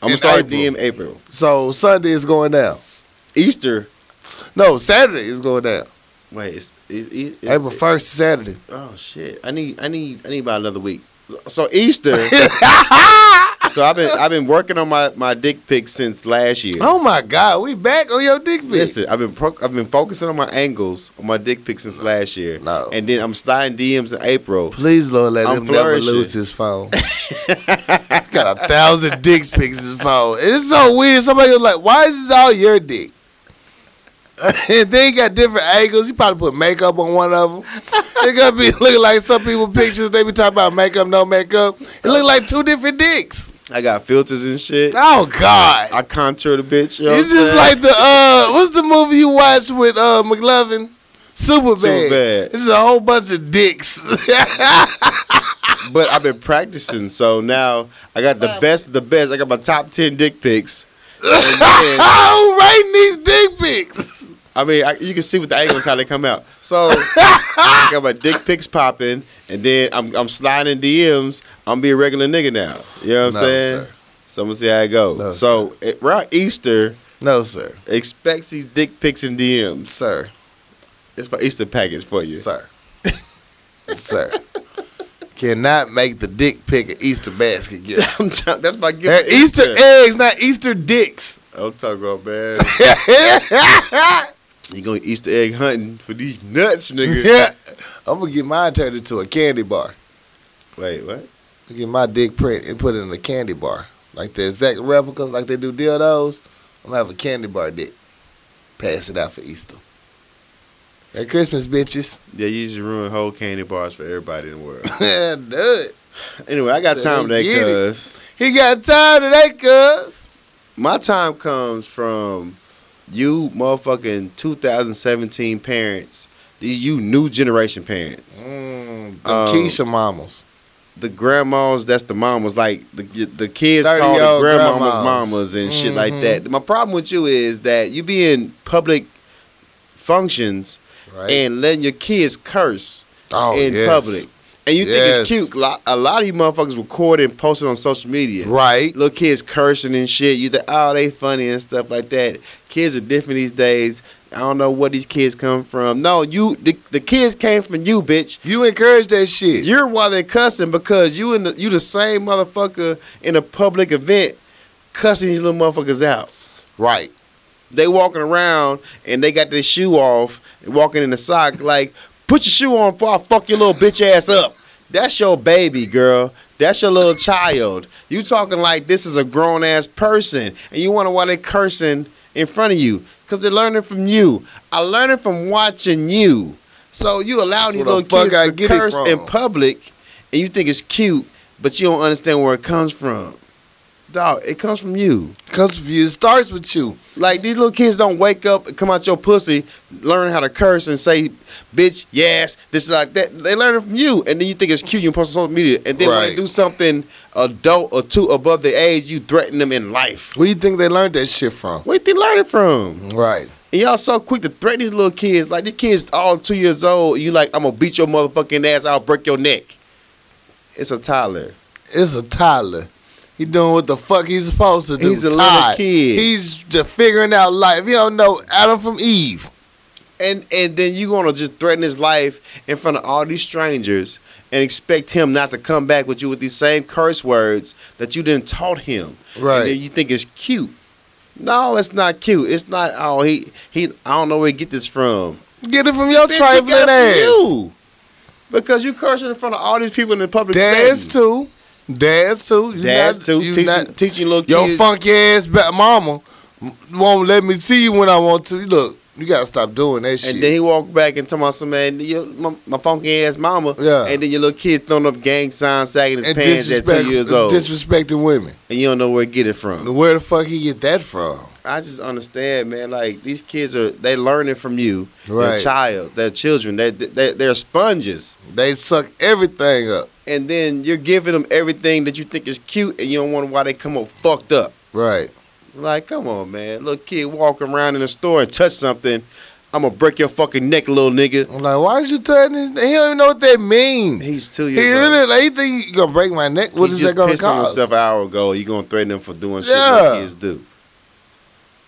Speaker 2: I'm
Speaker 1: In
Speaker 2: gonna start
Speaker 1: April.
Speaker 2: DM April.
Speaker 1: So Sunday is going down.
Speaker 2: Easter.
Speaker 1: No, Saturday is going down.
Speaker 2: Wait, it's, it, it, it-
Speaker 1: April first,
Speaker 2: *laughs*
Speaker 1: Saturday.
Speaker 2: Oh shit! I need I need I need about another week. So *laughs* Easter. so I've been I've been working on my my dick pic since last year.
Speaker 1: Oh my God, we back on your dick pic.
Speaker 2: Listen, I've been pro- I've been focusing on my angles on my dick pic since last year.
Speaker 1: No.
Speaker 2: And then I'm sliding DMs in April.
Speaker 1: Please, Lord, let
Speaker 2: I'm
Speaker 1: him never
Speaker 2: flourishing.
Speaker 1: lose his *laughs* phone. He's got a thousand dick pics in his phone. And it's so weird. Somebody was like, why is this all your dick? *laughs* and then he got different angles. He probably put makeup on one of them. It gonna be *laughs* looking like some people pictures. They be talking about makeup, no makeup. It look like two different dicks.
Speaker 2: I got filters and shit.
Speaker 1: Oh God!
Speaker 2: I contour the bitch. You know
Speaker 1: It's
Speaker 2: what I'm
Speaker 1: just
Speaker 2: saying?
Speaker 1: like the uh, what's the movie you watched with uh McLovin? Superbad.
Speaker 2: Superbad.
Speaker 1: It's just a whole bunch of dicks. *laughs*
Speaker 2: But I've been practicing, so now I got the best, of the best. I got my top ten dick pics. And then,
Speaker 1: How writing these dick pics?
Speaker 2: I mean, I, you can see with the angles how they come out. So I got my dick pics popping, and then I'm I'm sliding DMs. I'm be a regular nigga now. You know what I'm
Speaker 1: No,
Speaker 2: saying?
Speaker 1: sir.
Speaker 2: So I'm gonna see how it goes.
Speaker 1: No,
Speaker 2: so it, around Easter,
Speaker 1: No, sir,
Speaker 2: expect these dick pics and DMs.
Speaker 1: sir,
Speaker 2: It's my Easter package for you.
Speaker 1: sir, sir. Cannot make the dick pic an Easter basket *laughs* gift.
Speaker 2: *laughs* I'm tell- that's my gift.
Speaker 1: They're
Speaker 2: for
Speaker 1: Uh, Easter eggs, not Easter dicks. *laughs*
Speaker 2: I'm talking about man.
Speaker 1: yeah.
Speaker 2: You going Easter egg hunting for these nuts,
Speaker 1: *laughs*
Speaker 2: nigga?
Speaker 1: I'm gonna get mine turned into a candy bar.
Speaker 2: Wait, what?
Speaker 1: I get my dick print and put it in a candy bar, like the exact replica, like they do dildos. I'm gonna have a candy bar dick. Pass it out for Easter. At Christmas, bitches. *laughs*
Speaker 2: Yeah, you just ruin whole candy bars for everybody in the world.
Speaker 1: Yeah, do it.
Speaker 2: *laughs* anyway, I got
Speaker 1: Say
Speaker 2: time for
Speaker 1: they
Speaker 2: that
Speaker 1: get it.
Speaker 2: cuz.
Speaker 1: He got tired of that, cuz.
Speaker 2: My time comes from you motherfucking 2017 parents, these you new generation parents.
Speaker 1: Mm, the
Speaker 2: Um,
Speaker 1: Keisha mamas.
Speaker 2: The grandmas, that's the mamas, like the the kids
Speaker 1: 30
Speaker 2: call
Speaker 1: year
Speaker 2: the
Speaker 1: old
Speaker 2: grandmamas
Speaker 1: grandmas.
Speaker 2: mamas and shit like
Speaker 1: Mhm.
Speaker 2: that. My problem with you is that you be in public functions
Speaker 1: Right?
Speaker 2: and letting your kids curse.
Speaker 1: oh,
Speaker 2: in
Speaker 1: yes.
Speaker 2: public. And you
Speaker 1: Yes.
Speaker 2: think it's cute. Lo- A lot of you motherfuckers record and post it on social media.
Speaker 1: Right.
Speaker 2: Little kids cursing and shit. You think, oh, they funny and stuff like that. Kids are different these days. I don't know where these kids come from. No, you the, the kids came from you, bitch.
Speaker 1: You encourage that shit.
Speaker 2: You're why they cussing because you in the, you the same motherfucker in a public event cussing these little motherfuckers out.
Speaker 1: right.
Speaker 2: They walking around and they got their shoe off and walking in the sock like, put your shoe on before I fuck your little bitch ass up. That's your baby, girl. That's your little child. You talking like this is a grown ass person and you wonder why they cursing in front of you. Cause they're learning from you. I learned it from watching you. So you allow
Speaker 1: That's
Speaker 2: these
Speaker 1: where the
Speaker 2: little
Speaker 1: fuck
Speaker 2: kids
Speaker 1: I
Speaker 2: to
Speaker 1: get it
Speaker 2: curse
Speaker 1: from.
Speaker 2: in public and you think it's cute, but you don't understand where it comes from. Dog, it comes from you.
Speaker 1: Because it starts with you.
Speaker 2: Like these little kids don't wake up and come out your pussy, learn how to curse and say, "Bitch, yes," this is like that. They learn it from you, and then you think it's cute. You post it on social media, and then when
Speaker 1: Right.
Speaker 2: they do something adult or two above their age, you threaten them in life.
Speaker 1: Where you think they learned that shit from?
Speaker 2: Where they learn it from?
Speaker 1: Right.
Speaker 2: And y'all so quick to threaten these little kids. Like these kids all two years old. You like, I'm gonna beat your motherfucking ass. I'll break your neck. It's a toddler.
Speaker 1: It's a toddler. He doing what the fuck he's supposed to do.
Speaker 2: He's a little
Speaker 1: Todd.
Speaker 2: kid.
Speaker 1: He's just figuring out life. He don't know Adam from Eve.
Speaker 2: and and then you gonna just threaten his life in front of all these strangers and expect him not to come back with you with these same curse words that you didn't taught him.
Speaker 1: Right.
Speaker 2: And then you think it's cute. No, it's not cute. It's not. Oh, he he. I don't know where he get this from.
Speaker 1: Get it from your
Speaker 2: Bitch, you got
Speaker 1: trifling
Speaker 2: it from
Speaker 1: ass.
Speaker 2: you. Because you cursing in front of all these people in the public
Speaker 1: Dance
Speaker 2: setting.
Speaker 1: too. Dads too. You
Speaker 2: Dads
Speaker 1: not-
Speaker 2: too.
Speaker 1: you
Speaker 2: Teaching,
Speaker 1: not-
Speaker 2: teaching little
Speaker 1: your
Speaker 2: kids.
Speaker 1: funky ass ba- mama won't let me see you when I want to. Look, you gotta stop doing that shit.
Speaker 2: And then he walked back and told my son, man, your, my, my funky ass mama.
Speaker 1: Yeah.
Speaker 2: And then your little kid throwing up gang signs, sagging his
Speaker 1: And
Speaker 2: pants at
Speaker 1: disrespect-
Speaker 2: two years old.
Speaker 1: disrespecting women.
Speaker 2: and you don't know where to get it from.
Speaker 1: Where the fuck he get that from?
Speaker 2: I just understand, man. Like these kids are, they learning from you,
Speaker 1: Right.
Speaker 2: your child, their children. They, they they're sponges.
Speaker 1: They suck everything up.
Speaker 2: And then you're giving them everything that you think is cute, and you don't wonder why they come up fucked up.
Speaker 1: Right.
Speaker 2: Like, come on, man. Little kid walk around in the store and touch something. I'm gonna break your fucking neck, little nigga.
Speaker 1: I'm like, why is you threatening? His, he don't even know what that means. He,
Speaker 2: He's two years old.
Speaker 1: really like, he think you gonna break my neck. What
Speaker 2: he
Speaker 1: is
Speaker 2: just
Speaker 1: that gonna
Speaker 2: pissed on
Speaker 1: cause?
Speaker 2: himself an hour ago. You gonna threaten him for doing shit
Speaker 1: Yeah.
Speaker 2: like kids do?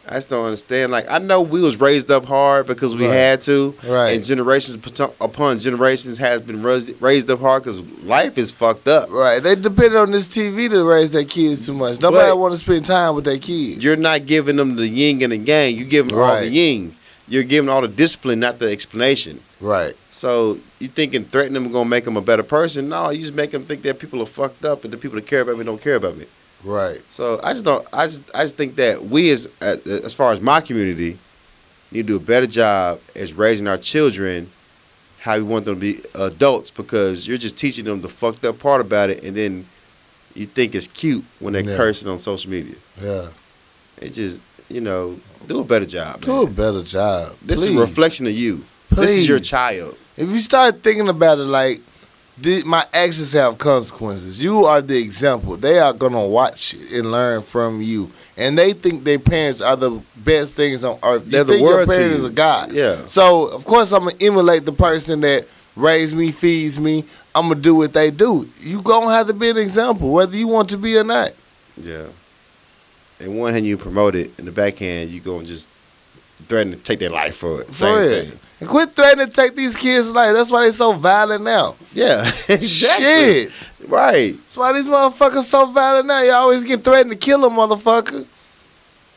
Speaker 2: I just don't understand. Like I know we was raised up hard because we
Speaker 1: Right.
Speaker 2: had to,
Speaker 1: Right.
Speaker 2: And generations upon- upon generations has been rais- raised up hard because life is fucked up.
Speaker 1: Right. They depend on this TV to raise their kids too much. Nobody
Speaker 2: But-
Speaker 1: want to spend time with their kids.
Speaker 2: You're not giving them the yin and the yang. You give them all the
Speaker 1: Right.
Speaker 2: yin. You're giving all the discipline, not the explanation.
Speaker 1: Right.
Speaker 2: So you thinking threatening them gonna make them a better person? No, you just make them think that people are fucked up and the people that care about me don't care about me.
Speaker 1: Right.
Speaker 2: So I just don't. I just I just think that we as as far as my community need to do a better job as raising our children how we want them to be adults because you're just teaching them the fucked up part about it and then you think it's cute when they're
Speaker 1: Yeah.
Speaker 2: cursing on social media.
Speaker 1: Yeah.
Speaker 2: It just you know do a better job.
Speaker 1: Do a
Speaker 2: man.
Speaker 1: better job.
Speaker 2: This is
Speaker 1: Please.
Speaker 2: a reflection of you. This is your
Speaker 1: Please.
Speaker 2: child.
Speaker 1: If you start thinking about it like, thi- my actions have consequences. You are the example. They are gonna watch and learn from you, and they think their parents are the best things on earth. You
Speaker 2: They're the
Speaker 1: think
Speaker 2: world to
Speaker 1: Your parents
Speaker 2: you.
Speaker 1: are God.
Speaker 2: Yeah.
Speaker 1: So of course I'm gonna emulate the person that raised me, feeds me. I'm gonna do what they do. You gonna have to be an example, whether you want to be or not.
Speaker 2: Yeah. In one hand you promote it, in the backhand you gonna just threaten to take their life for it. Same
Speaker 1: For
Speaker 2: thing.
Speaker 1: it. And quit threatening to take these kids' life. That's why they so violent now.
Speaker 2: Yeah. *laughs* Exactly.
Speaker 1: Shit.
Speaker 2: Right.
Speaker 1: That's why these motherfuckers so violent now. You always get threatened to kill a motherfucker.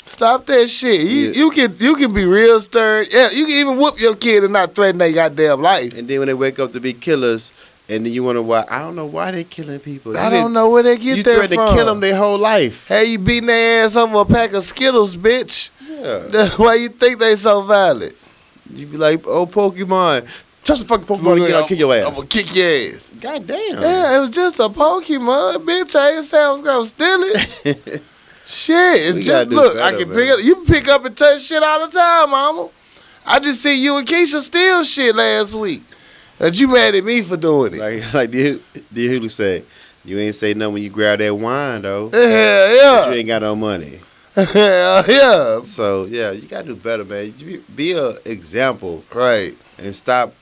Speaker 1: Stop that shit. You
Speaker 2: Yeah.
Speaker 1: you can you can be real stern. Yeah, you can even whoop your kid and not threaten their goddamn life.
Speaker 2: And then when they wake up to be killers, and then you wonder why. I don't know why they killing people.
Speaker 1: I don't know where they get
Speaker 2: you
Speaker 1: that
Speaker 2: threatened
Speaker 1: from.
Speaker 2: to kill them their whole life.
Speaker 1: hey, you beating their ass over a pack of Skittles, bitch.
Speaker 2: Yeah.
Speaker 1: That's why you think they so violent.
Speaker 2: You be like, oh Pokemon, touch the fucking Pokemon again, I'll kick your
Speaker 1: I'm
Speaker 2: ass.
Speaker 1: gonna kick your ass.
Speaker 2: God damn.
Speaker 1: Yeah, it was just a Pokemon, bitch. I ain't say I was gonna steal it. shit, it's
Speaker 2: We gotta
Speaker 1: just
Speaker 2: do
Speaker 1: look. I
Speaker 2: better,
Speaker 1: can
Speaker 2: man.
Speaker 1: pick up. You pick up and touch shit all the time, mama. I just see you and Keisha steal shit last week. That you mad at me for doing
Speaker 2: *laughs*
Speaker 1: it? *laughs*
Speaker 2: Like like the the Hulu said, you ain't say nothing when you grab that wine though. But you
Speaker 1: yeah,
Speaker 2: ain't got no money.
Speaker 1: *laughs* yeah, yeah, yeah.
Speaker 2: So yeah, you gotta do better, man. You Be, be a example
Speaker 1: Right.
Speaker 2: and stop.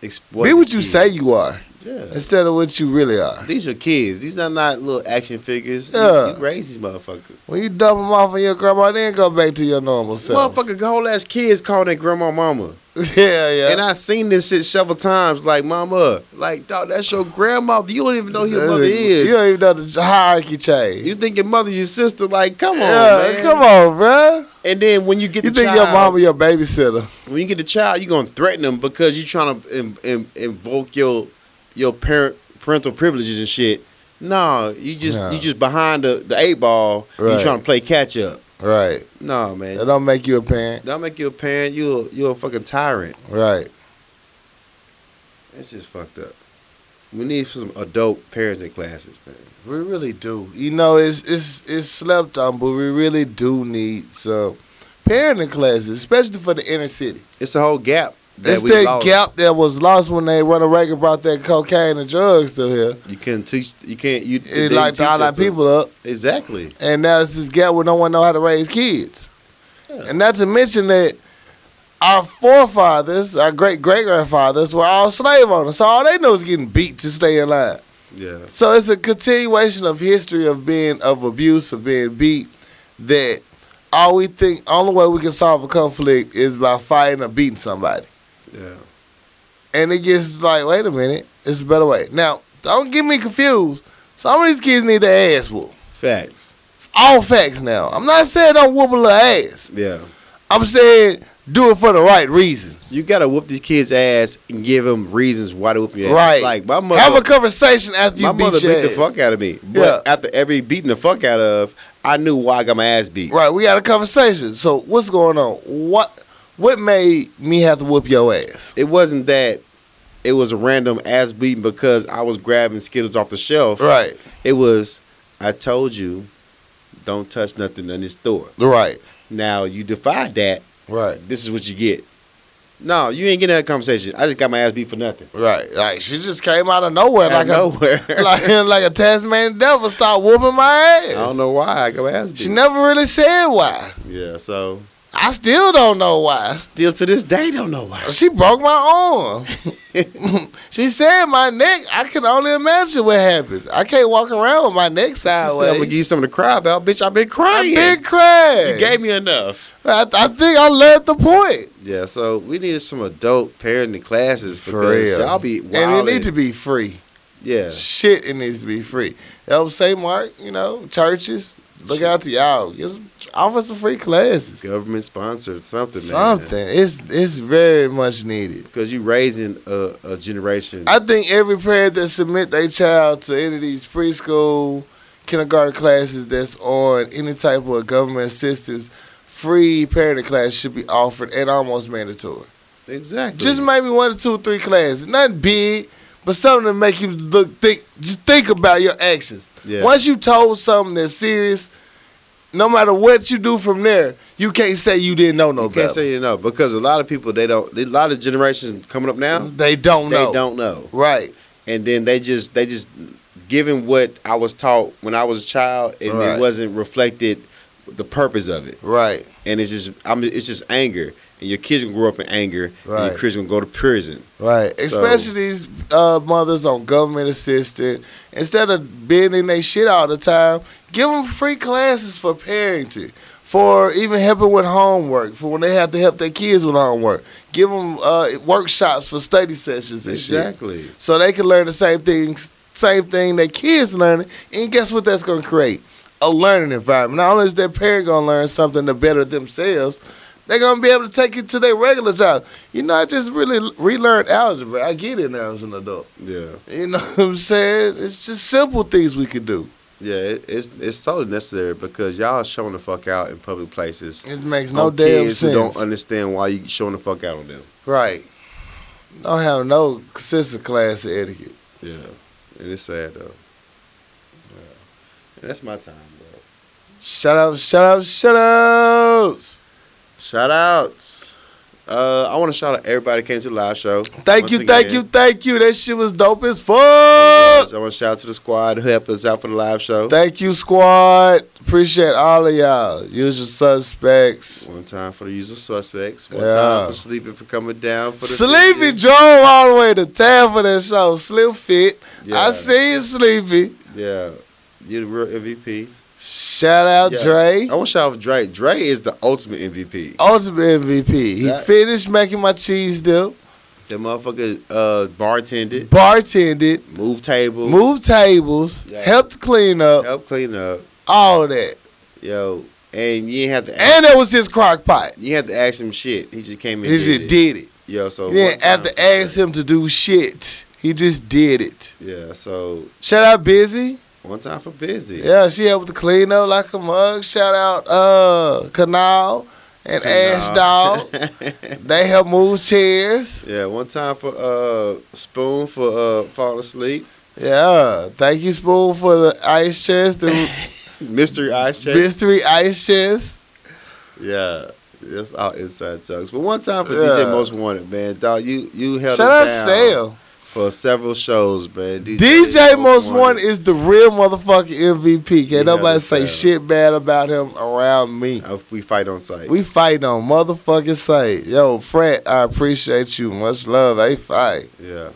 Speaker 1: be what you say you are
Speaker 2: Yeah.
Speaker 1: instead of what you really are.
Speaker 2: These are kids. These are not little action figures. Yeah.
Speaker 1: Yeah.
Speaker 2: You, you raise these motherfuckers.
Speaker 1: When you dump them off on your grandma, then go back to your normal self.
Speaker 2: Motherfucker, whole ass kids calling their grandma mama.
Speaker 1: *laughs* yeah, yeah.
Speaker 2: And I seen this shit several times. Like, mama, like, dog, that's your grandma. You don't even know who your mother
Speaker 1: You
Speaker 2: is.
Speaker 1: don't even know the hierarchy change.
Speaker 2: You think your mother's your sister. Like, come on,
Speaker 1: yeah,
Speaker 2: man.
Speaker 1: come on, bruh.
Speaker 2: And then when you get
Speaker 1: You
Speaker 2: the
Speaker 1: think
Speaker 2: child,
Speaker 1: your mama your babysitter?
Speaker 2: when you get the child, you gonna threaten them because you trying to Im- Im- invoke your your parent parental privileges and shit. No, you just
Speaker 1: No.
Speaker 2: you just behind the, the eight ball.
Speaker 1: Right.
Speaker 2: You trying to play catch up.
Speaker 1: Right.
Speaker 2: No, man.
Speaker 1: That don't make you a parent.
Speaker 2: Don't make you a parent. You a, you a fucking tyrant.
Speaker 1: Right.
Speaker 2: That's just fucked up. We need some adult parenting classes, man.
Speaker 1: We really do. You know, it's it's it's slept on, but we really do need some parenting classes, especially for the inner city.
Speaker 2: It's a whole gap that
Speaker 1: it's
Speaker 2: we
Speaker 1: that
Speaker 2: lost.
Speaker 1: gap that was lost when they run a record brought that cocaine and drugs to here.
Speaker 2: You couldn't teach. You can't. You they
Speaker 1: It locked
Speaker 2: teach
Speaker 1: all our
Speaker 2: us to-
Speaker 1: people up,
Speaker 2: Exactly.
Speaker 1: and now it's this gap where no one know how to raise kids.
Speaker 2: Yeah.
Speaker 1: And not to mention that our forefathers, our great great grandfathers, were all slave owners, so all they know is getting beat to stay in line.
Speaker 2: Yeah.
Speaker 1: So it's a continuation of history of being of abuse of being beat. That all we think, only way we can solve a conflict is by fighting or beating somebody.
Speaker 2: Yeah.
Speaker 1: And it gets like, wait a minute, it's a better way. Now, don't get me confused. Some of these kids need their ass whooped.
Speaker 2: Facts.
Speaker 1: All facts now. I'm not saying don't whoop a little ass.
Speaker 2: Yeah.
Speaker 1: I'm saying do it for the right reasons.
Speaker 2: You gotta whoop these kids' ass and give them reasons why to whoop your ass.
Speaker 1: Right.
Speaker 2: Like my mother,
Speaker 1: Have a conversation after you
Speaker 2: my
Speaker 1: beat
Speaker 2: mother
Speaker 1: your
Speaker 2: beat the
Speaker 1: ass.
Speaker 2: fuck out of me. But
Speaker 1: Yeah.
Speaker 2: after every beating the fuck out of, I knew why I got my ass beat.
Speaker 1: Right, we had a conversation. So what's going on? What what made me have to whoop your ass?
Speaker 2: It wasn't that it was a random ass beating because I was grabbing Skittles off the shelf.
Speaker 1: Right,
Speaker 2: It was I told you, don't touch nothing in this store.
Speaker 1: right,
Speaker 2: Now you defied that.
Speaker 1: right,
Speaker 2: This is what you get. No, you ain't getting that conversation. I just got my ass beat for nothing.
Speaker 1: right. Like she just came out of nowhere,
Speaker 2: Out
Speaker 1: like
Speaker 2: of nowhere.
Speaker 1: a *laughs* like, like a Tasmanian devil, start whooping my
Speaker 2: *laughs*
Speaker 1: ass.
Speaker 2: I don't know why I got my ass beat.
Speaker 1: She never really said why.
Speaker 2: yeah, so
Speaker 1: I still don't know why.
Speaker 2: still to this day don't know why.
Speaker 1: She
Speaker 2: *laughs*
Speaker 1: broke my arm. she said my neck. I can only imagine what happens. I can't walk around with my neck
Speaker 2: I said, I'm gonna
Speaker 1: sideways.
Speaker 2: give you something to cry about, bitch. I've been
Speaker 1: I
Speaker 2: crying.
Speaker 1: been crying.
Speaker 2: you gave me enough.
Speaker 1: I, I think I learned the point.
Speaker 2: Yeah, so we needed some adult parenting classes
Speaker 1: For
Speaker 2: because
Speaker 1: real.
Speaker 2: y'all be
Speaker 1: And it
Speaker 2: wildin'.
Speaker 1: needs to be free.
Speaker 2: yeah.
Speaker 1: Shit, it needs to be free. Help say, Mark, you know, churches, look out to y'all. Just offer some free classes.
Speaker 2: Government sponsored something, man.
Speaker 1: Something. It's it's very much needed.
Speaker 2: Because you raising a, a generation.
Speaker 1: I think every parent that submit their child to any of these preschool, kindergarten classes that's on any type of government assistance, free parenting class should be offered and almost mandatory.
Speaker 2: exactly.
Speaker 1: Just maybe one or two, three classes. Nothing big, but something to make you look think. Just think about your actions.
Speaker 2: Yeah.
Speaker 1: Once you told something that's serious, no matter what you do from there, you can't say you didn't know no
Speaker 2: you
Speaker 1: better.
Speaker 2: can't say you know because a lot of people they don't. A lot of generations coming up now
Speaker 1: they don't
Speaker 2: they
Speaker 1: know.
Speaker 2: don't know.
Speaker 1: Right.
Speaker 2: and then they just they just given what I was taught when I was a child, and
Speaker 1: Right.
Speaker 2: it wasn't reflected the purpose of it,
Speaker 1: Right.
Speaker 2: and it's just I'm it's just anger, and your kids gonna grow up in anger, and
Speaker 1: Right.
Speaker 2: your kids gonna go to prison.
Speaker 1: Right. Especially these uh, mothers on government assistance. Instead of being in their shit all the time, give them free classes for parenting, for even helping with homework, for when they have to help their kids with homework. Give them uh, workshops for study sessions and shit.
Speaker 2: Exactly.
Speaker 1: So they can learn the same things, same thing their kids learning. And guess what that's going to create? A learning environment. Not only is their parent going to learn something to better themselves, they're gonna be able to take it to their regular job. You know, I just really relearned algebra. I get it now as an adult.
Speaker 2: Yeah,
Speaker 1: You know what I'm saying? It's just simple things we could do.
Speaker 2: yeah, it, it's it's totally necessary because y'all showing the fuck out in public places.
Speaker 1: It makes no
Speaker 2: on
Speaker 1: damn
Speaker 2: kids
Speaker 1: sense.
Speaker 2: who don't understand why you showing the fuck out on them.
Speaker 1: right. Don't have no consistent class of etiquette.
Speaker 2: Yeah, and it's sad though. Yeah. And that's my time, bro.
Speaker 1: Shut up, shut up, shut ups.
Speaker 2: Shout outs. Uh, I want to shout out everybody that came to the live show.
Speaker 1: Thank
Speaker 2: Once
Speaker 1: you, thank
Speaker 2: again.
Speaker 1: you, thank you. That shit was dope as
Speaker 2: I
Speaker 1: fuck.
Speaker 2: want to shout out to the squad who helped us out for the live show.
Speaker 1: Thank you, squad. Appreciate all of y'all. Usual suspects.
Speaker 2: One time for the usual suspects. One
Speaker 1: Yeah.
Speaker 2: time for Sleepy for coming down. For the
Speaker 1: Sleepy
Speaker 2: video.
Speaker 1: drove all the way to town for that show. Slim fit.
Speaker 2: Yeah.
Speaker 1: I see you, Sleepy.
Speaker 2: Yeah. You're the real MVP.
Speaker 1: Shout out
Speaker 2: Yeah.
Speaker 1: Uh, Dre. Oh.
Speaker 2: I want to shout out Dre. Dre is the ultimate MVP.
Speaker 1: Ultimate MVP. He
Speaker 2: That-
Speaker 1: finished making my cheese dip,
Speaker 2: That motherfucker uh, bartended,
Speaker 1: bartended,
Speaker 2: moved tables,
Speaker 1: moved tables,
Speaker 2: Yeah.
Speaker 1: helped clean up,
Speaker 2: helped clean up.
Speaker 1: all that.
Speaker 2: Yo. And you didn't have to ask,
Speaker 1: And that was his crock pot.
Speaker 2: you had to ask him shit. He just came
Speaker 1: He
Speaker 2: in.
Speaker 1: just did it.
Speaker 2: it. Yo, so
Speaker 1: He
Speaker 2: one
Speaker 1: didn't
Speaker 2: time
Speaker 1: have to
Speaker 2: for
Speaker 1: ask
Speaker 2: Dre.
Speaker 1: him to do shit. He just did it.
Speaker 2: Yeah, so
Speaker 1: Shout out Busy.
Speaker 2: one time for busy.
Speaker 1: Yeah, she helped with the clean up like a mug. Shout out uh Canal and Ash
Speaker 2: *laughs*
Speaker 1: Dog. they helped move chairs.
Speaker 2: Yeah, one time for uh spoon for uh falling asleep.
Speaker 1: Yeah. Thank you, Spoon, for the ice
Speaker 2: *laughs*
Speaker 1: chest, the
Speaker 2: Mystery ice check.
Speaker 1: mystery ice chest.
Speaker 2: yeah. That's all inside jokes. But one time for
Speaker 1: Yeah.
Speaker 2: DJ Most Wanted, man. Dog, you you held
Speaker 1: Shout
Speaker 2: it down
Speaker 1: out Sale.
Speaker 2: for several shows, man.
Speaker 1: DJ Most One is the real motherfucking MVP.
Speaker 2: You
Speaker 1: Can't nobody
Speaker 2: gotta say.
Speaker 1: say shit bad about him around me.
Speaker 2: Uh, we fight on site.
Speaker 1: We fight on motherfucking site. Yo, Fred, I appreciate you. Much love. They fight.
Speaker 2: yeah,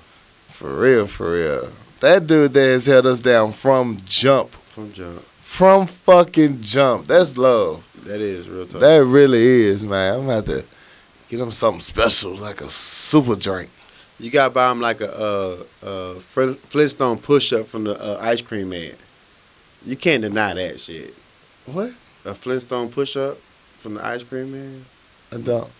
Speaker 1: For real, for real. That dude there has held us down from jump.
Speaker 2: from jump.
Speaker 1: From fucking jump. That's love.
Speaker 2: That is real talk.
Speaker 1: That really is, man. I'm about to get him something special, like a super drink.
Speaker 2: you got by him like a uh, uh, Flin- Flintstone push up from the uh, ice cream man. You can't deny that shit.
Speaker 1: What?
Speaker 2: A Flintstone push up from the ice cream man.
Speaker 1: I don't.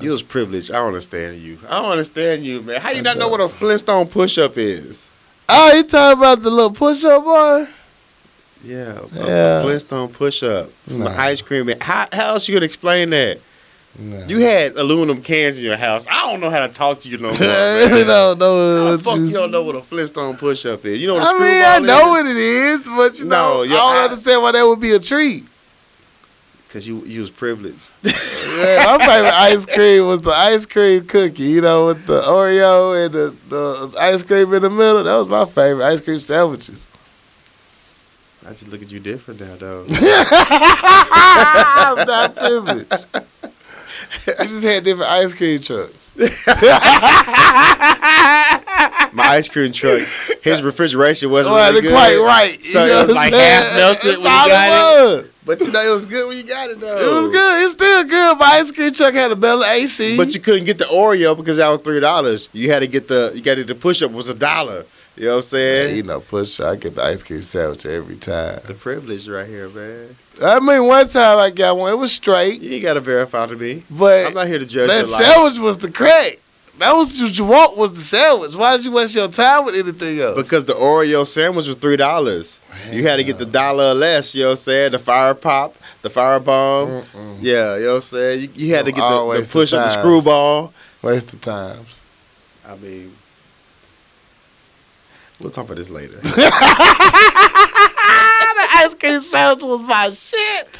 Speaker 2: You was privileged. I don't understand you. I don't understand you, man. How you not know what a Flintstone push up is?
Speaker 1: Oh, you talking about the little push up boy?
Speaker 2: Yeah, a- a
Speaker 1: Yeah.
Speaker 2: Flintstone push up from the
Speaker 1: Nah.
Speaker 2: ice cream. man. How, how else you gonna explain that?
Speaker 1: Nah.
Speaker 2: You had aluminum cans in your house. I don't know how to talk to you no more.
Speaker 1: *laughs* I really
Speaker 2: man.
Speaker 1: don't know
Speaker 2: How the
Speaker 1: what
Speaker 2: fuck
Speaker 1: you
Speaker 2: you don't know what a Flintstone push up is? You know what a
Speaker 1: I mean, I
Speaker 2: screwball
Speaker 1: know
Speaker 2: is?
Speaker 1: what it is, but you
Speaker 2: No,
Speaker 1: know, I
Speaker 2: your
Speaker 1: don't
Speaker 2: eye-
Speaker 1: understand why that would be a treat.
Speaker 2: Cause you you was
Speaker 1: *laughs*
Speaker 2: privileged.
Speaker 1: Yeah, my favorite ice cream was the ice cream cookie, you know, with the Oreo and the, the ice cream in the middle. That was my favorite ice cream sandwiches.
Speaker 2: I just look at you different now, though.
Speaker 1: *laughs* I'm not privileged. We just had different ice cream trucks.
Speaker 2: My ice cream truck, his refrigeration wasn't
Speaker 1: Well,
Speaker 2: really
Speaker 1: they're
Speaker 2: good.
Speaker 1: quite right.
Speaker 2: So it was
Speaker 1: what
Speaker 2: like
Speaker 1: I'm saying?
Speaker 2: half melted
Speaker 1: That's
Speaker 2: when you
Speaker 1: all
Speaker 2: got
Speaker 1: it. was.
Speaker 2: But you know it was good when you got it though.
Speaker 1: It was good. It's still good. My ice cream truck had a better AC.
Speaker 2: But you couldn't get the Oreo because that was three dollars. You had to get the you got to get the push up was a dollar. You know what I'm
Speaker 1: Yeah,
Speaker 2: saying?
Speaker 1: you know, push. I get the ice cream sandwich every time.
Speaker 2: The privilege right here, man.
Speaker 1: I mean, one time I got one. It was straight,
Speaker 2: You ain't gotta verify to me.
Speaker 1: but
Speaker 2: I'm not here to judge
Speaker 1: that
Speaker 2: your life.
Speaker 1: sandwich was the crack. That was what you want was the sandwich. Why did you waste your time with anything else?
Speaker 2: because the Oreo sandwich was three dollars. You had to get the dollar or less, you know what I'm saying? The fire pop, the fire bomb.
Speaker 1: Mm-mm.
Speaker 2: Yeah, you know what I'm saying? You, you had to
Speaker 1: Don't
Speaker 2: get the,
Speaker 1: always
Speaker 2: the push up the
Speaker 1: surprise.
Speaker 2: screwball.
Speaker 1: Waste of times.
Speaker 2: I mean We'll talk about this later.
Speaker 1: *laughs* the ice cream sandwich was my shit.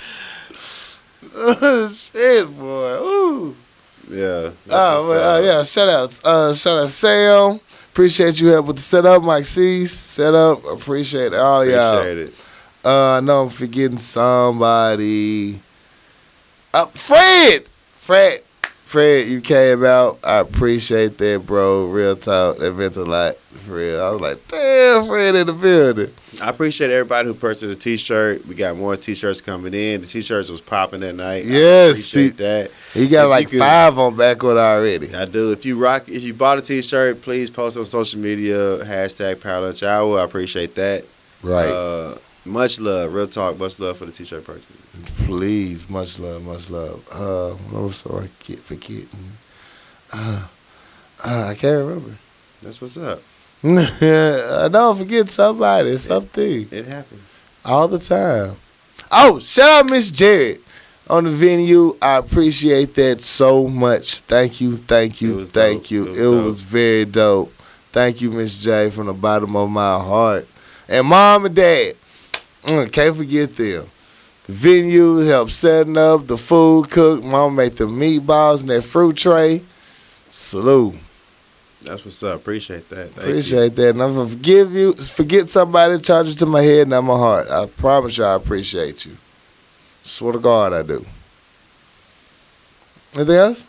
Speaker 1: *laughs* shit, boy. Ooh.
Speaker 2: *laughs* yeah. that's
Speaker 1: Oh,
Speaker 2: what's
Speaker 1: well, uh,
Speaker 2: up.
Speaker 1: yeah. Shout outs. Uh, shout out Sam. Appreciate you help with the setup, Mike C. Setup. Appreciate all of y'all.
Speaker 2: Appreciate it.
Speaker 1: Uh, I know I'm forgetting somebody. Uh, Fred, Fred, Fred, you came out. I appreciate that, bro. Real talk, that meant a lot. For real, I was like, damn, Fred in the building.
Speaker 2: I appreciate everybody who purchased a T-shirt. We got more T-shirts coming in. The T-shirts was popping that night. I
Speaker 1: Yes,
Speaker 2: appreciate
Speaker 1: T-
Speaker 2: that.
Speaker 1: He
Speaker 2: If
Speaker 1: got
Speaker 2: you
Speaker 1: like
Speaker 2: could-
Speaker 1: five on backwood already.
Speaker 2: I do. If you rock, if you bought a T-shirt, please post on social media hashtag Power Lunch Hour. I appreciate that.
Speaker 1: Right.
Speaker 2: Uh, much love, real talk. Much love for the T-shirt purchase.
Speaker 1: Please, much love, much love. Uh, what was so I get forgetting? Uh, uh, I can't remember. *laughs*
Speaker 2: That's what's up.
Speaker 1: I don't forget somebody, something,
Speaker 2: It happens.
Speaker 1: all the time. Oh, shout out Miss Jared on the venue. I appreciate that so much. Thank you, thank
Speaker 2: It
Speaker 1: you,
Speaker 2: was
Speaker 1: thank
Speaker 2: dope.
Speaker 1: you.
Speaker 2: It was
Speaker 1: It
Speaker 2: dope.
Speaker 1: was very dope. Thank you, Miss J, from the bottom of my heart. And mom and dad, mm, can't forget them. The venue helped setting up, the food cooked. Mom made the meatballs and that fruit tray. Salute.
Speaker 2: That's what's up. Appreciate that. Thank you.
Speaker 1: appreciate that. And I'm gonna forgive you. Forget somebody, charge it to my head, not my heart. I promise you, I appreciate you. Swear to God, I do. Anything else?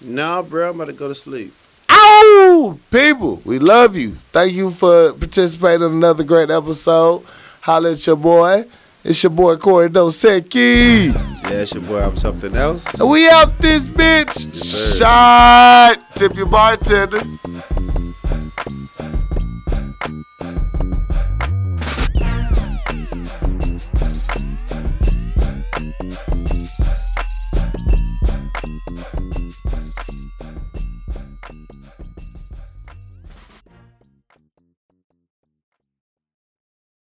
Speaker 2: No, bro, I'm about to go to sleep.
Speaker 1: Ow! People, we love you. Thank you for participating in another great episode. Holla at your boy. It's your boy Corey Dosecki.
Speaker 2: Yeah, it's your boy. I'm something else.
Speaker 1: And we out this bitch.
Speaker 2: sir.
Speaker 1: Shot. Tip your bartender.